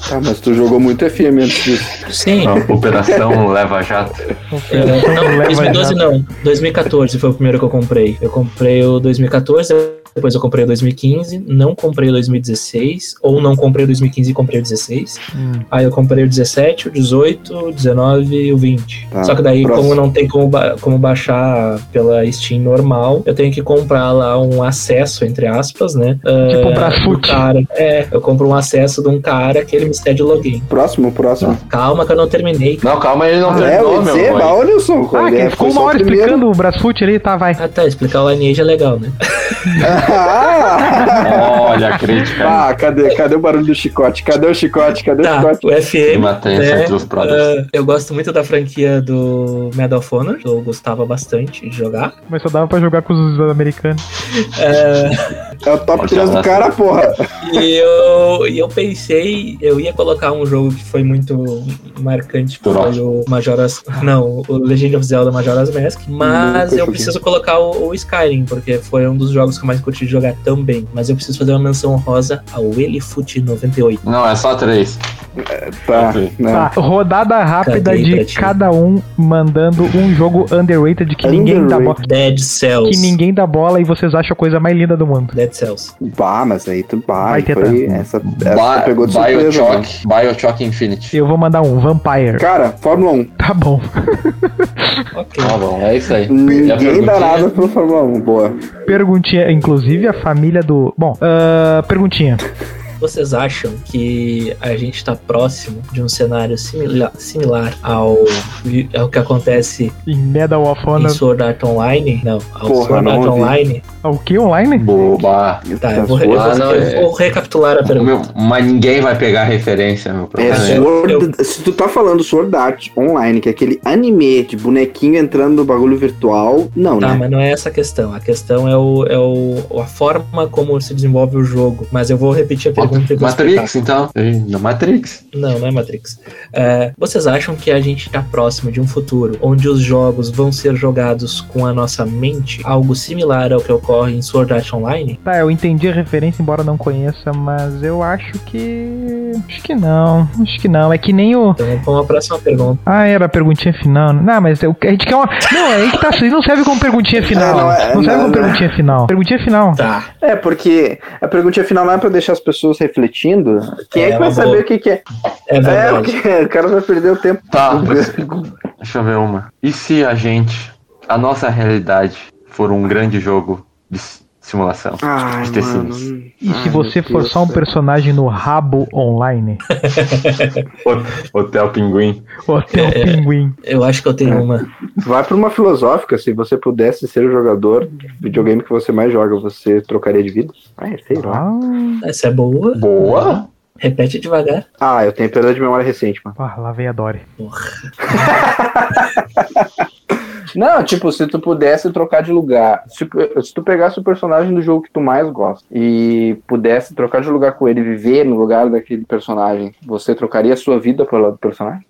Speaker 1: Tá, mas tu jogou muito FM antes disso.
Speaker 4: Sim.
Speaker 3: Operação Leva Jato.
Speaker 4: é, não, 2012 não. 2014 foi o primeiro que eu comprei. Eu comprei o 2014, depois eu comprei o 2015, não comprei o 2016, ou não comprei o 2015 e comprei o 16.
Speaker 6: Hum.
Speaker 4: Aí eu comprei o 17, o 18, o 19 e o 20.
Speaker 1: Tá,
Speaker 4: Só que daí,
Speaker 1: próximo.
Speaker 4: como não tem como, ba- como baixar pela Steam normal, eu tenho que comprar lá um acesso, entre aspas, né?
Speaker 6: Tipo um
Speaker 4: ah,
Speaker 6: Brasfoot.
Speaker 4: do cara. É, eu compro um acesso de um cara que ele me cede login.
Speaker 1: Próximo, próximo.
Speaker 4: Calma que eu não terminei.
Speaker 3: Não, calma, ele não
Speaker 1: Ah, é,
Speaker 3: terminou,
Speaker 1: o
Speaker 3: meu
Speaker 1: Zeba,
Speaker 3: irmão.
Speaker 1: olha o som.
Speaker 6: Ah, que
Speaker 1: ele
Speaker 6: ele ficou
Speaker 1: foi só
Speaker 6: uma
Speaker 1: o
Speaker 6: hora
Speaker 1: primeiro.
Speaker 6: explicando o Brasfoot ali, tá, vai.
Speaker 4: Ah tá, explicar o Lineage é legal, né?
Speaker 1: Ah,
Speaker 3: Olha a crítica.
Speaker 1: Ah, cadê? Cadê o barulho do chicote? Cadê o chicote? Cadê o
Speaker 4: Tá,
Speaker 1: chicote?
Speaker 4: o FM.
Speaker 3: Uma tensa
Speaker 4: né,
Speaker 3: entre os brothers.
Speaker 4: ah, eu gosto muito da franquia do Medal of Honor, que eu gostava bastante de jogar.
Speaker 6: Mas só dava pra jogar com os americanos.
Speaker 1: É o top
Speaker 3: Olha
Speaker 1: 3 do
Speaker 3: lá.
Speaker 1: cara, porra.
Speaker 4: E eu, e eu pensei, eu ia colocar um jogo que foi muito marcante, que
Speaker 3: Turok.
Speaker 4: foi o Majora's... Não, o Legend of Zelda Majora's Mask, mas
Speaker 1: Nunca
Speaker 4: eu
Speaker 1: joguei.
Speaker 4: preciso colocar o, o Skyrim, porque foi um dos jogos que eu mais curti de jogar também. Mas eu preciso fazer uma menção rosa ao Elifoot 98.
Speaker 3: Não, é só três.
Speaker 1: Tá,
Speaker 9: Ok.
Speaker 1: né?
Speaker 6: Tá, rodada rápida
Speaker 4: Caguei pra
Speaker 6: de
Speaker 4: ti.
Speaker 6: cada um mandando um jogo underrated que ninguém dá bola.
Speaker 4: Dead Cells.
Speaker 6: Que ninguém dá bola e vocês acham a coisa mais linda do mundo.
Speaker 4: Dead Cells.
Speaker 1: Bah, mas aí tu bah,
Speaker 6: Vai
Speaker 1: aí
Speaker 6: ter
Speaker 1: foi essa, essa
Speaker 3: Ba-
Speaker 1: É, pegou de surpresa. né? mano.
Speaker 3: Bioshock, Bioshock Infinity.
Speaker 6: Eu vou mandar um, Vampire.
Speaker 1: Cara, Fórmula 1.
Speaker 6: Tá bom.
Speaker 4: Ok.
Speaker 1: Ah.
Speaker 3: Tá bom, é isso aí. E a
Speaker 1: Ninguém
Speaker 3: perguntinha?
Speaker 1: dá nada pro Fórmula 1. Boa.
Speaker 4: Tá,
Speaker 6: Perguntinha, inclusive a família do. Bom, ah, perguntinha.
Speaker 4: Vocês acham que a gente tá próximo de um cenário simila- similar ao, vi- ao que acontece
Speaker 6: Em Medal of
Speaker 4: em
Speaker 6: Honor.
Speaker 4: Sword Art Online? Não, ao
Speaker 1: Porra,
Speaker 4: Sword
Speaker 1: não
Speaker 4: Art
Speaker 1: ouvi.
Speaker 4: Online.
Speaker 6: Ah, O que online?
Speaker 3: é Boba.
Speaker 4: Tá, eu vou,
Speaker 1: Tá
Speaker 4: eu vou-
Speaker 1: zoado.
Speaker 3: Ah, não,
Speaker 4: eu
Speaker 3: é-
Speaker 4: vou recapitular a pergunta.
Speaker 3: Meu, mas ninguém vai pegar a referência, meu.
Speaker 1: É
Speaker 3: problema é-
Speaker 1: Sword- Se tu tá falando Sword Art Online, que é aquele anime de bonequinho entrando no bagulho virtual, não,
Speaker 4: Tá,
Speaker 1: né?
Speaker 4: mas não é essa a questão. A questão é, o, é o, a forma como se desenvolve o jogo. Mas eu vou repetir a pergunta e vou
Speaker 3: Matrix, então. No Matrix.
Speaker 4: Não, não é Matrix. É, vocês acham que a gente está próximo de um futuro onde os jogos vão ser jogados com a nossa mente? Algo similar ao que ocorre em Sword Art Online?
Speaker 6: Tá, eu entendi a referência, embora não conheça, mas eu acho que. Acho que não. Acho que não. É que nem o.
Speaker 4: Então vamos para uma próxima pergunta.
Speaker 6: Ah, era a perguntinha final. Não, mas eu- a gente quer uma. Não, é aí que tá. Isso não serve como perguntinha final.
Speaker 1: não
Speaker 6: não,
Speaker 1: é-
Speaker 6: serve
Speaker 1: não,
Speaker 6: como
Speaker 1: não.
Speaker 6: perguntinha final. Perguntinha final.
Speaker 4: Tá.
Speaker 1: É, porque a pergunta final não é pra deixar as pessoas refletindo. Quem é,
Speaker 4: É,
Speaker 1: que vai
Speaker 4: uma
Speaker 1: saber
Speaker 4: boa.
Speaker 1: o que, que é?
Speaker 4: É
Speaker 1: É,
Speaker 4: verdade.
Speaker 1: porque o cara vai perder o tempo.
Speaker 3: Tá, deixa eu ver uma. E se a gente, a nossa realidade, for um grande jogo de s- simulação?
Speaker 1: Ai,
Speaker 3: Os The
Speaker 1: mano.
Speaker 3: Sims.
Speaker 6: E se
Speaker 1: Ai,
Speaker 6: você
Speaker 1: meu
Speaker 6: for
Speaker 1: Deus
Speaker 6: só um
Speaker 1: do céu.
Speaker 6: personagem no rabo online?
Speaker 9: Hotel Pinguim.
Speaker 6: Hotel Pinguim.
Speaker 4: Eu acho que eu tenho uma.
Speaker 1: Vai pra uma filosófica, se você pudesse ser o jogador de videogame que você mais joga, você trocaria de vida? Ah, sei lá.
Speaker 6: Ah,
Speaker 4: Essa é boa.
Speaker 3: Boa!
Speaker 4: Repete devagar.
Speaker 1: Ah, eu tenho perda de memória recente, mano.
Speaker 6: ah, lá vem a Dory.
Speaker 1: Não, tipo, se tu pudesse trocar de lugar, se, se tu pegasse o personagem do jogo que tu mais gosta e pudesse trocar de lugar com ele, viver no lugar daquele personagem, você trocaria a sua vida pelo personagem?